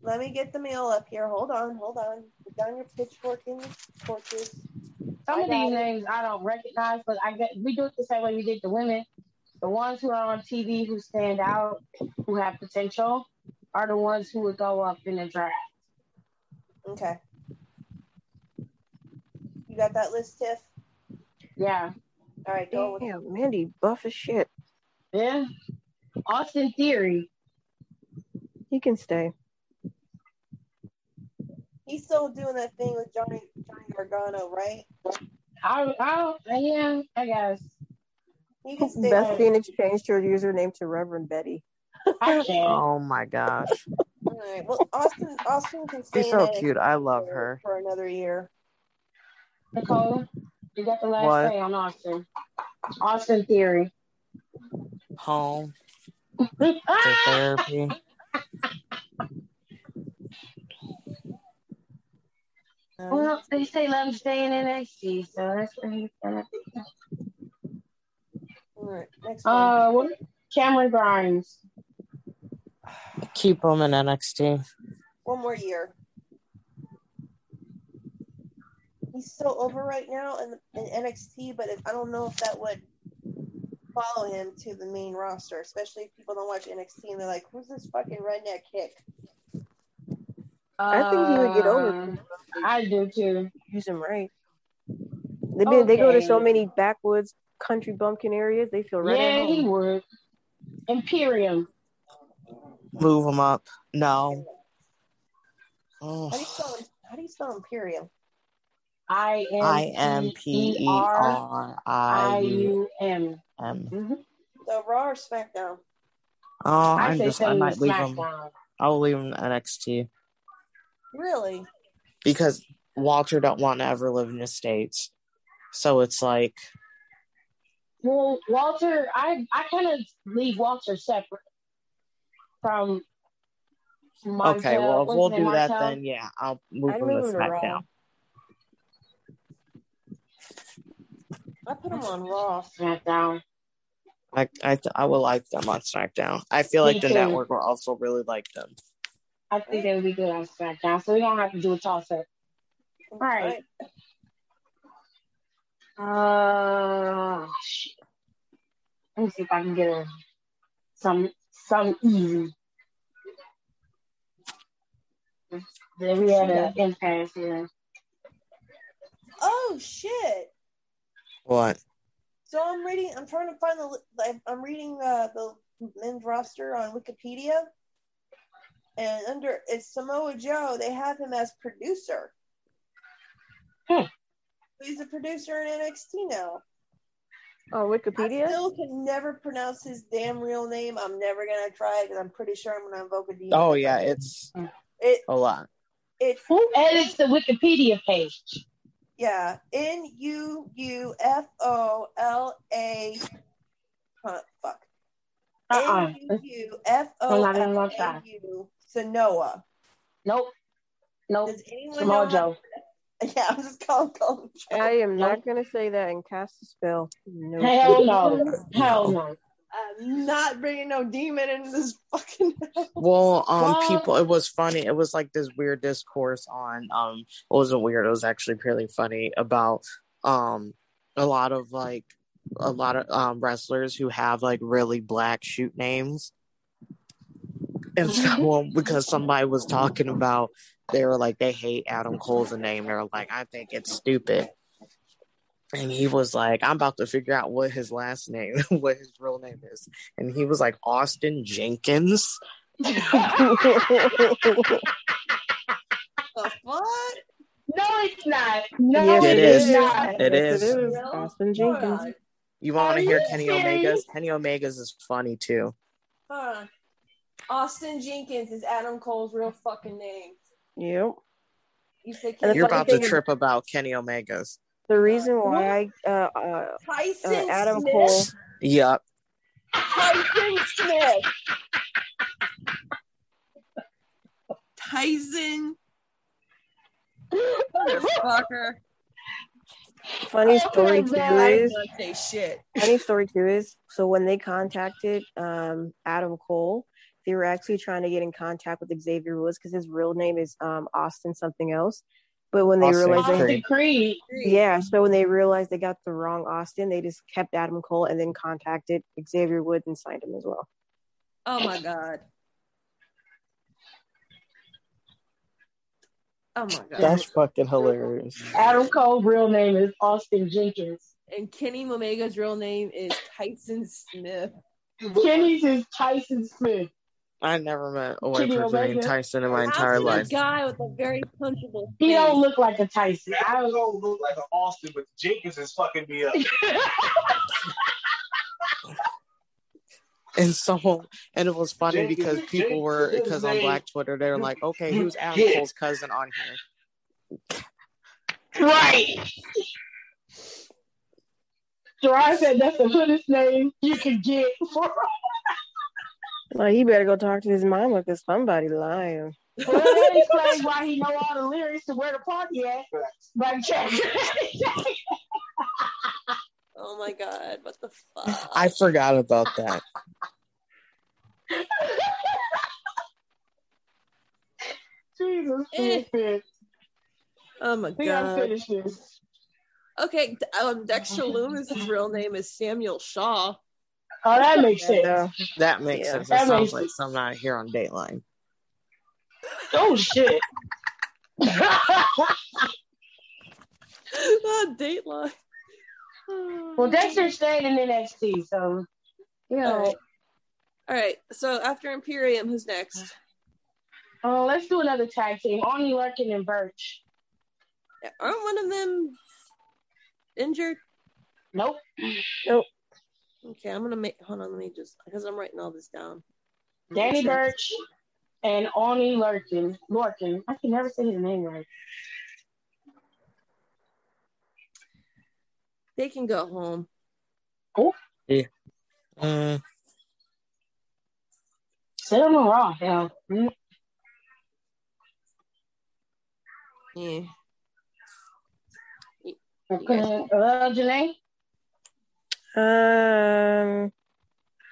Speaker 3: Let me get the mail up here. Hold on, hold on. Put down your pitchfork and your torches.
Speaker 4: Some
Speaker 3: I got
Speaker 4: of these
Speaker 3: it.
Speaker 4: names I don't recognize, but I get we do it the same way we did the women. The ones who are on TV who stand out, who have potential, are the ones who would go up in the draft.
Speaker 3: Okay. You got that list, Tiff?
Speaker 4: Yeah.
Speaker 3: All right, go with
Speaker 5: Damn, Mandy, buff as shit.
Speaker 4: Yeah. Austin Theory.
Speaker 5: He can stay.
Speaker 3: He's still doing that thing with Johnny Johnny Gargano, right?
Speaker 4: I I don't- yeah, I guess.
Speaker 3: He can stay
Speaker 5: Beth
Speaker 3: on.
Speaker 5: Phoenix changed her username to Reverend Betty.
Speaker 4: I can.
Speaker 2: Oh my gosh.
Speaker 3: All right. Well, Austin Austin can stay
Speaker 2: She's
Speaker 3: in
Speaker 2: so
Speaker 3: NXT
Speaker 2: cute. I love
Speaker 3: for,
Speaker 2: her.
Speaker 3: for another year.
Speaker 4: Nicole, you got the last
Speaker 2: What?
Speaker 4: say on Austin. Austin Theory.
Speaker 2: Home to
Speaker 4: Ah!
Speaker 2: therapy.
Speaker 3: Um,
Speaker 4: Well, Well, they say let him stay in NXT, so that's what he's gonna do.
Speaker 3: All right, next one.
Speaker 4: Uh, what? Cameron Grimes.
Speaker 2: Keep him in NXT.
Speaker 3: one more year. He's so over right now in, in NXT, but if, I don't know if that would follow him to the main roster, especially if people don't watch NXT and they're like, "Who's this fucking redneck kick?"
Speaker 5: I think he would get over
Speaker 4: Um, I do too.
Speaker 5: Use him right. They, be- they go to so
Speaker 4: Okay.
Speaker 5: many backwoods country bumpkin areas. They feel right at
Speaker 4: yeah, he
Speaker 5: home.
Speaker 4: would. Imperium.
Speaker 2: Move him up. No. Ugh.
Speaker 3: How do you spell? How do you spell Imperium?
Speaker 4: I
Speaker 2: I M
Speaker 4: M
Speaker 2: P
Speaker 4: E
Speaker 2: E
Speaker 4: R
Speaker 2: R
Speaker 4: I
Speaker 2: I U
Speaker 4: U M.
Speaker 2: M.
Speaker 3: So Raw or SmackDown?
Speaker 2: Oh,
Speaker 4: I
Speaker 2: I'm
Speaker 4: say
Speaker 2: just. I
Speaker 4: send him
Speaker 2: might
Speaker 4: to
Speaker 2: leave him.
Speaker 4: SmackDown.
Speaker 2: I'll leave him in NXT
Speaker 3: Really?
Speaker 2: because Walter don't want to ever live in the states. So it's like
Speaker 4: Well, Walter, I I kind of leave Walter separate from Montel.
Speaker 2: okay, well if
Speaker 4: what's
Speaker 2: we'll
Speaker 4: his name,
Speaker 2: do that
Speaker 4: Martel?
Speaker 2: then yeah, I'll move
Speaker 5: I'd
Speaker 2: him to
Speaker 5: move him to Raw.
Speaker 2: SmackDown.
Speaker 3: I put him on Raw.
Speaker 4: SmackDown.
Speaker 2: I I th- I will like them on SmackDown. I feel like
Speaker 4: Me
Speaker 2: the
Speaker 4: too.
Speaker 2: network will also really like them.
Speaker 4: I think they would be good on SmackDown, so we don't have to do a toss up. All right. Uh, shit. Let me see if I can get a, some some easy. Then we had an impasse here.
Speaker 3: Oh shit!
Speaker 2: What?
Speaker 3: So I'm reading. I'm trying to find the. li- like, I'm reading uh, the men's roster on Wikipedia, and under it's Samoa Joe. They have him as producer.
Speaker 4: Hmm.
Speaker 3: He's a producer in NXT now.
Speaker 5: Oh,
Speaker 3: I
Speaker 5: Wikipedia?
Speaker 3: still can never pronounce his damn real name. I'm never gonna try it, and I'm pretty sure I'm gonna invoke a demon.
Speaker 2: Oh
Speaker 3: if I
Speaker 2: yeah,
Speaker 3: do.
Speaker 2: it's
Speaker 3: it.
Speaker 2: a lot.
Speaker 3: It's
Speaker 4: Who edits the Wikipedia page?
Speaker 3: yeah. N U U F O L A. Huh, fuck.
Speaker 4: Uh-uh.
Speaker 3: N U U F O
Speaker 4: I'm not even
Speaker 3: L
Speaker 4: gonna
Speaker 3: A
Speaker 4: try.
Speaker 3: U Sanoa.
Speaker 4: Nope. Nope.
Speaker 3: Does anyone know? how-
Speaker 4: Samojo.
Speaker 3: Yeah, I'm just calling calling.
Speaker 5: I am
Speaker 4: Nope.
Speaker 5: not going to say that and cast a spell. No.
Speaker 4: Hell no. Hell
Speaker 2: No.
Speaker 4: no.
Speaker 3: I'm not bringing no demon into this fucking.
Speaker 2: Well, um,
Speaker 4: Well-
Speaker 2: people, it was funny. It was like this weird discourse on, um, it wasn't weird. It was actually pretty funny about, um, a lot of like, a lot of um wrestlers who have like really black shoot names, and someone because somebody was talking about they were like they hate Adam Cole's name. They're like, I think it's stupid. And he was like, I'm about to figure out what his last name, what his real name is. And he was like, Austin Jenkins.
Speaker 3: the fuck?
Speaker 4: No, it's not. No,
Speaker 5: Yes,
Speaker 2: It
Speaker 4: it
Speaker 2: is.
Speaker 4: is not.
Speaker 2: It
Speaker 5: yes,
Speaker 2: is.
Speaker 5: it is.
Speaker 3: No,
Speaker 5: Austin
Speaker 3: Hold
Speaker 5: Jenkins.
Speaker 3: on.
Speaker 2: You want
Speaker 4: Are
Speaker 2: to hear
Speaker 4: you
Speaker 2: Kenny
Speaker 4: serious?
Speaker 2: Omega's? Kenny Omega's is funny too.
Speaker 3: Hold on. Austin Jenkins is Adam Cole's real fucking name.
Speaker 5: Yep.
Speaker 3: You say
Speaker 5: And the
Speaker 3: Kenny
Speaker 2: You're
Speaker 5: funny
Speaker 2: about to
Speaker 5: thing is-
Speaker 2: trip about Kenny Omega's.
Speaker 5: The reason why I, uh, uh,
Speaker 3: Tyson
Speaker 5: uh, Adam
Speaker 3: Smith.
Speaker 5: Cole,
Speaker 2: Yep.
Speaker 3: Tyson Smith. Tyson. Motherfucker.
Speaker 5: funny
Speaker 4: Oh
Speaker 5: story
Speaker 4: my
Speaker 5: too
Speaker 4: God.
Speaker 5: is,
Speaker 3: Not say shit.
Speaker 5: funny story too is, so when they contacted um, Adam Cole, they were actually trying to get in contact with Xavier Woods because his real name is um, Austin something else. But when they
Speaker 2: Austin
Speaker 5: realized, they,
Speaker 2: Creed.
Speaker 4: Austin Creed.
Speaker 5: yeah, so when they realized they got the wrong Austin, they just kept Adam Cole and then contacted Xavier Woods and signed him as well.
Speaker 3: Oh my god. Oh my god.
Speaker 2: That's fucking hilarious.
Speaker 4: Adam Cole's real name is Austin Jenkins.
Speaker 3: and Kenny Momega's real name is Tyson Smith.
Speaker 4: Kenny's is Tyson Smith.
Speaker 2: I never met a white
Speaker 4: Kenny
Speaker 2: person named
Speaker 4: Omega.
Speaker 2: Tyson in my
Speaker 3: How
Speaker 2: entire
Speaker 3: can
Speaker 2: life.
Speaker 3: a guy with a very punchable
Speaker 4: He don't
Speaker 3: face?
Speaker 4: look like a Tyson.
Speaker 7: Yeah,
Speaker 4: I
Speaker 7: I
Speaker 4: don't know.
Speaker 7: don't look like an Austin, but Jenkins is fucking me up.
Speaker 2: And so, and it was funny
Speaker 7: Jenkins-
Speaker 2: because people were
Speaker 7: Jenkins'
Speaker 2: because on
Speaker 7: name-
Speaker 2: Black Twitter they were like, okay,
Speaker 7: you
Speaker 2: who's Adam
Speaker 7: get-
Speaker 2: Cole's cousin on here?
Speaker 4: Right. Gerard said that's the hoodest name you can get for
Speaker 5: Well, he better go talk to his mom because somebody lying.
Speaker 4: Well, that explains why he know all the lyrics to where the party at. But check.
Speaker 3: Oh my god, what the fuck?
Speaker 2: I forgot about that.
Speaker 4: Jesus,
Speaker 3: Eh.
Speaker 4: Christ.
Speaker 3: oh my
Speaker 4: we gotta
Speaker 3: god.
Speaker 4: finish this.
Speaker 3: Okay, d- um, Dexter Loomis's real name is Samuel Shaw.
Speaker 4: Oh, that makes sense.
Speaker 5: No.
Speaker 2: That makes
Speaker 3: Yeah.
Speaker 2: sense.
Speaker 4: That
Speaker 2: That sounds
Speaker 4: makes
Speaker 2: like
Speaker 4: sense.
Speaker 2: something out here on Dateline.
Speaker 4: Oh shit.
Speaker 3: Ah, Dateline.
Speaker 4: well, Dexter stayed in NXT, so you know.
Speaker 3: Alright. All right, so after Imperium, who's next?
Speaker 4: Uh, let's do another tag team. Only Larkin and Birch.
Speaker 3: Aren't one of them injured?
Speaker 4: Nope.
Speaker 3: Okay, I'm gonna make. Hold on, let me just because I'm writing all this down.
Speaker 4: Danny
Speaker 3: Sure.
Speaker 4: Birch and Only Larkin. Larkin. I can never say his name right.
Speaker 3: They can go home.
Speaker 2: Mm,
Speaker 4: Sit him on Raw. Hell. Mm.
Speaker 3: Yeah.
Speaker 4: Okay. Uh, Janae.
Speaker 5: Um,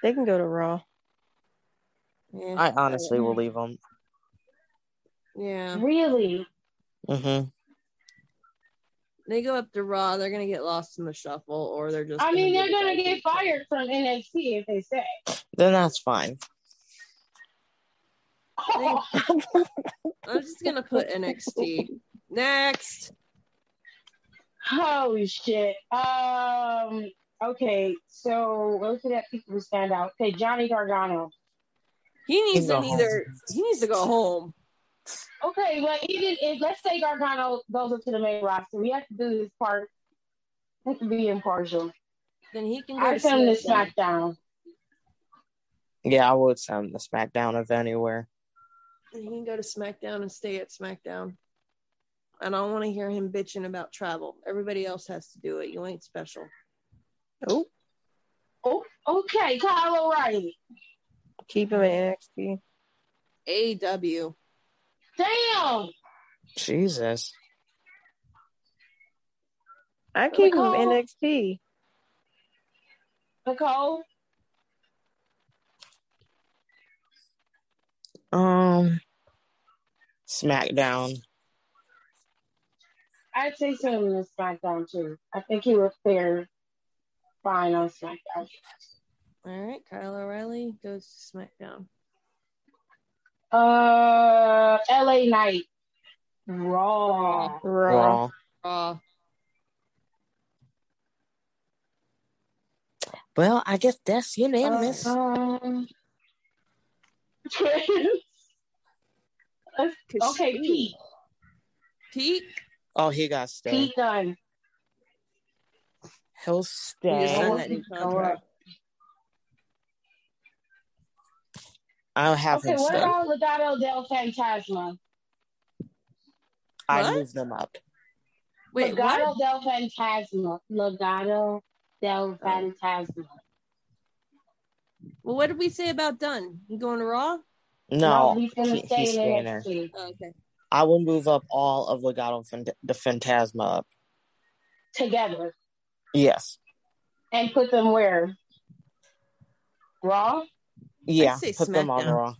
Speaker 5: they can go to Raw.
Speaker 3: Yeah.
Speaker 2: I honestly will leave them.
Speaker 3: Yeah.
Speaker 4: Really?
Speaker 2: Mm-hmm.
Speaker 3: They go up to Raw. They're gonna get lost in the shuffle, or they're just.
Speaker 4: I mean, they're
Speaker 3: get
Speaker 4: gonna
Speaker 3: back
Speaker 4: get
Speaker 3: in the shuffle.
Speaker 4: fired from NXT if they say.
Speaker 2: Then that's fine.
Speaker 3: I'm just gonna put NXT next.
Speaker 4: Holy shit. Um. Okay. So let's see that people who stand out. Okay, Johnny Gargano.
Speaker 3: He needs
Speaker 2: go
Speaker 3: to either he needs to go home.
Speaker 4: Okay, well, even if let's say Gargano goes up to the main roster, we have to do this part. We have to be impartial.
Speaker 3: Then he can go.
Speaker 4: I send him to
Speaker 3: SmackDown.
Speaker 4: SmackDown.
Speaker 2: Yeah, I would send the SmackDown if anywhere.
Speaker 3: Then He can go to SmackDown and stay at SmackDown. I don't want to hear him bitching about travel. Everybody else has to do it. You ain't special.
Speaker 5: Oh,
Speaker 4: Oh, okay, Kyle O'Reilly.
Speaker 5: keep him in NXT.
Speaker 3: AW.
Speaker 4: Damn.
Speaker 2: Jesus.
Speaker 5: I keep him
Speaker 4: Nicole.
Speaker 6: Oh.
Speaker 5: in NXT.
Speaker 4: Nicole.
Speaker 2: Um, SmackDown.
Speaker 4: I'd say send him to SmackDown too. I think he was fair fine on SmackDown.
Speaker 3: All right, Kyle O'Reilly goes to SmackDown.
Speaker 4: Uh, LA Knight. Raw.
Speaker 5: Raw.
Speaker 2: Raw.
Speaker 3: Raw.
Speaker 2: Well, I guess that's unanimous.
Speaker 4: Um, okay, Pete.
Speaker 3: Pete.
Speaker 2: oh, he got stay.
Speaker 4: Pete Dunn.
Speaker 2: He'll
Speaker 3: He just
Speaker 2: stay.
Speaker 3: signed that new
Speaker 4: Go
Speaker 3: contract.
Speaker 2: I'll have
Speaker 4: Okay,
Speaker 2: him
Speaker 4: what
Speaker 2: stay.
Speaker 4: about Legado del Fantasma?
Speaker 2: I
Speaker 3: What?
Speaker 2: move them up.
Speaker 3: Wait,
Speaker 4: Legado
Speaker 3: what?
Speaker 4: del Fantasma. Legado del Fantasma.
Speaker 3: Well, what did we say about Dunn? You going to Raw?
Speaker 2: No,
Speaker 4: he's gonna
Speaker 2: he-
Speaker 4: stay
Speaker 2: he's
Speaker 4: in
Speaker 2: staying there.
Speaker 4: NXT.
Speaker 3: Oh, okay.
Speaker 2: I will move up all of Legado Fan- the Phantasma up.
Speaker 4: together
Speaker 2: Yes.
Speaker 4: and put them where? Raw?
Speaker 2: Yeah.
Speaker 3: say
Speaker 2: Put them on
Speaker 3: SmackDown.
Speaker 2: Raw.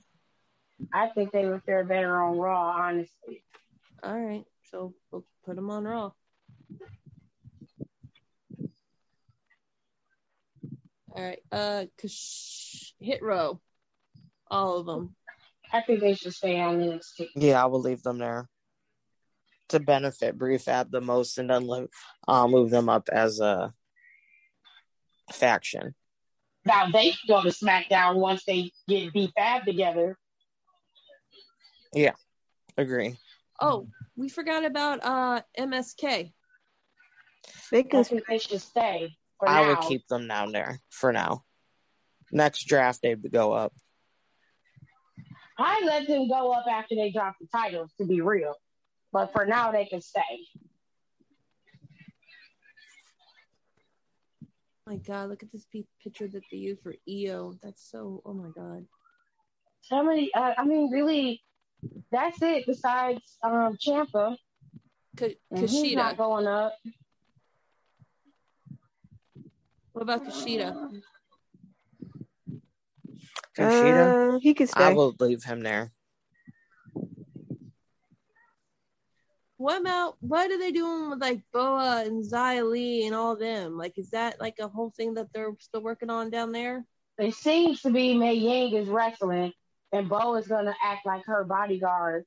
Speaker 4: I think they would fare better on Raw, honestly.
Speaker 3: All right. So we'll put him on Raw. All right. Uh, Kish- hit row. All of them.
Speaker 4: I think they should stay on NXT.
Speaker 2: Yeah, I will leave them there to benefit Briefab the most, and then li- I'll move them up as a faction.
Speaker 4: Now they can go to SmackDown once they get B Fab together.
Speaker 2: Agree.
Speaker 3: Oh, we forgot about uh MSK.
Speaker 5: They
Speaker 4: I
Speaker 5: can.
Speaker 4: think they should stay for
Speaker 2: I
Speaker 4: now.
Speaker 2: would keep them down there for now. Next draft, they would go up.
Speaker 4: I let them go up after they drop the titles, to be real. But for now, they can stay.
Speaker 3: Oh my God, look at this pe- picture that they E used for EO. That's so. Oh my God.
Speaker 4: So many. Uh, I mean, really, That's it. Besides um, Champa, and he's not
Speaker 6: Kushida.
Speaker 4: going up.
Speaker 6: What about Kushida?
Speaker 2: Kushida?
Speaker 5: Uh, he could
Speaker 2: I
Speaker 5: stay.
Speaker 2: will leave him there.
Speaker 6: What about what are they doing with like Boa and Xia Li and all them? Like, is that like a whole thing that they're still working on down there?
Speaker 4: It seems to be Mei Ying is wrestling, and Bo is going to act like her bodyguard.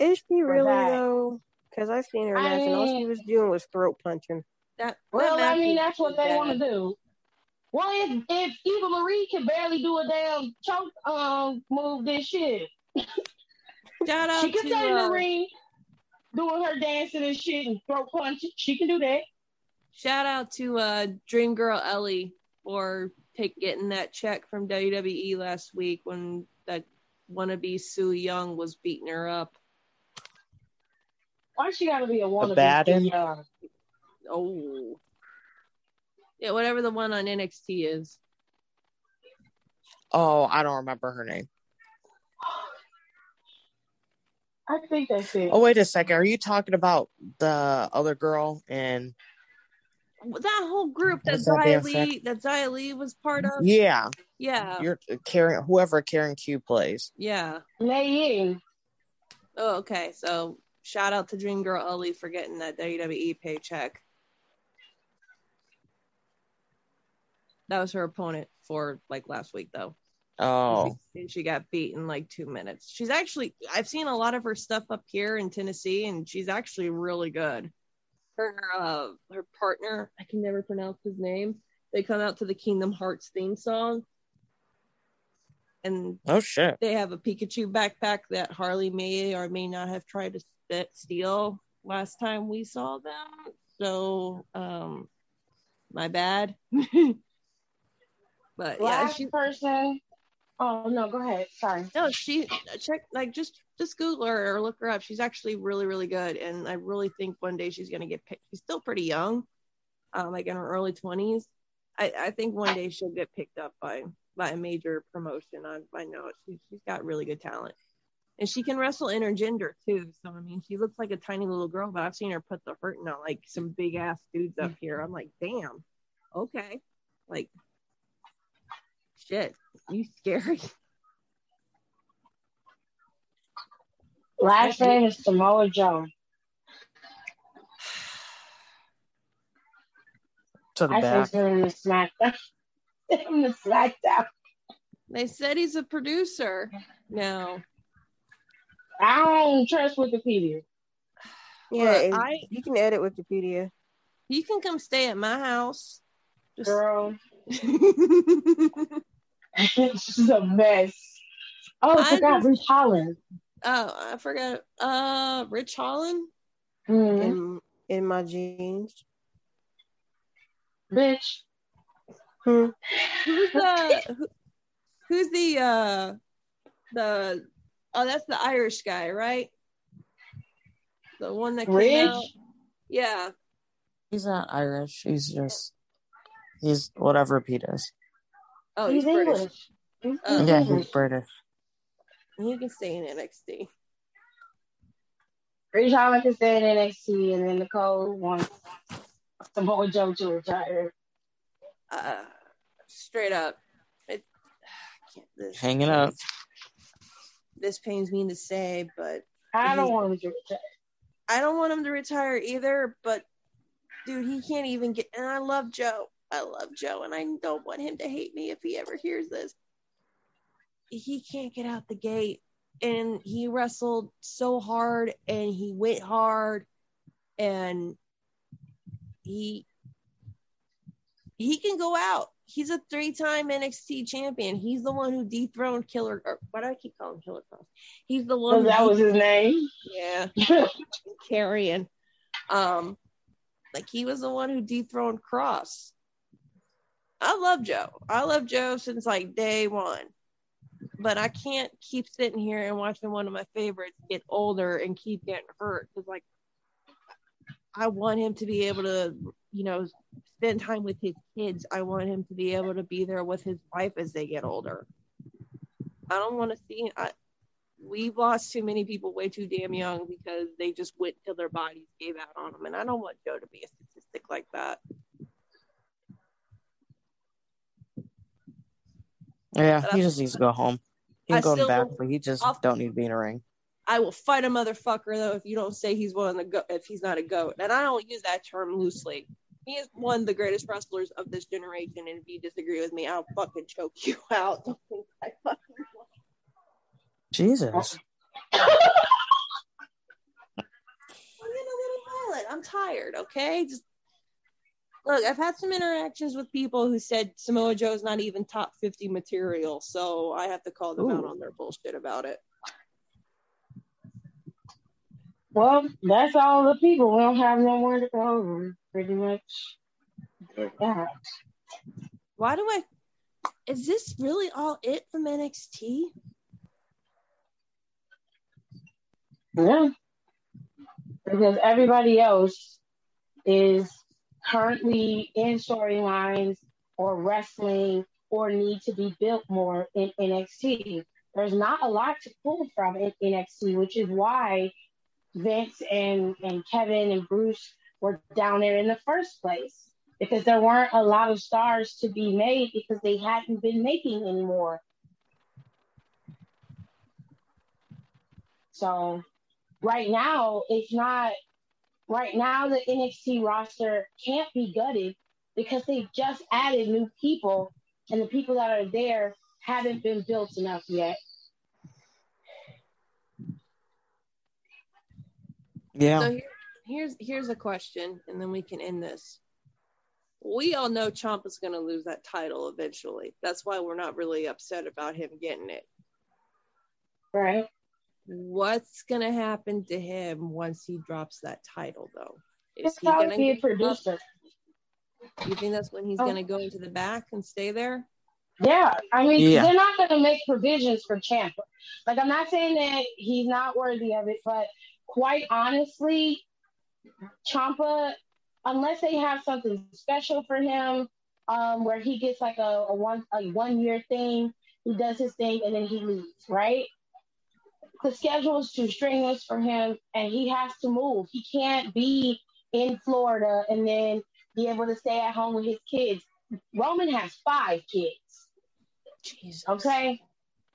Speaker 5: Is she really
Speaker 4: that.
Speaker 5: though? Because I seen her
Speaker 4: I
Speaker 5: match, and all she
Speaker 4: mean-
Speaker 5: was doing was throat punching.
Speaker 6: That
Speaker 4: Well, I mean, that's what they
Speaker 6: to
Speaker 4: want to do. Well, if, if Eva Marie can barely do a damn choke um, move, then shit.
Speaker 6: do. Shout out
Speaker 4: She can
Speaker 6: to
Speaker 4: stay in the
Speaker 6: uh,
Speaker 4: ring doing her dancing and shit and throat punching. She can do that.
Speaker 6: shout out to uh, Dream Girl Ellie for take, getting that check from WWE last week when that wannabe Sue Young was beating her up.
Speaker 4: Why she got to be a wannabe?
Speaker 2: Abaddon?
Speaker 4: Sue Young?
Speaker 6: Oh, yeah, whatever the one on NXT is.
Speaker 2: Oh, I don't remember her name.
Speaker 4: I think that's it.
Speaker 2: Oh, wait a second. Are you talking about the other girl? And
Speaker 6: that whole group that
Speaker 2: What's that damn
Speaker 6: Xia Li that Xia Li was part of.
Speaker 2: yeah,
Speaker 6: Yeah,
Speaker 2: you're Karen, whoever Karen Q plays.
Speaker 6: yeah.
Speaker 4: Mei Ying.
Speaker 6: Oh, okay. So shout out to Dream Girl Ellie for getting that WWE paycheck. That was her opponent for like last week though.
Speaker 2: Oh,
Speaker 6: And she got beat in like two minutes. She's actually I've seen a lot of her stuff up here in Tennessee and she's actually really good. Her uh her partner, I can never pronounce his name. They come out to the Kingdom Hearts theme song. And
Speaker 2: oh shit.
Speaker 6: they have a Pikachu backpack that Harley may or may not have tried to st- steal last time we saw them. So, um, my bad. but yeah,
Speaker 4: Last
Speaker 6: she
Speaker 4: person. Oh, no, go ahead. Sorry.
Speaker 6: no, she check like just just Google her or look her up. She's actually really really good, and I really think one day she's gonna get picked. She's still pretty young, um, like in her early twenties. I, I think one day she'll get picked up by by a major promotion. I I know it. She, she's got really good talent, and she can wrestle intergender too. So I mean, she looks like a tiny little girl, but I've seen her put the hurting on like some big ass dudes up here. I'm like, damn, okay, like shit, you scary.
Speaker 4: Last name is Samoa Joe.
Speaker 2: To the
Speaker 4: I think
Speaker 2: back.
Speaker 4: she's in the SmackDown. in the SmackDown.
Speaker 6: They said he's a producer now.
Speaker 4: I don't trust Wikipedia.
Speaker 5: Yeah,
Speaker 6: Look,
Speaker 5: it-
Speaker 6: I-
Speaker 5: you can edit Wikipedia.
Speaker 6: You can come stay at my house. Just
Speaker 4: Girl,
Speaker 6: oh,
Speaker 4: she's a mess. Oh, I
Speaker 6: I
Speaker 4: forgot
Speaker 6: just-
Speaker 4: Bruce Holland.
Speaker 6: Oh, I forgot. Uh, Rich Holland. Mm-hmm.
Speaker 4: Mhm.
Speaker 5: In in my jeans.
Speaker 4: Bitch.
Speaker 5: Hmm.
Speaker 6: Who's the who, who's the uh the oh that's the Irish guy, right? The one that came out.
Speaker 4: Ridge?
Speaker 6: Yeah,
Speaker 2: He's not Irish. He's just he's whatever Pete is.
Speaker 6: oh he's,
Speaker 4: he's
Speaker 6: British.
Speaker 4: English. He's,
Speaker 6: Oh.
Speaker 4: he's
Speaker 2: Yeah, he's
Speaker 4: English.
Speaker 2: British.
Speaker 6: He can stay in NXT.
Speaker 4: Ridge Holland can stay in NXT, and then Nicole wants Samoa Joe to retire.
Speaker 6: Uh, straight up. It, I can't, this
Speaker 2: Hanging up.
Speaker 6: this pains me to say, but
Speaker 4: I don't
Speaker 6: He-
Speaker 4: want him to retire.
Speaker 6: I don't want him to retire either, but dude, he can't even get. And I love Joe. I love Joe, and I don't want him to hate me if he ever hears this. He can't get out the gate, and he wrestled so hard, and he went hard, and he he can go out. He's a three-time NXT champion. He's the one who dethroned Killer. Or why do I keep calling him Killer Cross? He's the one.
Speaker 4: Because
Speaker 6: Who
Speaker 4: that was
Speaker 6: de-
Speaker 4: his name.
Speaker 6: yeah. carrying. Um, like he was the one who dethroned Cross. I love Joe. I love Joe since like day one. But I can't keep sitting here and watching one of my favorites get older and keep getting hurt because like I want him to be able to, you know, spend time with his kids. I want him to be able to be there with his wife as they get older. I don't want to see. I, we've lost too many people way too damn young because they just went till their bodies gave out on them. And I don't want Joe to be a statistic like that.
Speaker 2: Yeah, he just needs to go home. He
Speaker 6: I
Speaker 2: can go in the
Speaker 6: still
Speaker 2: back,
Speaker 6: will-
Speaker 2: but he just
Speaker 6: I'll-
Speaker 2: don't need to be in a ring.
Speaker 6: I will fight a motherfucker though if you don't say he's one of the go- if he's not a goat. And I don't use that term loosely. He is one of the greatest wrestlers of this generation, and if you disagree with me, I'll fucking choke you out. Don't think I fucking
Speaker 2: Jesus.
Speaker 6: I'm getting a little violent. I'm tired, okay? Just look, I've had some interactions with people who said Samoa Joe's not even top 50 material, so I have to call them out
Speaker 2: Ooh.
Speaker 6: on their bullshit about it.
Speaker 4: Well, that's all the people. We don't have no one to go over, pretty much. Yeah.
Speaker 6: Why do I? Is this really all it from NXT?
Speaker 4: Yeah. Because everybody else is currently in storylines or wrestling or need to be built more in NXT. There's not a lot to pull from in NXT, which is why Vince and, and Kevin and Bruce were down there in the first place. Because there weren't a lot of stars to be made because they hadn't been making anymore. So right now it's not right now the NXT roster can't be gutted because they've just added new people and the people that are there haven't been built enough yet.
Speaker 2: Yeah.
Speaker 6: So here, here's here's a question, and then we can end this. We all know Ciampa's going to lose that title eventually. That's why we're not really upset about him getting it.
Speaker 4: Right?
Speaker 6: What's going to happen to him once he drops that title, though? Is
Speaker 4: It's
Speaker 6: he going
Speaker 4: probably
Speaker 6: to
Speaker 4: be a producer.
Speaker 6: You think that's when he's
Speaker 4: Oh.
Speaker 6: going to go into the back and stay there?
Speaker 4: Yeah. I mean
Speaker 2: Yeah.
Speaker 4: they're not gonna make provisions for Champa. Like I'm not saying that he's not worthy of it, but quite honestly, Champa, unless they have something special for him, um, where he gets like a, a one a one year thing, he does his thing and then he leaves, right? The schedule is too strenuous for him, and he has to move. He can't be in Florida and then be able to stay at home with his kids. Roman has five kids,
Speaker 6: Jesus.
Speaker 4: okay,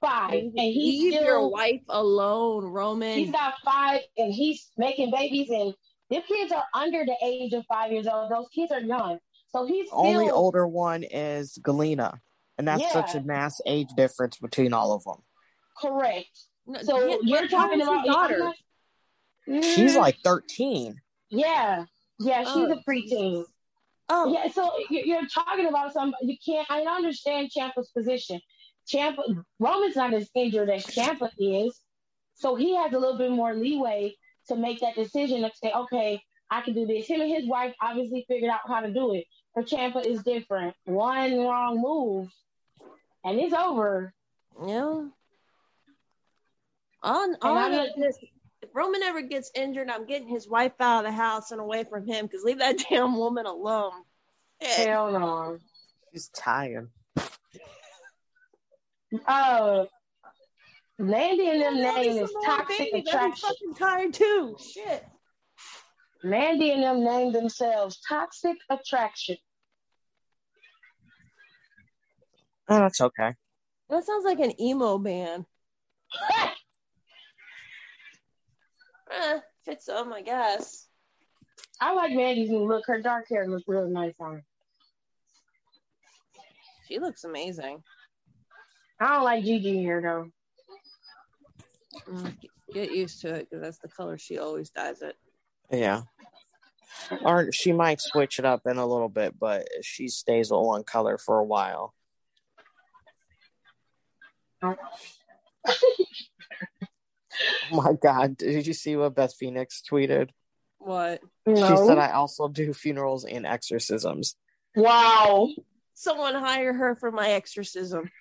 Speaker 4: five,
Speaker 6: Leave,
Speaker 4: and he's
Speaker 6: leave your
Speaker 4: still
Speaker 6: wife alone, Roman.
Speaker 4: He's got five, and he's making babies, and these kids are under the age of five years old. Those kids are young, so he's still
Speaker 2: Only older one is Galena. And that's such
Speaker 4: Yeah.
Speaker 2: a mass age difference between all of them.
Speaker 4: correct.
Speaker 6: No,
Speaker 4: So
Speaker 6: yeah,
Speaker 4: you're
Speaker 6: but how
Speaker 4: talking
Speaker 6: old's his
Speaker 4: about
Speaker 6: daughter.
Speaker 4: I'm not-
Speaker 2: She's
Speaker 4: Mm,
Speaker 2: like 13.
Speaker 4: yeah, yeah, she's
Speaker 6: Oh,
Speaker 4: a preteen.
Speaker 6: oh,
Speaker 4: Yeah, so you- you're talking about some. You can't. I don't understand Champa's position. Champa Roman's not as injured as Champa is, so he has a little bit more leeway to make that decision to say, okay, I can do this. Him and his wife obviously figured out how to do it, but Champa is different. One wrong move, and it's over.
Speaker 6: yeah. On
Speaker 4: And
Speaker 6: on
Speaker 4: I'm not-
Speaker 6: this, if Roman ever gets injured, I'm getting his wife out of the house and away from him because leave that damn woman alone. Eh,
Speaker 4: Hell no.
Speaker 2: She's tired.
Speaker 4: Oh, Landy and them
Speaker 6: all
Speaker 4: name
Speaker 6: these
Speaker 4: is
Speaker 6: little
Speaker 4: toxic
Speaker 6: babies, I'm
Speaker 4: attraction.
Speaker 6: fucking tired too. Shit.
Speaker 4: Mandy and them named themselves Toxic Attraction.
Speaker 2: Oh, that's okay.
Speaker 6: That sounds like an emo band. Eh, fits them, I guess.
Speaker 4: I like Mandy's new look. Her dark hair looks really nice on her.
Speaker 6: She looks amazing.
Speaker 4: I don't like Gigi here though.
Speaker 6: Mm, Get used to it because that's the color she always dyes it.
Speaker 2: Yeah. Or she might switch it up in a little bit, but she stays with one color for a while. Oh my God. Did you see what Beth Phoenix tweeted?
Speaker 6: What?
Speaker 2: She
Speaker 4: No.
Speaker 2: said, I also do funerals and exorcisms.
Speaker 4: wow.
Speaker 6: Someone hire her for my exorcism.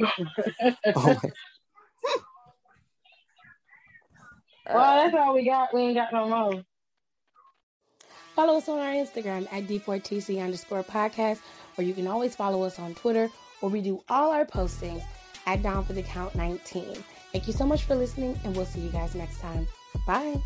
Speaker 2: Oh my
Speaker 6: Uh,
Speaker 4: Well, that's all we got. We ain't got no more.
Speaker 1: Follow us on our Instagram at D4TC underscore podcast, or you can always follow us on Twitter where we do all our postings at Down for the Count 19. Thank you so much for listening, and we'll see you guys next time. Bye.